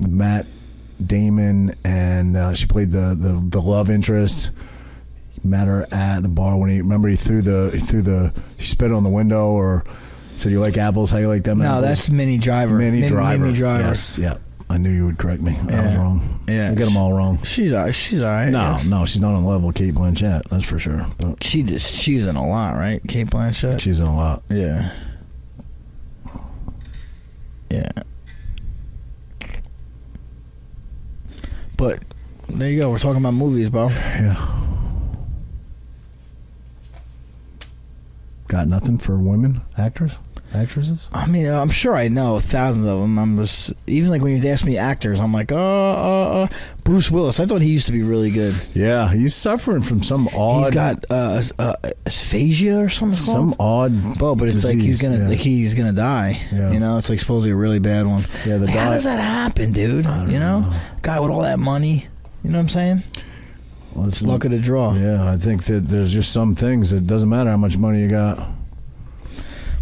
Speaker 2: with Matt Damon, and uh, she played the, the the love interest. Met her at the bar when he remember he threw the he threw the he spit on the window or said you like apples how you like them
Speaker 3: No,
Speaker 2: apples?"
Speaker 3: that's Mini Driver.
Speaker 2: Mini
Speaker 3: Min-
Speaker 2: Driver.
Speaker 3: Minnie Driver.
Speaker 2: Yes. Yeah. I knew you would correct me. I was
Speaker 3: Yeah.
Speaker 2: wrong.
Speaker 3: Yeah.
Speaker 2: I got them all wrong.
Speaker 3: She's all, she's all right.
Speaker 2: No,
Speaker 3: yes.
Speaker 2: no, she's not on level with Kate Blanchett. That's for sure. But
Speaker 3: She just she's in a lot, right? Kate Blanchett.
Speaker 2: she's in a lot.
Speaker 3: yeah. Yeah. But there you go. We're talking about movies, bro.
Speaker 2: Yeah. Got nothing for women actors, actresses.
Speaker 3: I mean, I'm sure I know thousands of them. I'm just even like when you ask me actors, I'm like, uh, uh, uh, Bruce Willis. I thought he used to be really good.
Speaker 2: Yeah, he's suffering from some odd,
Speaker 3: he's got uh, uh, asphasia or something. it's
Speaker 2: some
Speaker 3: called?
Speaker 2: odd.
Speaker 3: Bo, but it's like
Speaker 2: disease,
Speaker 3: he's gonna
Speaker 2: yeah.
Speaker 3: like he's gonna die.
Speaker 2: Yeah.
Speaker 3: You know, it's like supposedly a really bad one.
Speaker 2: Yeah, the
Speaker 3: Like, how
Speaker 2: diet-
Speaker 3: does that happen, dude? You know? guy with all that money. You know what I'm saying?
Speaker 2: Well, it's
Speaker 3: It's luck of the draw.
Speaker 2: Mm. Yeah, I think that there's just some things that doesn't matter how much money you got.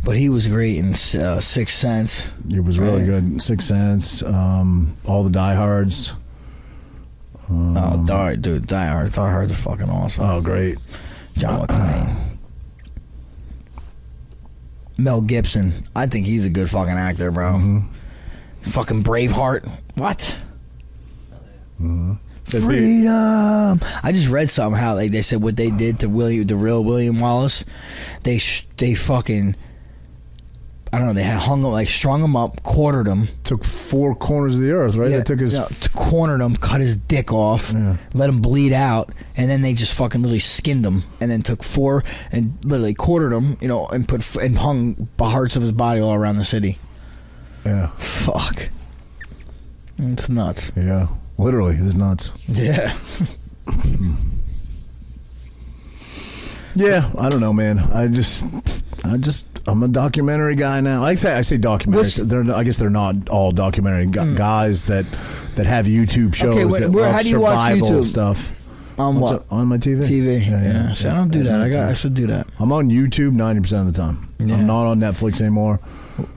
Speaker 3: But he was great in uh, Sixth Sense.
Speaker 2: It was really
Speaker 3: Right.
Speaker 2: good. Six Sense, um, all the diehards. Uh-huh.
Speaker 3: oh, Die dude, Die Hard, Die Hard's fucking awesome.
Speaker 2: Oh, great.
Speaker 3: John McClane. Mel Gibson. I think he's a good fucking actor, bro. Fucking Braveheart. What?
Speaker 2: That'd be-
Speaker 3: Freedom. I just read somehow like they said what they did to William, the real William Wallace. They sh- they fucking I don't know. They had hung him like strung him up, quartered him.
Speaker 2: took four corners of the earth, right? They took his.
Speaker 3: no, t- cornered him, cut his dick off,
Speaker 2: Yeah.
Speaker 3: let him bleed out, and then they just fucking literally skinned him, and then took four and literally quartered him, you know, and put f- and hung b- parts of his body all around the city.
Speaker 2: Yeah,
Speaker 3: Fuck, it's nuts.
Speaker 2: yeah. Literally, it's nuts.
Speaker 3: Yeah,
Speaker 2: Yeah, I don't know, man. I just, I just, I'm a documentary guy now. I say, I say documentary.
Speaker 3: What's- Mm.
Speaker 2: They're, I guess they're not all documentary gu- guys that that have YouTube shows
Speaker 3: Okay, wh-
Speaker 2: that
Speaker 3: where-
Speaker 2: love
Speaker 3: how do you watch
Speaker 2: survival
Speaker 3: YouTube?
Speaker 2: stuff.
Speaker 3: on
Speaker 2: What's
Speaker 3: what
Speaker 2: it- on my TV?
Speaker 3: TV? Yeah, See, I don't do that. I got. I should do that.
Speaker 2: I'm on YouTube 90% of the time.
Speaker 3: Yeah.
Speaker 2: I'm not on Netflix anymore.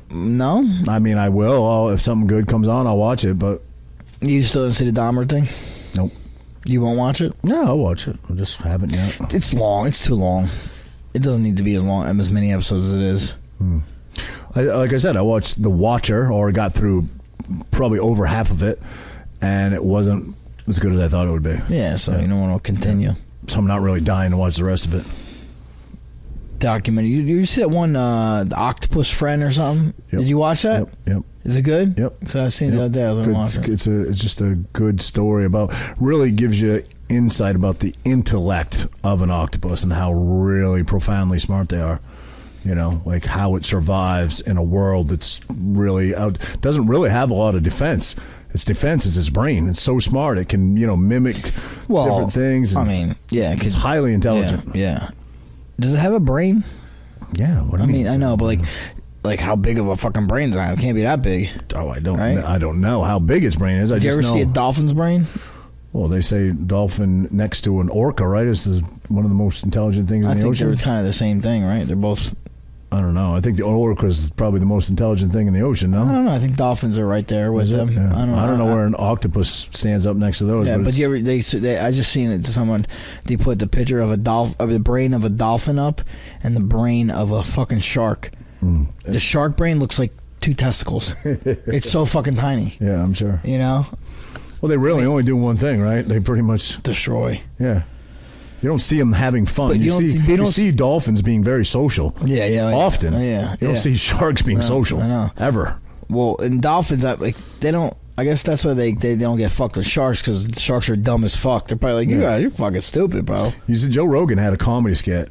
Speaker 3: No,
Speaker 2: I mean, I will. I'll, if something good comes on, I'll watch it, but
Speaker 3: you still didn't see the Dahmer thing.
Speaker 2: nope.
Speaker 3: You won't watch it.
Speaker 2: No, I'll watch it. I just haven't yet.
Speaker 3: It's long. It's too long. It doesn't need to be as long as many episodes as it is.
Speaker 2: I, like I said, I watched The Watcher, or got through probably over half of it, and it wasn't as good as I thought it would be.
Speaker 3: Yeah, so you don't want to continue.
Speaker 2: So I'm not really dying to watch the rest of it.
Speaker 3: documentary. You, you see that one, uh, the Octopus Friend or something?
Speaker 2: Yep.
Speaker 3: Did you watch that?
Speaker 2: Yep. Yep.
Speaker 3: Is it good?
Speaker 2: Yep.
Speaker 3: So I seen it the
Speaker 2: Yep.
Speaker 3: other day. I was gonna
Speaker 2: Good-
Speaker 3: watch it.
Speaker 2: It's a it's just a good story about really gives you insight about the intellect of an octopus and how really profoundly smart they are. You know, like how it survives in a world that's really out doesn't really have a lot of defense. Its defense is its brain. It's so smart it can you know mimic
Speaker 3: Well,
Speaker 2: different things.
Speaker 3: I mean, yeah, it
Speaker 2: it's
Speaker 3: could-
Speaker 2: highly
Speaker 3: Yeah,
Speaker 2: intelligent.
Speaker 3: yeah. Does it have a brain?
Speaker 2: Yeah, what do
Speaker 3: I
Speaker 2: you
Speaker 3: mean, I know, but like, like how big of a fucking brain does it have? It can't be that big.
Speaker 2: Oh, I don't.
Speaker 3: Right?
Speaker 2: kn- I don't know how big its brain is. I
Speaker 3: Did you
Speaker 2: just
Speaker 3: ever
Speaker 2: know.
Speaker 3: see a dolphin's brain?
Speaker 2: Well, they say dolphin next to an orca, right? Is the, one of the most intelligent things in
Speaker 3: I
Speaker 2: the
Speaker 3: think
Speaker 2: ocean.
Speaker 3: they're kind of the same thing, right? They're both.
Speaker 2: I don't know. I think the orca is probably the most intelligent thing in the ocean.
Speaker 3: I
Speaker 2: No,
Speaker 3: don't know. I think dolphins are right there with
Speaker 2: Is it?
Speaker 3: them.
Speaker 2: Yeah.
Speaker 3: I don't.
Speaker 2: know where an octopus stands up next to those.
Speaker 3: Yeah, but,
Speaker 2: it's-
Speaker 3: you ever they, s- they I just seen it to someone. They put the picture of a dolphin, of the brain of a dolphin up, and the brain of a fucking shark.
Speaker 2: Hmm.
Speaker 3: The shark brain looks like two testicles. it's so fucking tiny.
Speaker 2: yeah, I'm sure.
Speaker 3: You know,
Speaker 2: Well, they really only do one thing, right? They pretty much,
Speaker 3: destroy.
Speaker 2: yeah. You don't see them having fun.
Speaker 3: But
Speaker 2: you,
Speaker 3: you don't-
Speaker 2: see,
Speaker 3: you
Speaker 2: you
Speaker 3: don't
Speaker 2: see dolphins being very social.
Speaker 3: Yeah, yeah, yeah.
Speaker 2: Often,
Speaker 3: Oh, yeah,
Speaker 2: You don't
Speaker 3: yeah.
Speaker 2: see sharks being
Speaker 3: No,
Speaker 2: social.
Speaker 3: I know.
Speaker 2: Ever.
Speaker 3: Well, and dolphins, I, like they don't. I guess that's why they they, they don't get fucked with sharks because sharks are dumb as fuck. They're probably like, you
Speaker 2: Yeah.
Speaker 3: guys, you're fucking stupid, bro.
Speaker 2: You said Joe Rogan had a comedy skit.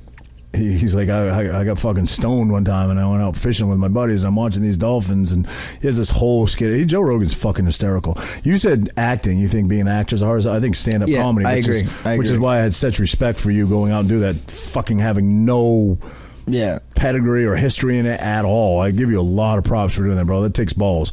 Speaker 2: He, he's like, I, I, I got fucking stoned one time, and I went out fishing with my buddies, and I'm watching these dolphins, and he has this whole skit. He, Joe Rogan's fucking hysterical. You said acting. You think being actors are hard? I think stand up
Speaker 3: Yeah,
Speaker 2: comedy.
Speaker 3: I
Speaker 2: which Is,
Speaker 3: agree. I
Speaker 2: Which is
Speaker 3: agree.
Speaker 2: why I had such respect for you going out and do that, fucking having no
Speaker 3: Yeah,
Speaker 2: pedigree or history in it at all. I give you a lot of props for doing that, bro. That takes balls.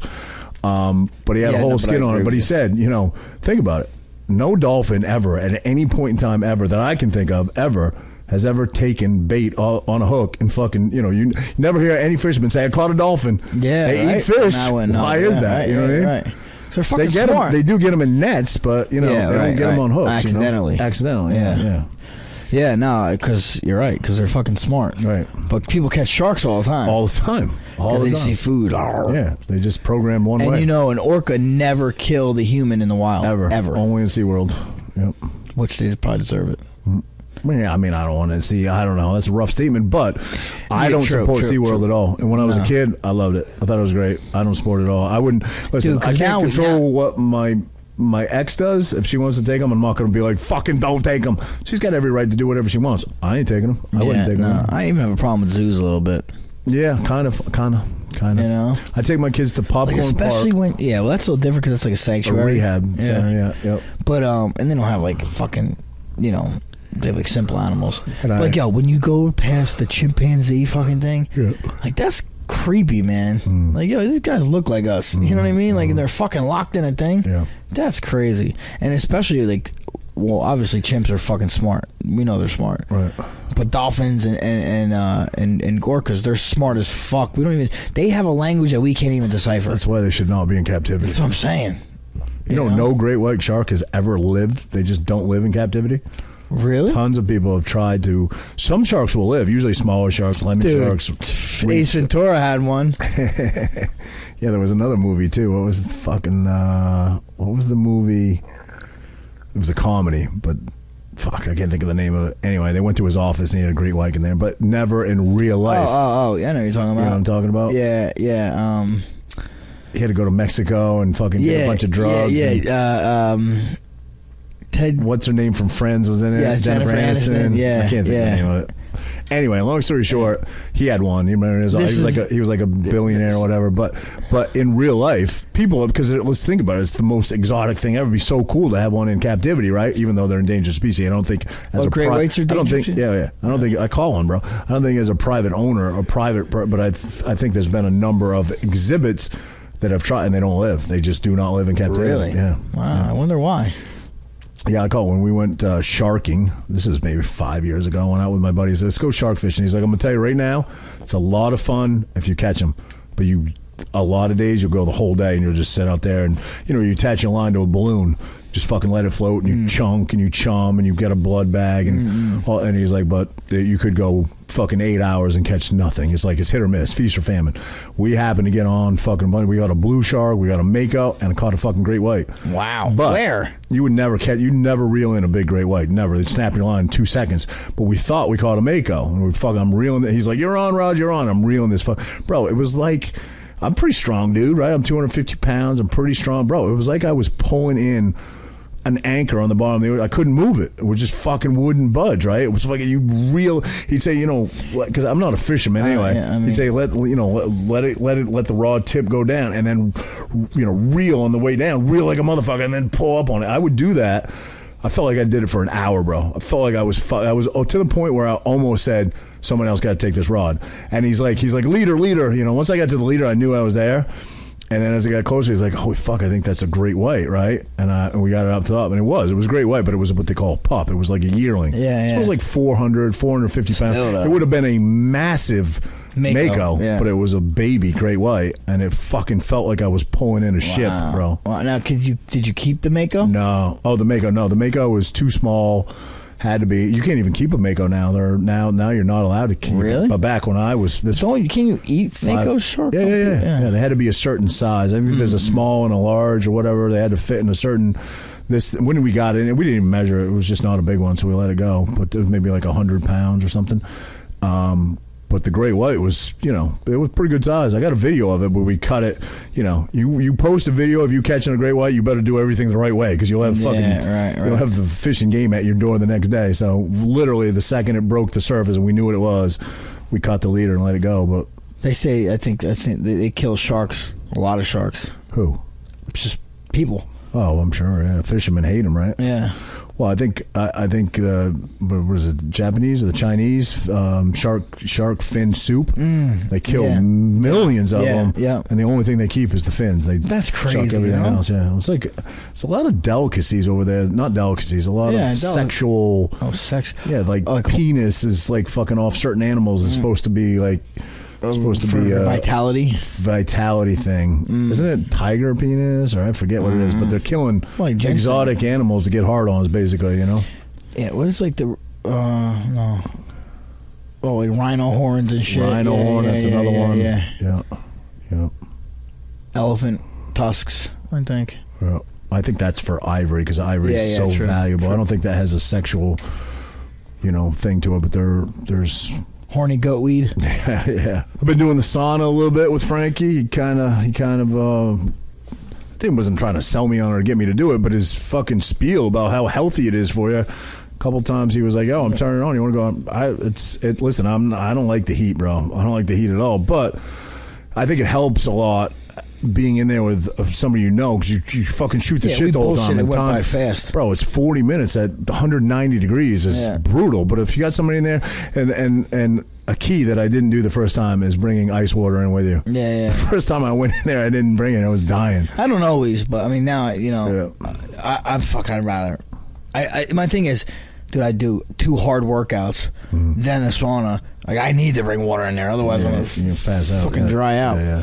Speaker 2: Um, but he had
Speaker 3: Yeah,
Speaker 2: a
Speaker 3: no,
Speaker 2: whole
Speaker 3: but I
Speaker 2: skit on
Speaker 3: agree
Speaker 2: it. But he
Speaker 3: with
Speaker 2: said, you know, think about it. No dolphin ever, at any point in time ever that I can think of, ever has ever taken bait o- on a hook and fucking, you know, you n- never hear any fisherman say, "I caught a dolphin."
Speaker 3: yeah.
Speaker 2: they
Speaker 3: right?
Speaker 2: eat fish.
Speaker 3: And I wouldn't know.
Speaker 2: Why is
Speaker 3: Yeah,
Speaker 2: that?
Speaker 3: right,
Speaker 2: you know
Speaker 3: right,
Speaker 2: what I mean?
Speaker 3: Right. 'Cause They're fucking
Speaker 2: They get
Speaker 3: smart.
Speaker 2: them. They do get them in nets, but you know,
Speaker 3: Yeah,
Speaker 2: they
Speaker 3: right,
Speaker 2: don't get
Speaker 3: right.
Speaker 2: them on hooks. you know?
Speaker 3: Accidentally.
Speaker 2: accidentally. Yeah,
Speaker 3: Yeah.
Speaker 2: yeah.
Speaker 3: yeah, no, because you're right. Because they're fucking smart.
Speaker 2: Right.
Speaker 3: But people catch sharks all the time.
Speaker 2: all the time. All
Speaker 3: 'Cause
Speaker 2: the
Speaker 3: they
Speaker 2: time.
Speaker 3: see food. Arr.
Speaker 2: Yeah, they just program one
Speaker 3: And
Speaker 2: way.
Speaker 3: you know, an orca never killed a human in the wild.
Speaker 2: ever, Oh.
Speaker 3: Ever.
Speaker 2: only in SeaWorld. Yep.
Speaker 3: Which they probably deserve it.
Speaker 2: I mean, I mean, I don't want to see. I don't know. That's a rough statement, but I
Speaker 3: Yeah,
Speaker 2: don't
Speaker 3: true,
Speaker 2: support
Speaker 3: true,
Speaker 2: SeaWorld
Speaker 3: true.
Speaker 2: at all. And when I was
Speaker 3: No.
Speaker 2: a kid, I loved it. I thought it was great. I don't support it at all. I wouldn't listen.
Speaker 3: Dude, 'cause
Speaker 2: I
Speaker 3: now
Speaker 2: can't
Speaker 3: we-
Speaker 2: control what my my ex does. If she wants to take them, I'm not going to be like fucking don't take them. She's got every right to do whatever she wants. I ain't taking them. I
Speaker 3: yeah,
Speaker 2: wouldn't take
Speaker 3: no,
Speaker 2: them.
Speaker 3: I even have a problem with zoos a little bit.
Speaker 2: Yeah, kind of, kind of, kind of.
Speaker 3: You know?
Speaker 2: I take my kids to popcorn
Speaker 3: Like especially
Speaker 2: park
Speaker 3: when yeah, well that's a little different because it's like a
Speaker 2: or
Speaker 3: sanctuary
Speaker 2: rehab
Speaker 3: Yeah.
Speaker 2: center. Yeah, yep.
Speaker 3: But um, and they don't have like fucking, you know, they have like simple animals.
Speaker 2: And I-
Speaker 3: like yo, when you go past the chimpanzee fucking thing,
Speaker 2: Yeah. Hmm.
Speaker 3: like that's creepy, man. Like yo, these guys look like us. You know what I mean? Like they're fucking locked in a thing.
Speaker 2: Yeah.
Speaker 3: that's crazy. And especially like, well, obviously chimps are fucking smart. We know they're smart.
Speaker 2: Right.
Speaker 3: But dolphins and and and uh, and, and gorkas, they're smart as fuck. We don't even. They have a language that we can't even decipher.
Speaker 2: That's why they should not be in captivity.
Speaker 3: That's what I'm saying.
Speaker 2: You know, no great white shark has ever lived. They just don't live in captivity.
Speaker 3: really.
Speaker 2: Tons of people have tried to. Some sharks will live. Usually smaller sharks, lemon sharks. reef-
Speaker 3: Ace Ventura had one.
Speaker 2: Yeah, there was another movie too. What was the fucking? Uh, what was the movie? It was a comedy, but fuck, I can't think of the name of it. Anyway, they went to his office and he had a great white in there, but never in real
Speaker 3: Oh,
Speaker 2: life.
Speaker 3: oh, oh! Yeah, I know what you're talking about.
Speaker 2: You know what I'm talking about?
Speaker 3: Yeah, yeah, um,
Speaker 2: He had to go to Mexico and fucking
Speaker 3: yeah,
Speaker 2: get a bunch of drugs.
Speaker 3: Yeah,
Speaker 2: and
Speaker 3: yeah. Uh, um, Ted.
Speaker 2: what's her name from Friends was in it.
Speaker 3: Yeah, Jennifer Aniston. Yeah,
Speaker 2: I can't think
Speaker 3: yeah.
Speaker 2: of the name of it. Anyway, long story short, he had one. You remember his, he
Speaker 3: This
Speaker 2: was like
Speaker 3: is-
Speaker 2: a he was like a billionaire or whatever. But but in real life, people because it, let's think about it, it's the most exotic thing ever. It'd be so cool to have one in captivity, right? Even though they're endangered species, I don't think as
Speaker 3: Oh,
Speaker 2: a
Speaker 3: great whites are
Speaker 2: I don't
Speaker 3: endangered?
Speaker 2: think yeah yeah I don't think I call one bro. I don't think as a private owner or private, per- but I th- I think there's been a number of exhibits that have tried and they don't live. They just do not live in captivity. Yeah.
Speaker 3: Wow. I wonder why.
Speaker 2: Yeah, I call when we went uh, sharking. This is maybe five years ago. I went out with my buddies. Let's go shark fishing. He's like, I'm gonna tell you right now, it's a lot of fun if you catch them, but you a lot of days you'll go the whole day and you'll just sit out there and you know you attach your line to a balloon just fucking let it float and you chunk and you chum and you get a blood bag and all, and he's like, but uh, you could go fucking eight hours and catch nothing. It's like it's hit or miss, feast or famine. We happen to get on fucking bunny. We got a blue shark, we got a mako, and caught a fucking great white.
Speaker 3: Wow.
Speaker 2: But
Speaker 3: Where?
Speaker 2: You would never catch. You never reel in a big great white. Never. They'd snap your line in two seconds. But we thought we caught a mako, and we fuck. I'm reeling. it. He's like, "You're on, Rod. You're on." I'm reeling this fuck, bro. It was like. I'm pretty strong, dude. Right? I'm 250 pounds. I'm pretty strong, bro. It was like I was pulling in an anchor on the bottom. Of the ocean. I couldn't move it. It was just fucking wouldn't budge. Right? It was like you reel. He'd say, you know, because I'm not a fisherman anyway.
Speaker 3: yeah, I mean-
Speaker 2: he'd say, let you know, let, let it, let it, let the raw tip go down, and then you know, reel on the way down, reel like a motherfucker, and then pull up on it. I would do that. I felt like I did it for an hour, bro. I felt like I was, fu- I was oh, to the point where I almost said, "Someone else got to take this rod." And he's like, he's like, leader, leader. You know, once I got to the leader, I knew I was there. And then as I got closer, he's like, "Holy fuck! I think that's a great white, right?" And, I, and we got it up top, and it was, it was a great white, but it was what they call a pup. It was like a yearling.
Speaker 3: Yeah,
Speaker 2: So it was
Speaker 3: yeah.
Speaker 2: like 400, 450 pounds.
Speaker 3: Still, uh, though.
Speaker 2: It would have been a massive
Speaker 3: Mako,
Speaker 2: Mako,
Speaker 3: yeah.
Speaker 2: but it was a baby great white, and it fucking felt like I was pulling in a ship, bro.
Speaker 3: Wow, now, could you did you keep the Mako?
Speaker 2: No, oh the Mako, no, the Mako was too small. Had to be. You can't even keep a Mako now. They're now now you're not allowed to keep. it.
Speaker 3: Really?
Speaker 2: But back when I was this
Speaker 3: Don't you? Can you eat Mako
Speaker 2: I've-
Speaker 3: shark?
Speaker 2: Yeah, yeah, yeah, yeah. They had to be a certain size. I think there's a
Speaker 3: Mm-hmm.
Speaker 2: small and a large or whatever. They had to fit in a certain. This when we got in, we didn't even measure it. It was just not a big one, so we let it go. But it was maybe like hundred pounds or something. Um, but the great white was, you know, it was pretty good size. I got a video of it, but we cut it. You know, you you post a video of you catching a great white, you better do everything the right way because you'll have fucking
Speaker 3: Yeah, right,
Speaker 2: you'll
Speaker 3: right.
Speaker 2: have the fishing game at your door the next day. So literally, the second it broke the surface and we knew what it was, we caught the leader and let it go. But
Speaker 3: They say I think I think they, they kill sharks. A lot of sharks.
Speaker 2: who?
Speaker 3: It's just people.
Speaker 2: Oh, I'm sure. Yeah, fishermen hate them, right?
Speaker 3: Yeah.
Speaker 2: Well, I think I, I think uh, what was it the Japanese or the Chinese um, shark shark fin soup? Mm, they kill
Speaker 3: yeah.
Speaker 2: millions of
Speaker 3: Yeah,
Speaker 2: them.
Speaker 3: yeah.
Speaker 2: and the only thing they keep is the fins. They
Speaker 3: That's
Speaker 2: chuck
Speaker 3: crazy,
Speaker 2: everything
Speaker 3: you know?
Speaker 2: else. Yeah, it's like it's a lot of delicacies over there. Not delicacies. A lot
Speaker 3: Yeah,
Speaker 2: of
Speaker 3: del-
Speaker 2: sexual.
Speaker 3: Oh, sex.
Speaker 2: Yeah, like,
Speaker 3: Like- Mm.
Speaker 2: penis is like fucking off certain animals is supposed to be like supposed to
Speaker 3: Um, For
Speaker 2: be uh,
Speaker 3: vitality.
Speaker 2: vitality thing.
Speaker 3: Mm.
Speaker 2: Isn't it tiger penis? Or I forget what it is, but they're killing
Speaker 3: Like Jensen.
Speaker 2: exotic animals to get hard ons, basically, you know?
Speaker 3: Yeah. What is like the uh no. Oh, like rhino horns and shit.
Speaker 2: Rhino
Speaker 3: Yeah,
Speaker 2: horn,
Speaker 3: yeah,
Speaker 2: that's
Speaker 3: yeah,
Speaker 2: another
Speaker 3: yeah,
Speaker 2: one.
Speaker 3: Yeah.
Speaker 2: Yeah. yeah.
Speaker 3: Elephant tusks. I think.
Speaker 2: Yeah. I think that's for ivory because ivory
Speaker 3: Yeah,
Speaker 2: is
Speaker 3: yeah,
Speaker 2: so
Speaker 3: true,
Speaker 2: valuable. I don't think that has a sexual, you know, thing to it, but there, there's
Speaker 3: Horny goat weed.
Speaker 2: yeah. I've been doing the sauna a little bit with Frankie. He kind of, he kind of, uh, I think he wasn't trying to sell me on it or get me to do it, but his fucking spiel about how healthy it is for you. A couple times he was like, "Oh, I'm turning it on. You want to go?" on?" I, it's, it. Listen, I'm, I don't like the heat, bro. I don't like the heat at all. But I think it helps a lot being in there with uh, somebody you know because you, you fucking shoot the
Speaker 3: Yeah, we
Speaker 2: shit the whole
Speaker 3: bullshit,
Speaker 2: time.
Speaker 3: it
Speaker 2: and
Speaker 3: went
Speaker 2: time-
Speaker 3: by fast.
Speaker 2: bro. It's 40 minutes at 190 degrees is
Speaker 3: Yeah.
Speaker 2: brutal. But if you got somebody in there, and and and a key that I didn't do the first time is bringing ice water in with you.
Speaker 3: Yeah, yeah.
Speaker 2: The first time I went in there, I didn't bring it. I was dying.
Speaker 3: I don't always, but I mean now I- you know,
Speaker 2: Yeah.
Speaker 3: I, I'm fuck. I'd rather. I, I my thing is, dude. I do two hard workouts, then the sauna. Like I need to bring water in there, otherwise I'm
Speaker 2: Mm-hmm. Yeah,
Speaker 3: gonna
Speaker 2: you pass out.
Speaker 3: fucking
Speaker 2: yeah.
Speaker 3: dry out.
Speaker 2: Yeah, yeah.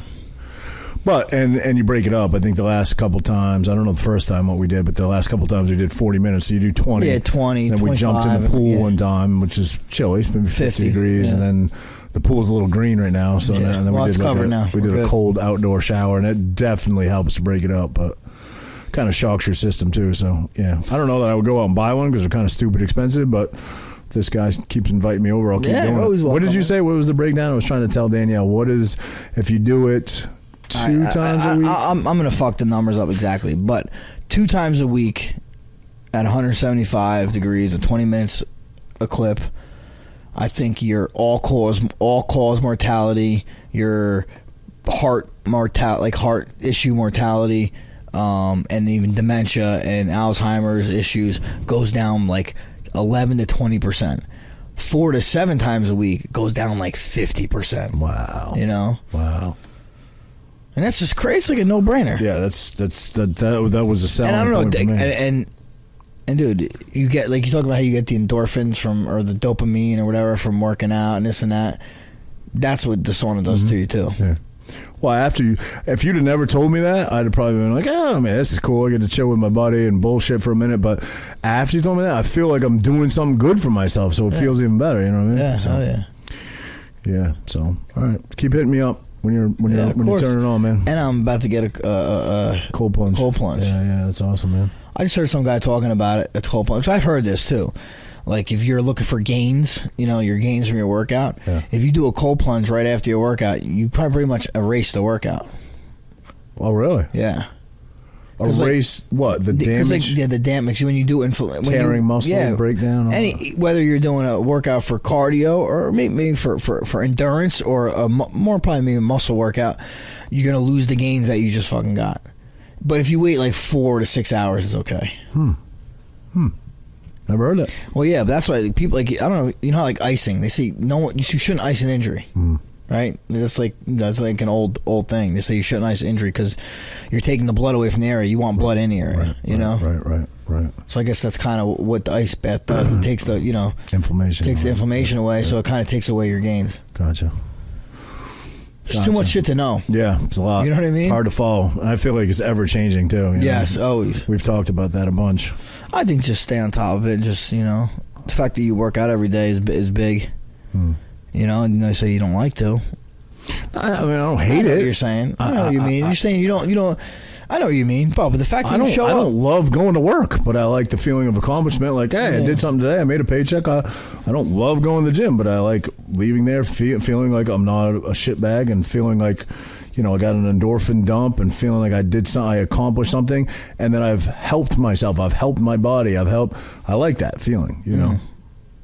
Speaker 2: But and and you break it up. I think the last couple times, I don't know the first time what we did, but the last couple times we did forty minutes. So you do twenty.
Speaker 3: Yeah, 20,
Speaker 2: Then we jumped in the
Speaker 3: 25,
Speaker 2: pool
Speaker 3: yeah.
Speaker 2: one time, which is chilly, it's maybe fifty,
Speaker 3: 50,
Speaker 2: degrees,
Speaker 3: yeah.
Speaker 2: and then the pool's a little green right now. So
Speaker 3: Yeah.
Speaker 2: then, and then
Speaker 3: Well,
Speaker 2: we
Speaker 3: it's
Speaker 2: did like
Speaker 3: covered
Speaker 2: a,
Speaker 3: now.
Speaker 2: We
Speaker 3: We're
Speaker 2: did a
Speaker 3: good.
Speaker 2: cold outdoor shower, and it definitely helps to break it up, but. Kind of shocks your system too, so yeah. I don't know that I would go out and buy one because they're kind of stupid expensive, but if this guy keeps inviting me over. I'll keep
Speaker 3: Yeah,
Speaker 2: doing
Speaker 3: you're
Speaker 2: it.
Speaker 3: always
Speaker 2: What did
Speaker 3: welcome.
Speaker 2: you say? What was the breakdown? I was trying to tell Danielle what is if you do it two
Speaker 3: I-
Speaker 2: times
Speaker 3: I,
Speaker 2: a week.
Speaker 3: I, am I'm gonna fuck the numbers up exactly, but two times a week at 175 degrees at 20 minutes a clip. I think your all cause all cause mortality, your heart mortality, like heart issue mortality, um, and even dementia and Alzheimer's issues goes down like 11 to 20 percent. Four to seven times a week goes down like 50 percent.
Speaker 2: wow.
Speaker 3: You know,
Speaker 2: Wow.
Speaker 3: and that's just crazy. It's like a no brainer.
Speaker 2: Yeah, that's that's that that, that was a sound.
Speaker 3: and I don't know,
Speaker 2: point for
Speaker 3: Dick,
Speaker 2: me.
Speaker 3: and, and and dude, you get like you talk about how you get the endorphins from or the
Speaker 2: Mm-hmm.
Speaker 3: dopamine or whatever from working out and this and that. That's what the sauna does to you too.
Speaker 2: Yeah. Well, after you, if you'd have never told me that, I'd have probably been like, "Oh man, this is cool. I get to chill with my buddy and bullshit for a minute." But after you told me that, I feel like I'm doing something good for myself, so it feels even better. You know what I mean?
Speaker 3: Yeah,
Speaker 2: So,
Speaker 3: oh yeah.
Speaker 2: yeah. So, all right, keep hitting me up when you're when
Speaker 3: Yeah,
Speaker 2: you're
Speaker 3: of
Speaker 2: when
Speaker 3: course.
Speaker 2: you turn it on, man.
Speaker 3: And I'm about to get a. Uh, uh, uh,
Speaker 2: Cold plunge.
Speaker 3: Cold plunge.
Speaker 2: Yeah, yeah, that's awesome, man.
Speaker 3: I just heard some guy talking about it. A cold plunge. I've heard this too. Like if you're looking for gains, you know your gains from your workout.
Speaker 2: Yeah.
Speaker 3: If you do a cold plunge right after your workout, you probably pretty much erase the workout.
Speaker 2: Oh, really?
Speaker 3: Yeah. 'Cause, like,
Speaker 2: Erase what the
Speaker 3: Because
Speaker 2: damage.
Speaker 3: like yeah, the damage when you do infl- when you-
Speaker 2: Tearing muscle, breakdown, all
Speaker 3: Any whether you're doing a workout for cardio or maybe, maybe for, for for endurance or a, mu- more probably maybe a muscle workout, you're gonna lose the gains that you just fucking got. But if you wait like four to six hours, is okay.
Speaker 2: Never heard that.
Speaker 3: Well, yeah, but that's why like, people like I don't know. You know, how, like icing. They say no one you shouldn't ice an injury,
Speaker 2: Hmm.
Speaker 3: right? That's like that's like an old old thing. They say you shouldn't ice an injury because you're taking the blood away from the area. You want blood in the area, you know.
Speaker 2: Right, right, right.
Speaker 3: So I guess that's kind of what the ice bath does. It takes the you know
Speaker 2: Inflammation.
Speaker 3: takes the inflammation away, so it kind of takes away your gains.
Speaker 2: Gotcha.
Speaker 3: There's too much shit to know.
Speaker 2: Yeah, it's a lot.
Speaker 3: You know what I mean?
Speaker 2: Hard to follow. I feel like it's ever changing too. you know?
Speaker 3: Yes, oh. always.
Speaker 2: We've talked about that a bunch.
Speaker 3: I think just stay on top of it. Just you know, the fact that you work out every day is bi- is big.
Speaker 2: Hmm.
Speaker 3: You know, and they say you don't like to.
Speaker 2: I, I mean, I don't hate
Speaker 3: I know
Speaker 2: it.
Speaker 3: What you're saying. I,
Speaker 2: I-
Speaker 3: know what you
Speaker 2: I-
Speaker 3: mean. you're saying you don't. You don't. I know what you mean, Bob. But the fact that
Speaker 2: I don't.
Speaker 3: you show
Speaker 2: I
Speaker 3: up,
Speaker 2: don't love going to work, but I like the feeling of accomplishment. Like, hey, I
Speaker 3: Yeah.
Speaker 2: did something today. I made a paycheck. I, I don't love going to the gym, but I like leaving there fe- feeling like I'm not a shit bag and feeling like, you know, I got an endorphin dump and feeling like I did something, I accomplished something, and that I've helped myself. I've helped my body. I've helped. I like that feeling. You know.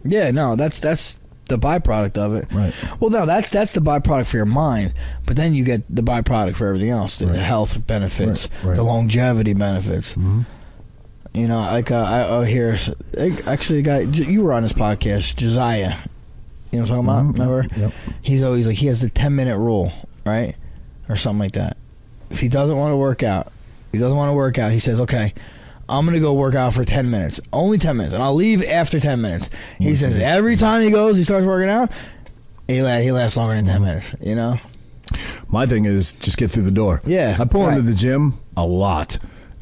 Speaker 3: yeah, no, that's that's the byproduct of it.
Speaker 2: Right.
Speaker 3: Well, no, that's that's the byproduct for your mind, but then you get the byproduct for everything else: the, the health benefits,
Speaker 2: Right, right. Mm-hmm.
Speaker 3: the longevity benefits. You know, like uh, I, I hear actually a guy J- you were on his podcast, Josiah. You know what I'm talking about?
Speaker 2: Mhm, yep,
Speaker 3: Remember?
Speaker 2: yep.
Speaker 3: He's always like he has the 10 minute rule, right, or something like that. If he doesn't want to work out, he doesn't want to work out. He says, "Okay, I'm gonna go work out for 10 minutes, only 10 minutes, and I'll leave after 10 minutes." He says every time he goes, he starts working out. He la- he lasts longer than 10 minutes. You know?
Speaker 2: My thing is just get through the door.
Speaker 3: Yeah,
Speaker 2: I pull
Speaker 3: right.
Speaker 2: into the gym a lot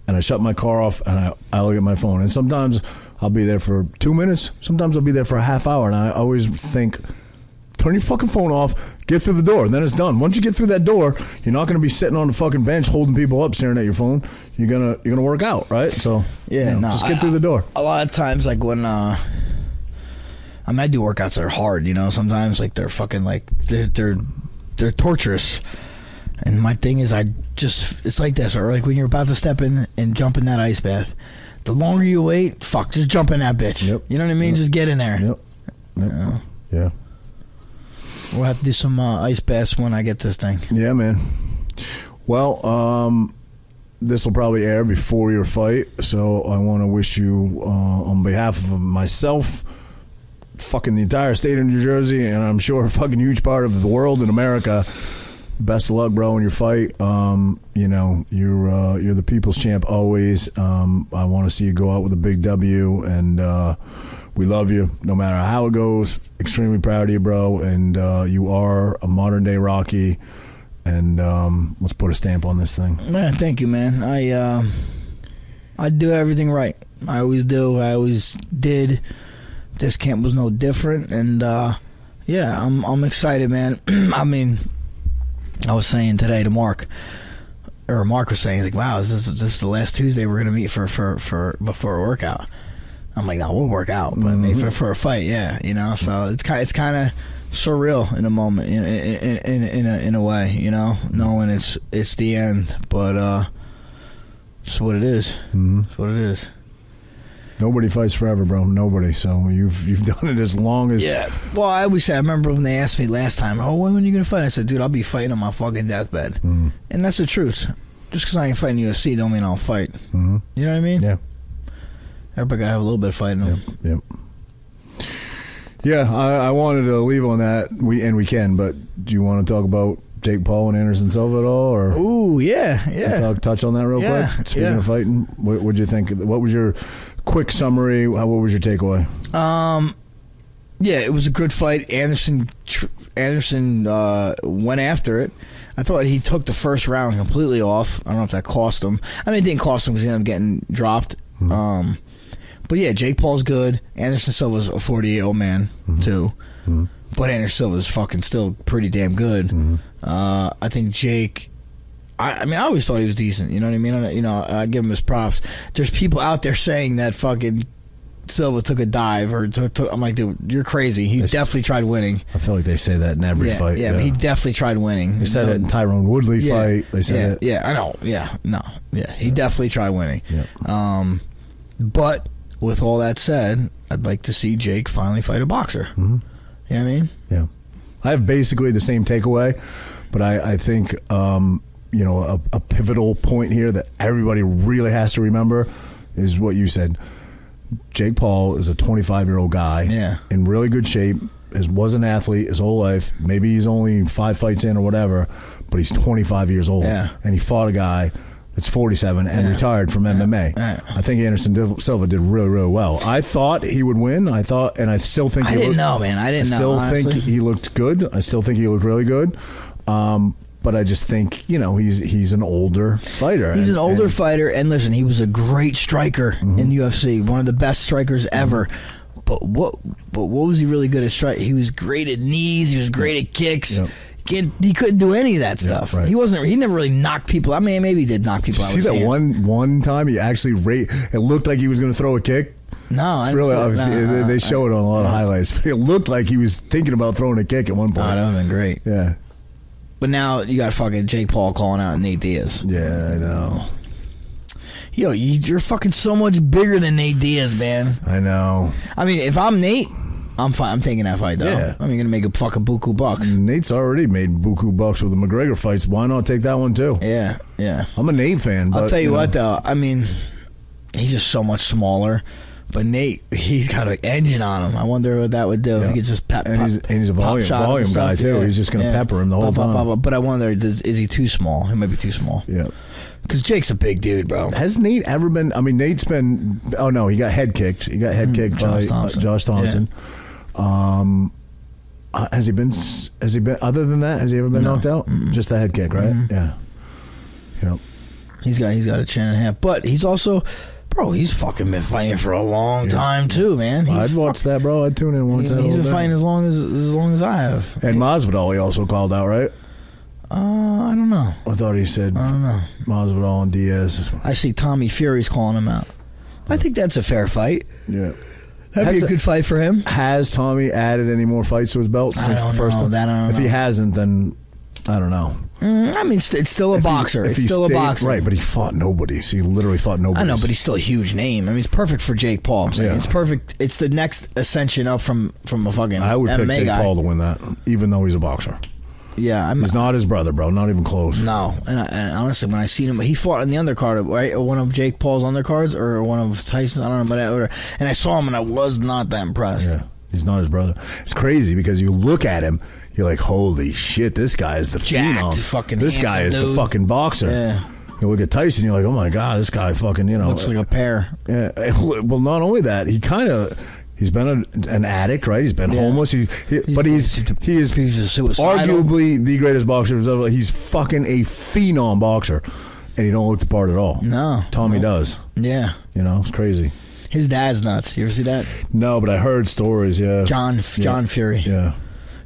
Speaker 2: and I shut my car off and I, I look at my phone. And sometimes I'll be there for two minutes, sometimes I'll be there for a half hour. And I always think, turn your fucking phone off, get through the door, then it's done. Once you get through that door, you're not going to be sitting on the fucking bench holding people up, staring at your phone. You're going to you're gonna work out, right? So,
Speaker 3: Yeah,
Speaker 2: you know,
Speaker 3: no,
Speaker 2: just get
Speaker 3: I-
Speaker 2: through the door.
Speaker 3: a lot of times like when uh I mean I do workouts that are hard, you know, sometimes like they're fucking like they're they're they're torturous. And my thing is I just it's like this, or like when you're about to step in and jump in that ice bath, the longer you wait, fuck, just jump in that bitch.
Speaker 2: Yep.
Speaker 3: You know what I mean? Just get in there.
Speaker 2: Yep. yep.
Speaker 3: Yeah.
Speaker 2: Yeah.
Speaker 3: We'll have to do some uh, ice baths when I get this thing.
Speaker 2: Yeah, man. Well, um, this will probably air before your fight, so I want to wish you, uh, on behalf of myself, fucking the entire state of New Jersey, and I'm sure a fucking huge part of the world in America. Best of luck, bro, in your fight. Um, you know you're uh, you're the people's champ always. Um, I want to see you go out with a big W, and uh, we love you no matter how it goes. Extremely proud of you, bro, and uh, you are a modern day Rocky. And um, let's put a stamp on this thing.
Speaker 3: Man, thank you, man. I um, I do everything right. I always do. I always did. This camp was no different, and uh, yeah, I'm I'm excited, man. I mean, I was saying today to Mark, or Mark was saying, he's like, wow, is this is this the last Tuesday we're gonna meet for for for before a workout? I'm like, no, we'll work out, but maybe for, for a fight, yeah, you know. So it's kind it's kind of surreal in a moment, in in in, in, a, in a way, you know, knowing it's it's the end, but uh, it's what it is. It's what it is.
Speaker 2: Nobody fights forever, bro. Nobody. So you've you've done it as long as
Speaker 3: Well, I always say I remember when they asked me last time, "Oh, when are you gonna fight?" I said, "Dude, I'll be fighting on my fucking deathbed," and that's the truth. Just because I ain't fighting UFC, don't mean I'll fight.
Speaker 2: Mhm.
Speaker 3: You know what I mean?
Speaker 2: Yeah.
Speaker 3: Everybody gotta have a little bit of fighting. them.
Speaker 2: Yep. Yeah, I, I wanted to leave on that. We and we can, but do you want to talk about Jake Paul and Anderson Silva at all, or
Speaker 3: Ooh, yeah, Oh, yeah.
Speaker 2: talk, touch on that real
Speaker 3: Yeah,
Speaker 2: quick? Speaking
Speaker 3: yeah.
Speaker 2: of fighting, what would you think? What was your quick summary? How, what was your takeaway?
Speaker 3: Um, Yeah, it was a good fight. Anderson tr- Anderson uh, went after it. I thought he took the first round completely off. I don't know if that cost him. I mean, it didn't cost him because he ended up getting dropped. Um, but yeah, Jake Paul's good. Anderson Silva's a 48 old man, too. But Anderson Silva's fucking still pretty damn good.
Speaker 2: Mm-hmm.
Speaker 3: Uh, I think Jake. I, I mean, I always thought he was decent. You know what I mean? I, you know, I give him his props. There's people out there saying that fucking Silva took a dive or took. took I'm like, dude, you're crazy. He
Speaker 2: It's-
Speaker 3: definitely tried winning.
Speaker 2: I feel like they say that in every
Speaker 3: yeah,
Speaker 2: fight.
Speaker 3: yeah, but he definitely tried winning.
Speaker 2: they said it in Tyrone Woodley fight. They said
Speaker 3: yeah,
Speaker 2: it.
Speaker 3: Yeah, I know. Yeah, no. Yeah, he definitely tried winning.
Speaker 2: Yeah.
Speaker 3: Um, but with all that said, I'd like to see Jake finally fight a boxer. Mm-hmm. You know what I mean?
Speaker 2: Yeah. I have basically the same takeaway, but I, I think, um, you know, a, a pivotal point here that everybody really has to remember is what you said. Jake Paul is a 25 year old guy
Speaker 3: Yeah.
Speaker 2: in really good shape, is, was an athlete his whole life. Maybe he's only five fights in or whatever, but he's 25 years old.
Speaker 3: Yeah.
Speaker 2: And he fought a guy. that's 47 and
Speaker 3: Yeah.
Speaker 2: retired from MMA.
Speaker 3: Yeah.
Speaker 2: I think Anderson Dil- Silva did really, really well. I thought he would win. I thought, and I still think
Speaker 3: I
Speaker 2: he
Speaker 3: didn't
Speaker 2: would-
Speaker 3: know, man. I didn't know,
Speaker 2: still
Speaker 3: honestly.
Speaker 2: think he looked good. I still think he looked really good. Um, but I just think you know he's he's an older fighter.
Speaker 3: He's
Speaker 2: and-
Speaker 3: an older
Speaker 2: and Mm-hmm.
Speaker 3: fighter, and listen, he was a great striker in the UFC, one of the best strikers ever. But what? But what was he really good at? Strike? He was great at knees. He was great at kicks.
Speaker 2: Yep.
Speaker 3: Can't, he couldn't do any of that stuff.
Speaker 2: right.
Speaker 3: He wasn't. He never really knocked people. I mean, maybe he did knock people.
Speaker 2: Did
Speaker 3: out
Speaker 2: you see
Speaker 3: with his
Speaker 2: that
Speaker 3: hands.
Speaker 2: one one time he actually rate. It looked like he was going to throw a kick.
Speaker 3: No, I
Speaker 2: It's
Speaker 3: didn't
Speaker 2: really,
Speaker 3: see it.
Speaker 2: obvious-
Speaker 3: No,
Speaker 2: they-
Speaker 3: no,
Speaker 2: they
Speaker 3: no.
Speaker 2: show it on a lot of highlights, but it looked like he was thinking about throwing a kick at one
Speaker 3: Oh,
Speaker 2: point.
Speaker 3: that would have been great.
Speaker 2: yeah,
Speaker 3: But now you got fucking Jake Paul calling out Nate Diaz.
Speaker 2: yeah, I know,
Speaker 3: Yo, you, you're fucking so much bigger than Nate Diaz, man.
Speaker 2: I know.
Speaker 3: I mean, if I'm Nate, I'm fine. I'm taking that fight though.
Speaker 2: Yeah.
Speaker 3: I'm gonna make a fucking buku bucks.
Speaker 2: Nate's already made buku bucks with the McGregor fights. Why not take that one too?
Speaker 3: Yeah, yeah.
Speaker 2: I'm a Nate fan. But,
Speaker 3: I'll tell you,
Speaker 2: know,
Speaker 3: what, though. I mean, he's just so much smaller. But Nate, he's got an engine on him. I wonder what that would do if
Speaker 2: Yeah.
Speaker 3: he could just pep,
Speaker 2: And he's- and he's a volume- volume guy, too. He's just gonna pepper him the whole time.
Speaker 3: But I wonder, does, is he too small? He might be too small.
Speaker 2: Yeah.
Speaker 3: Because Jake's a big dude, bro.
Speaker 2: Has Nate ever been? I mean, Nate's been. Oh no, he got head kicked. He got head kicked by
Speaker 3: Hmm, Josh
Speaker 2: uh,
Speaker 3: Thompson.
Speaker 2: Josh Thompson. Um, uh, has he been? s- Has he been? Other than that, has he ever been knocked out? Just the head kick, right? Yeah. You know,
Speaker 3: He's got he's got a chin and a half, but he's also, bro. He's fucking been fighting for a long time too, man. He's
Speaker 2: I'd watch that, bro. I'd tune in
Speaker 3: fuck-
Speaker 2: once.
Speaker 3: he- he's been fighting as long as as long as I have.
Speaker 2: And Masvidal, he also called out, right?
Speaker 3: Uh, I don't know.
Speaker 2: I thought he said
Speaker 3: I don't know.
Speaker 2: Masvidal and Diaz.
Speaker 3: I see Tommy Fury's calling him out. I think that's a fair fight.
Speaker 2: Yeah.
Speaker 3: That'd
Speaker 2: Has-
Speaker 3: be a good fight for him.
Speaker 2: Has Tommy added any more fights to his belt
Speaker 3: I
Speaker 2: since
Speaker 3: don't
Speaker 2: the first
Speaker 3: know.
Speaker 2: one?
Speaker 3: That I don't
Speaker 2: if he
Speaker 3: know.
Speaker 2: hasn't, then I don't know.
Speaker 3: Mm, I mean, it's, it's still a
Speaker 2: If he-
Speaker 3: boxer.
Speaker 2: if
Speaker 3: it's
Speaker 2: he
Speaker 3: still
Speaker 2: stayed-
Speaker 3: a boxer.
Speaker 2: Right, but he fought nobody. So he literally fought nobody.
Speaker 3: I know, but he's still a huge name. I mean, it's perfect for Jake Paul. I'm saying.
Speaker 2: Yeah.
Speaker 3: It's perfect. It's the next ascension up from from a fucking
Speaker 2: I would
Speaker 3: MMA
Speaker 2: pick Jake
Speaker 3: guy.
Speaker 2: Paul to win that, even though he's a boxer.
Speaker 3: Yeah, I'm,
Speaker 2: He's not his brother, bro. Not even close.
Speaker 3: No, and, I, and honestly, when I seen him, he fought in the undercard, of- right? One of Jake Paul's undercards, or one of Tyson. I don't know, but I order. And I saw him, and I was not that impressed.
Speaker 2: Yeah, he's not his brother. It's crazy because you look at him, you're like, holy shit, this guy is the
Speaker 3: Jacked,
Speaker 2: phenom.
Speaker 3: fucking
Speaker 2: this guy is
Speaker 3: handsome
Speaker 2: the
Speaker 3: dude.
Speaker 2: fucking boxer.
Speaker 3: Yeah.
Speaker 2: You look at Tyson, you're like, oh my god, this guy fucking, you know,
Speaker 3: Looks like a pair.
Speaker 2: Yeah. Well, not only that, he kind of he's been a, an addict, right? He's been
Speaker 3: Yeah.
Speaker 2: homeless. He, he- but he's he is
Speaker 3: he's a suicidal.
Speaker 2: arguably the greatest boxer who's ever. He's fucking a phenom boxer, and he don't look the part at all.
Speaker 3: No.
Speaker 2: Tommy does.
Speaker 3: Yeah,
Speaker 2: You know, it's crazy.
Speaker 3: his dad's nuts. You ever see that?
Speaker 2: No, but I heard stories. Yeah,
Speaker 3: John John Fury.
Speaker 2: Yeah,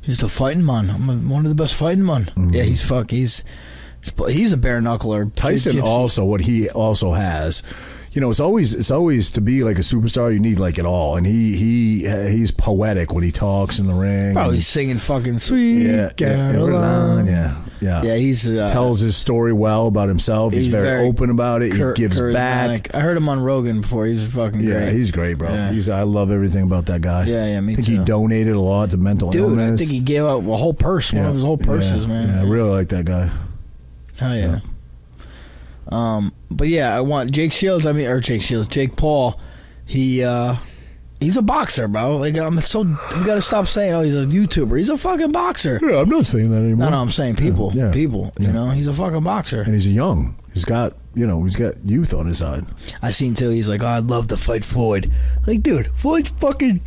Speaker 3: He's the fighting man. I'm a, one of the best fighting man.
Speaker 2: Mm-hmm.
Speaker 3: Yeah, he's fuck. He's he's a bare knuckler.
Speaker 2: Tyson
Speaker 3: Gypsy.
Speaker 2: also what he also has. You know, it's always it's always to be like a superstar. You need like it all, and he he he's poetic when he talks in the ring.
Speaker 3: Bro,
Speaker 2: and-
Speaker 3: he's singing fucking sweet
Speaker 2: yeah, yeah,
Speaker 3: Caroline.
Speaker 2: yeah, yeah.
Speaker 3: Yeah, he's uh,
Speaker 2: tells his story well about himself. He's, very, open about it.
Speaker 3: char-
Speaker 2: he gives back.
Speaker 3: charismatic. I heard him on Rogan before. He was fucking
Speaker 2: Yeah,
Speaker 3: great.
Speaker 2: he's great, bro.
Speaker 3: Yeah.
Speaker 2: He's I love everything about that guy.
Speaker 3: Yeah, yeah, me
Speaker 2: I think he
Speaker 3: too.
Speaker 2: donated a lot to mental
Speaker 3: Dude,
Speaker 2: illness.
Speaker 3: I think he gave out a whole purse, one
Speaker 2: Yeah,
Speaker 3: of his whole purses,
Speaker 2: yeah,
Speaker 3: man.
Speaker 2: Yeah, I really like that guy.
Speaker 3: Hell yeah. Um, but yeah, I want Jake Shields. I mean, or Jake Shields, Jake Paul. He uh, he's a boxer, bro. Like I'm so we gotta stop saying, oh, he's a YouTuber. He's a fucking boxer.
Speaker 2: Yeah, I'm not saying that anymore.
Speaker 3: No, no, I'm saying people,
Speaker 2: Mm-hmm. Yeah, yeah,
Speaker 3: people.
Speaker 2: yeah.
Speaker 3: You know, he's a fucking boxer.
Speaker 2: And he's young. He's got you know he's got youth on his side.
Speaker 3: I seen too. He's like, oh, I'd love to fight Floyd. Like, dude, Floyd's fucking.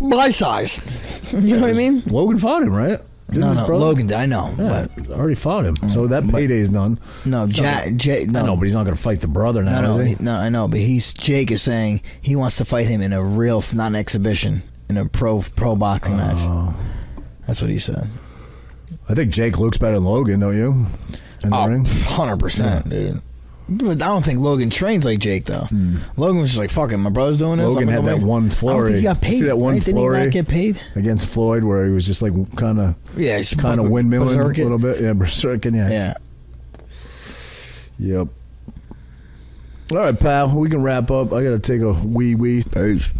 Speaker 3: my size. You know what I mean?
Speaker 2: Logan fought him, right? Didn't
Speaker 3: No,
Speaker 2: his
Speaker 3: no,
Speaker 2: brother?
Speaker 3: Logan. I know,
Speaker 2: Yeah,
Speaker 3: but
Speaker 2: already fought him. So that payday's done.
Speaker 3: no, Jack. Jay, no,
Speaker 2: I know, but he's not going to fight the brother now,
Speaker 3: No, no,
Speaker 2: is he?
Speaker 3: he- no, I know, but he's Jake is saying he wants to fight him in a real, not an exhibition, in a pro pro boxing
Speaker 2: Oh.
Speaker 3: match. That's what he said.
Speaker 2: I think Jake looks better than Logan, don't you? In the
Speaker 3: Oh,
Speaker 2: ring?
Speaker 3: 100 percent, dude. But I don't think Logan trains like Jake though. Logan was just like, "Fuck it, my brother's doing this."
Speaker 2: Hmm. Logan
Speaker 3: I'm
Speaker 2: had
Speaker 3: gonna
Speaker 2: that
Speaker 3: make-"
Speaker 2: one
Speaker 3: I don't
Speaker 2: flurry.
Speaker 3: think he got
Speaker 2: You
Speaker 3: paid.
Speaker 2: see that one
Speaker 3: right? Did he
Speaker 2: flurry?
Speaker 3: not get paid?
Speaker 2: against Floyd where he was just like kind of
Speaker 3: Yeah, he's
Speaker 2: kind of
Speaker 3: fucking
Speaker 2: windmilling
Speaker 3: berserking.
Speaker 2: a little bit. Yeah, berserking. Yeah.
Speaker 3: Yeah.
Speaker 2: Yep. All right, pal. We can wrap up. I got to take a wee wee. Peace.